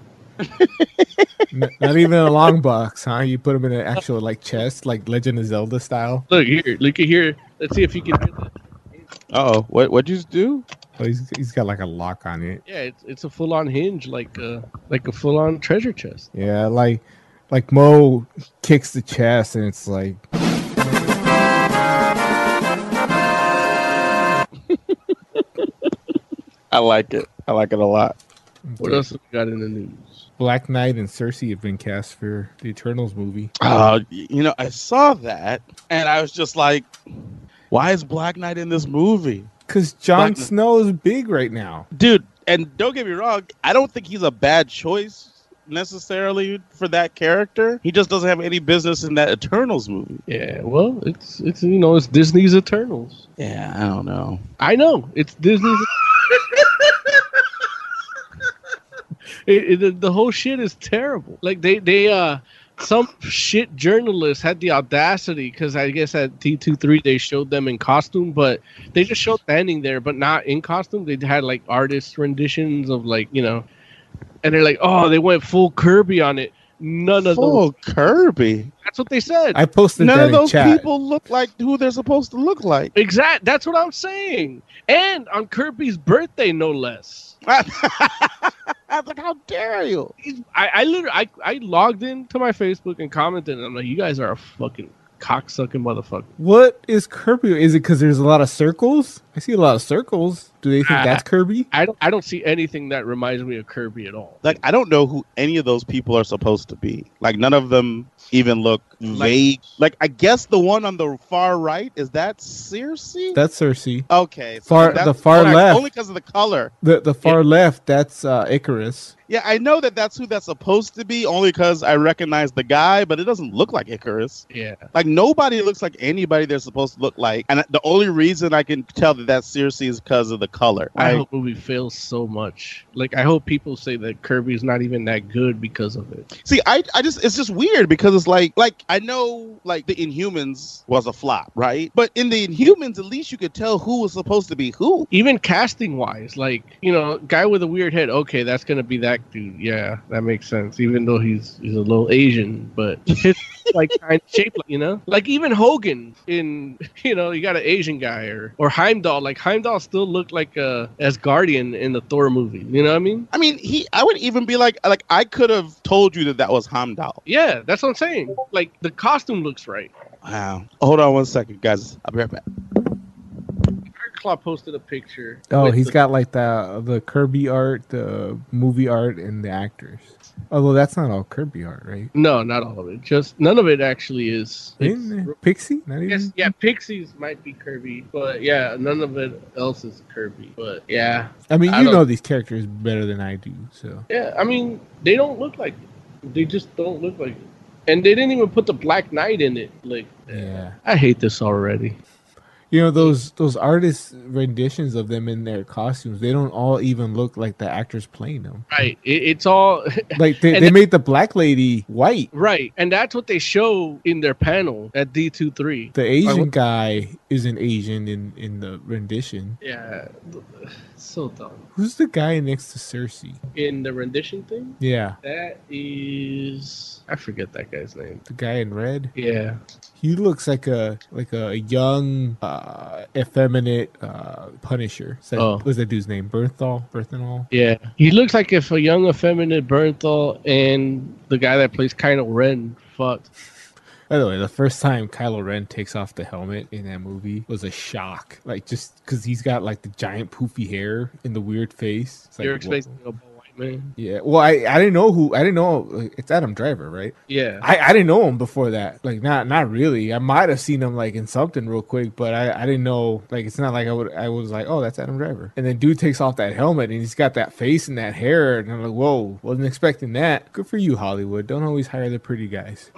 S4: N- not even a long box, huh? You put them in an actual like chest, like Legend of Zelda style.
S3: Look here, look at here. Let's see if you can. Get the,
S5: Oh, what what'd you do?
S4: Oh, he's, he's got like a lock on it.
S3: yeah, it's, it's a full on hinge, like a like a full on treasure chest.
S4: Yeah, like like Mo kicks the chest, and it's like
S5: I like it. I like it a lot.
S3: What else have we got in the news?
S4: Black Knight and Cersei have been cast for the Eternals movie.
S5: Uh, y- you know, I saw that, and I was just like, "Why is Black Knight in this movie?"
S4: Because Jon
S5: Black-
S4: Snow is big right now.
S5: dude. And don't get me wrong, I don't think he's a bad choice necessarily for that character. He just doesn't have any business in that Eternals movie.
S3: Yeah, well, it's it's you know it's Disney's Eternals.
S5: Yeah, I don't know.
S3: I know it's Disney's. It- it- the whole shit is terrible. Like they they uh some shit journalists had the audacity because I guess at T 23 they showed them in costume, but they just showed standing there, but not in costume. They had like artist renditions of like you know, and they're like, oh, they went full Kirby on it. None of
S5: Full
S3: those.
S5: Kirby.
S3: That's what they said.
S4: I posted
S5: None
S4: that
S5: of those
S4: in chat.
S5: people look like who they're supposed to look like.
S3: Exact. That's what I'm saying. And on Kirby's birthday, no less.
S5: I was like, how dare you?
S3: He's- I, I literally, I, I logged into my Facebook and commented. And I'm like, you guys are a fucking cocksucking motherfucker.
S4: What is Kirby? Is it because there's a lot of circles? I see a lot of circles. Do they think
S3: Ah.
S4: that's Kirby?
S3: I don't, I don't see anything that reminds me of Kirby at all.
S5: Like I don't know who any of those people are supposed to be. Like none of them even look vague. Like I guess the one on the far right is that Cersei.
S4: That's Cersei.
S5: okay.
S4: Far-
S5: that's
S4: the far
S5: one I-
S4: left.
S5: only because of the color.
S4: The the far left, that's uh, Icarus.
S5: Yeah, I know that that's who that's supposed to be only because I recognize the guy, but it doesn't look like Icarus.
S3: Yeah.
S5: Like nobody looks like anybody they're supposed to look like, and the only reason I can tell that that that seriously is because of the color.
S3: I, hope the movie fails so much. Like I hope people say that Kirby's not even that good because of it.
S5: See, I, I just it's just weird because it's like like I know like the Inhumans was a flop, right? But in the Inhumans, at least you could tell who was supposed to be who.
S3: Even casting wise, like you know, guy with a weird head. Okay, that's gonna be that dude. Yeah, that makes sense. Even though he's he's a little Asian, but his like kind of shape, you know, like even Hogan in you know you got an Asian guy or or Heimdall. Like Heimdall still looked like a as Guardian in the Thor movie. You know what I mean?
S5: I mean, he I would even be like like I could have told you that that was Heimdall.
S3: Yeah, that's what I'm saying. Like the costume looks right.
S5: Wow. Hold on one second, guys. I'll be right back.
S3: Claw posted a picture.
S4: Oh,
S3: with
S4: he's
S3: the-
S4: got like the the Kirby art, the movie art, and the actors. Although that's not all Kirby art, right?
S3: No, not all of it. Just none of it actually is.
S4: Isn't it Pixie? Not even.
S3: Yes, yeah, Pixies might be Kirby, but yeah, none of it else is Kirby. But yeah,
S4: I mean,
S3: I
S4: you
S3: don't-
S4: know these characters better than I do, so.
S3: yeah, I mean, they don't look like it. They just don't look like it. And they didn't even put the Black Knight in it. Like,
S4: Yeah.
S3: I hate this already.
S4: You know those those artists renditions of them in their costumes. They don't all even look like the actors playing them.
S3: right, it, it's all
S4: Like they,
S3: And
S4: they
S3: that-
S4: made the black lady white.
S3: right, and that's what they show in their panel at D 23
S4: The
S3: Like,
S4: Asian
S3: what-
S4: guy isn't Asian in in the rendition.
S3: Yeah, so dumb.
S4: Who's the guy next to Cersei?
S3: In the rendition thing,
S4: Yeah,
S3: that is I forget that guy's name.
S4: the guy in red.
S3: Yeah.
S4: He looks like a like a young, uh, effeminate uh, Punisher. Is that,
S3: Oh.
S4: What's that dude's name? Bernthal. Bernthal.
S3: Yeah, he looks like if a young effeminate Bernthal and the guy that plays Kylo Ren fucked.
S4: By the way, the first time Kylo Ren takes off the helmet in that movie was a shock. Like just because he's got like the giant poofy hair and the weird face. It's like,
S3: You're
S4: whoa.
S3: expecting a white man.
S4: Yeah. Well, I, I didn't know who I didn't know like, it's Adam Driver, right?
S3: Yeah.
S4: I, I didn't know him before that. Like not not really. I might have seen him like in something real quick, but I, I didn't know like it's not like I would I was like, Oh, that's Adam Driver. And then dude takes off that helmet and he's got that face and that hair and I'm like, Whoa, wasn't expecting that. Good for you, Hollywood. Don't always hire the pretty guys.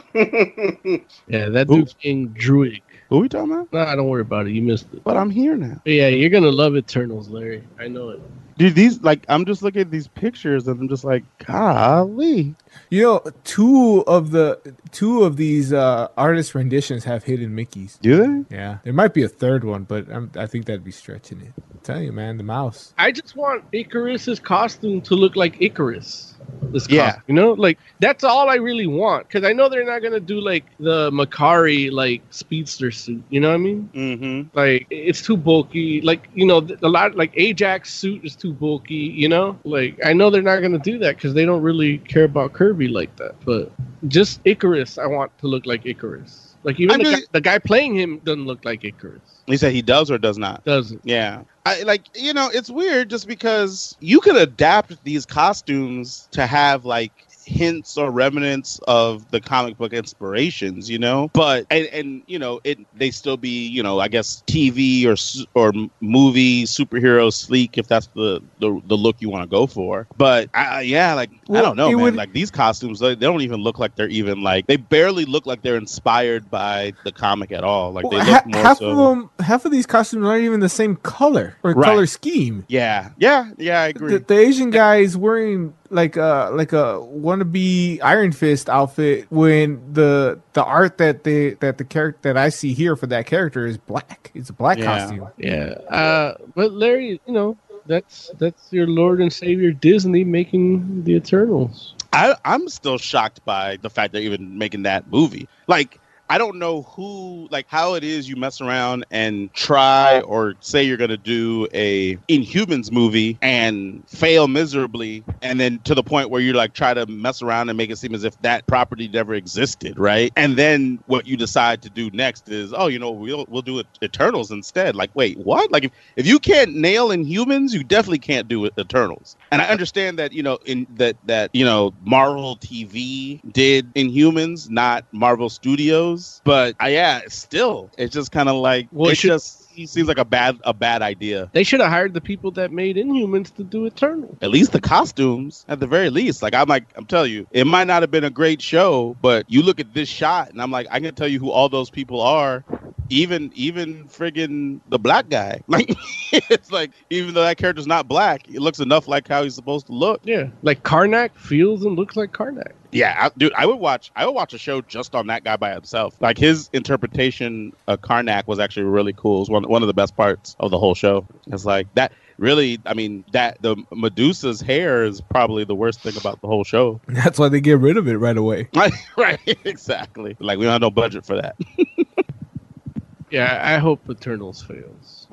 S3: yeah, that dude's being druid.
S5: Who we talking about?
S3: Nah, don't worry about it. You missed it.
S5: But I'm here now.
S3: But yeah, you're gonna love Eternals, Larry. I know it.
S5: Dude, these like I'm just looking at these pictures and I'm just like, golly.
S4: You know, two of the two of these uh artist renditions have hidden Mickeys.
S5: Do
S4: they? Yeah. There might be a third one, but I'm, I think that'd be stretching it. i tell you, man, the mouse.
S3: I just want Icarus's costume to look like Icarus. This
S4: Yeah.
S3: costume, you know, like that's all I really want because I know they're not gonna do like the Makari like speedster suit. You know what I mean?
S5: Mm-hmm.
S3: Like it's too bulky. Like you know, th- a lot like Ajax suit is too bulky. You know, like I know they're not gonna do that because they don't really care about Kirby like that. But just Icarus, I want to look like Icarus. Like even
S5: I'm
S3: the,
S5: just-
S3: guy, the guy playing him doesn't look like Icarus.
S5: He said he does or does not.
S3: Doesn't.
S5: Yeah. I like you know, it's weird just because you could adapt these costumes to have like hints or remnants of the comic book inspirations, you know? But and and you know, it they still be, you know, I guess TV or s- or m- movie superhero sleek if that's the the, the look you want to go for. But I, I- yeah, like I
S4: Well,
S5: don't know,
S4: it
S5: man.
S4: would-
S5: like these costumes, they, they don't even look like they're even like they barely look like they're inspired by the comic at all. Like they
S4: Well,
S5: look
S4: ha-
S5: more
S4: half
S5: so.
S4: of them, half of these costumes aren't even the same color or
S5: Right.
S4: color scheme.
S5: Yeah, yeah, yeah. I agree.
S4: The, the Asian guy is wearing like a like a wannabe Iron Fist outfit when the the art that they that the character that I see here for that character is black. It's a black
S3: Yeah.
S4: costume.
S3: Yeah. Uh, but Larry, you know, that's that's your Lord and Savior Disney making the Eternals.
S5: I, I'm still shocked by the fact they're even making that movie. Like, I don't know who, like, how it is you mess around and try or say you're gonna do a Inhumans movie and fail miserably, and then to the point where you like try to mess around and make it seem as if that property never existed, right? And then what you decide to do next is, oh, you know, we'll we'll do Eternals instead. Like, wait, what? Like, if if you can't nail Inhumans, you definitely can't do Eternals. And I understand that you know in that that you know Marvel TV did Inhumans, not Marvel Studios. But uh, yeah, still, it's just kind of like
S3: Well,
S5: it
S3: it should-
S5: just seems like a bad a bad idea.
S3: They should have hired the people that made Inhumans to do Eternals.
S5: At least the costumes, at the very least. Like I'm like I'm telling you, it might not have been a great show, but you look at this shot, and I'm like I can tell you who all those people are even even friggin' the black guy. Like it's like even though that character's not black, it looks enough like how he's supposed to look.
S3: Yeah, like Karnak feels and looks like Karnak.
S5: Yeah, I, dude, I would watch. I would watch a show just on that guy by himself. Like his interpretation of Karnak was actually really cool. It's one one of the best parts of the whole show. It's like that. Really, I mean that the Medusa's hair is probably the worst thing about the whole show.
S4: That's why they get rid of it right away.
S5: Right, right, exactly. Like we don't have no budget for that.
S3: Yeah, I hope Eternals fails.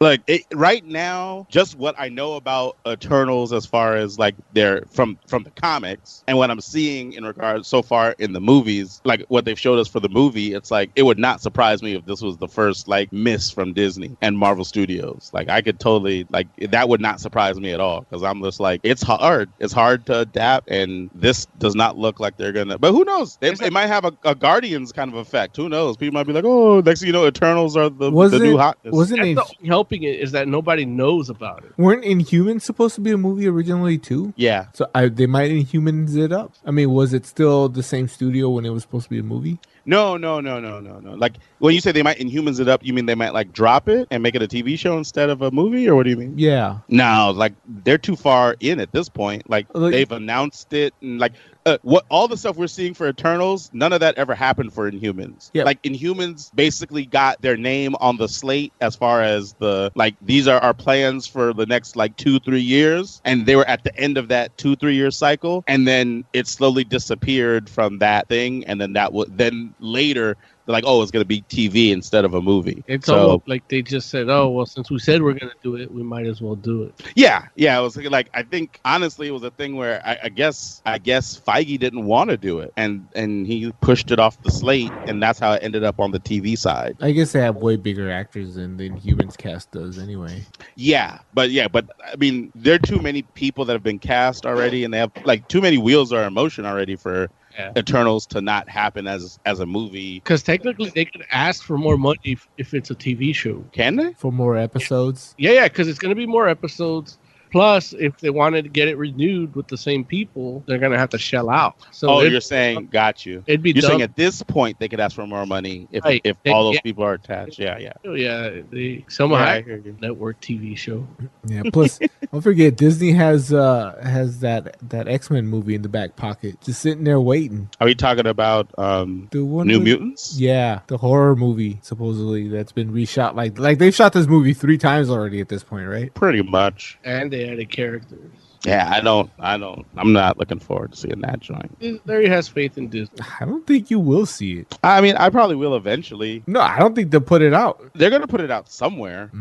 S5: Like it, right now, just what I know about Eternals as far as like they're from from the comics and what I'm seeing in regards so far in the movies, like what they've showed us for the movie, it's like it would not surprise me if this was the first like miss from Disney and Marvel Studios. Like I could totally like that would not surprise me at all because I'm just like it's hard, it's hard to adapt, and this does not look like they're gonna. But who knows? They, they might have a, a Guardians kind of effect. Who knows? People might be like, oh, next thing you know, Eternals are the, the
S4: Wasn't-
S5: new hotness.
S4: wasn't
S3: That's
S4: they-
S3: the only helping it is that nobody knows about it.
S4: Weren't Inhumans supposed to be a movie originally too?
S5: Yeah.
S4: So I, they might Inhumans it up. I mean, was it still the same studio when it was supposed to be a movie?
S5: No, no, no, no, no, no. Like when you say they might Inhumans it up, you mean they might like drop it and make it a TV show instead of a movie, or what do you mean?
S4: Yeah.
S5: No, like they're too far in at this point. Like they've announced it, and like uh, what all the stuff we're seeing for Eternals, none of that ever happened for Inhumans.
S4: Yeah.
S5: Like Inhumans basically got their name on the slate as far as the like these are our plans for the next like two three years, and they were at the end of that two three year cycle, and then it slowly disappeared from that thing, and then that would then later. They're like, oh, it's going to be TV instead of a movie.
S3: It's
S5: So-
S3: almost like they just said, "Oh, well, since we said we're gonna do it, we might as well do it."
S5: Yeah, yeah. It was like I think honestly, it was a thing where I, I guess I guess Feige didn't want to do it, and and he pushed it off the slate, and that's how it ended up on the TV side.
S4: I guess they have way bigger actors than the Inhumans cast does anyway.
S5: Yeah, but yeah, but I mean, there are too many people that have been cast already, and they have like too many wheels are in motion already for Eternals to not happen as as a movie.
S3: Because technically, they could ask for more money if, if it's a TV show.
S5: Can they?
S4: For more episodes.
S3: Yeah, yeah, because it's going to be more episodes. Plus, if they wanted to get it renewed with the same people, they're going to have to shell out. So
S5: oh,
S3: it-
S5: you're saying, got you.
S3: it'd be
S5: you're saying
S3: dumb.
S5: at this point they could ask for more money if
S3: Right.
S5: if
S3: They-
S5: all those
S3: yeah.
S5: people are attached. Yeah, yeah.
S3: oh, yeah, they somehow
S5: Yeah, I
S3: network TV show.
S4: Yeah. Plus, don't forget Disney has uh has that that X Men movie in the back pocket, just sitting there waiting.
S5: Are we talking about um,
S4: The one
S5: New
S4: with-
S5: Mutants?
S4: Yeah, the horror movie supposedly that's been reshot. Like like they've shot this movie three times already at this point, right?
S5: Pretty much.
S3: And they added characters.
S5: Yeah, I don't. I don't. I'm not looking forward to seeing that joint.
S3: Larry has faith in Disney.
S4: I don't think you will see it.
S5: I mean, I probably will eventually.
S4: No, I don't think they'll put it out. Mm,
S5: They're gonna put it out somewhere.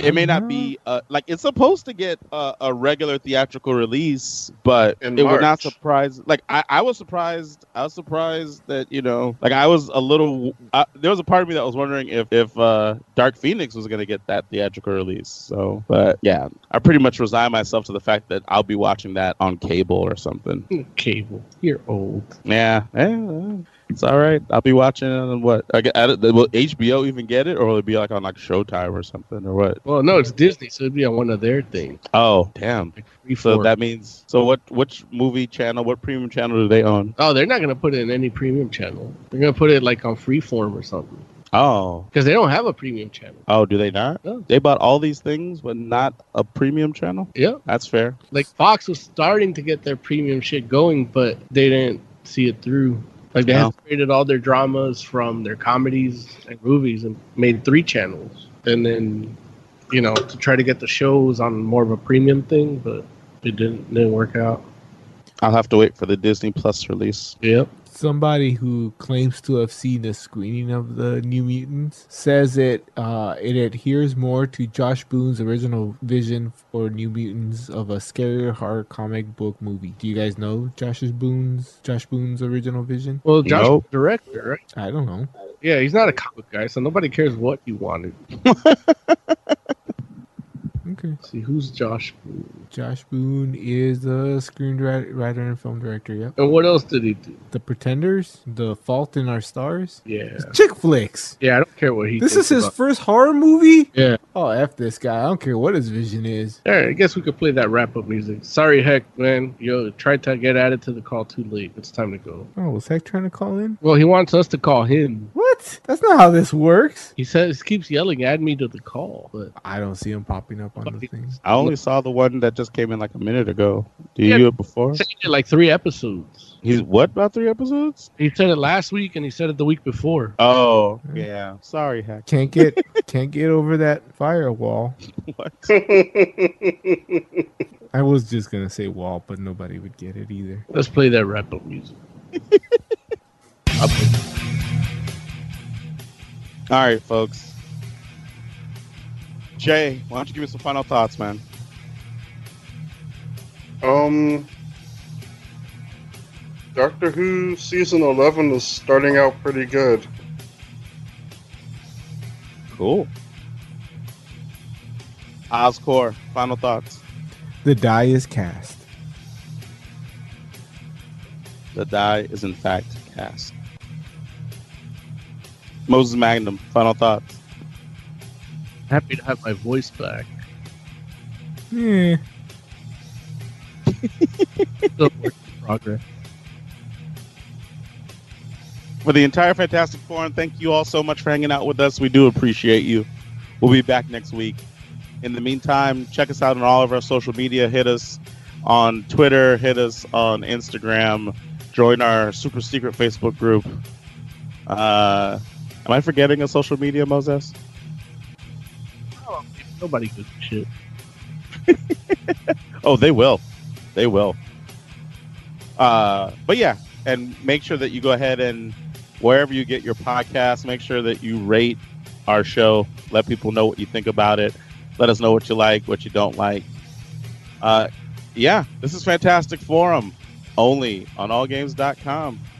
S5: It may not be uh, like it's supposed to get uh, a regular theatrical release, but
S6: In
S5: it would not
S6: March.
S5: surprise. Like I, I was surprised. I was surprised that you know, like I was a little. Uh, there was a part of me that was wondering if if uh, Dark Phoenix was gonna get that theatrical release. So, but yeah, I pretty much resigned myself to the fact that I'll be watching that on cable or something.
S3: Cable, you're old.
S5: Yeah, yeah, it's all right. I'll be watching it on what? I get, I don't- will HBO even get it, or will it be like on like Showtime or something, or what?
S3: Well, no, it's Disney, so it'd be on one of their things.
S5: Oh, damn! So
S3: Freeform.
S5: that means so what? Which movie channel? What premium channel do they own?
S3: Oh, they're not going to put it in any premium channel. They're going to put it like on Freeform or something
S5: Oh,
S3: because they don't have a premium channel.
S5: oh, do they not?
S3: No.
S5: They bought all these things, but not a premium channel.
S3: Yeah.
S5: That's fair.
S3: like Fox was starting to get their premium shit going, but they didn't see it through. Like they
S5: No.
S3: had created all their dramas from their comedies and movies and made three channels, and then you know to try to get the shows on more of a premium thing, but it didn't didn't work out.
S5: I'll have to wait for the Disney Plus release.
S3: Yep.
S4: Somebody who claims to have seen a screening of the New Mutants says it uh, it adheres more to Josh Boone's original vision for New Mutants of a scarier horror comic book movie. Do you guys know Josh's Boone's Josh Boone's original vision?
S3: Well, Josh
S5: Nope.
S3: was the director, right?
S4: I don't know.
S3: Yeah, he's not a comic guy, so nobody cares what he wanted.
S4: Okay.
S3: Let's see who's Josh,
S4: Josh Boone is a screenwriter and film director. Yep.
S3: and what else did he do?
S4: The Pretenders, The Fault in Our Stars,
S3: Yeah,
S4: chick flicks.
S3: yeah, I don't care what he.
S4: This
S3: thinks
S4: is his
S3: about-
S4: first horror movie.
S3: Yeah.
S4: Oh, f this guy. I don't care what his vision is.
S3: All right, I guess we could play that wrap up music. Sorry, heck, man. Yo, tried to get added to the call too late. It's time to go.
S4: Oh, was Heck trying to call in?
S3: Well, he wants us to call him.
S4: What? That's not how this works.
S3: He says keeps yelling, "Add me to the call," but
S4: I don't see him popping up on the things.
S5: I only saw the one that just came in like a minute ago. Did you do it before?
S3: He did like three episodes.
S5: He's what about three episodes?
S3: He said it last week, and he said it the week before.
S5: Oh, yeah. Sorry, Heck.
S4: Can't get can't get over that firewall.
S5: What?
S4: I was just gonna say wall, but nobody would get it either.
S3: Let's play that wrap up music.
S5: All right, folks. Jay, why don't you give me some final thoughts, man?
S6: Um, Doctor Who season eleven is starting out pretty good.
S5: Cool. Oscor, final thoughts.
S4: The die is cast.
S5: The die is in fact cast. Moses Magnum, final thoughts.
S3: Happy to have my voice back.
S4: Yeah.
S3: Still a work in progress.
S5: For the entire Fantastic Four, and thank you all so much for hanging out with us. We do appreciate you. We'll be back next week. In the meantime, check us out on all of our social media. Hit us on Twitter, hit us on Instagram, join our super secret Facebook group. Uh, am I forgetting a social media, Moses?
S3: Nobody gives a shit.
S5: Oh, they will. They will. Uh, but yeah, and make sure that you go ahead and wherever you get your podcast, make sure that you rate our show. Let people know what you think about it. Let us know what you like, what you don't like. Uh, yeah, this is Fantastic Forum only on allgames.com.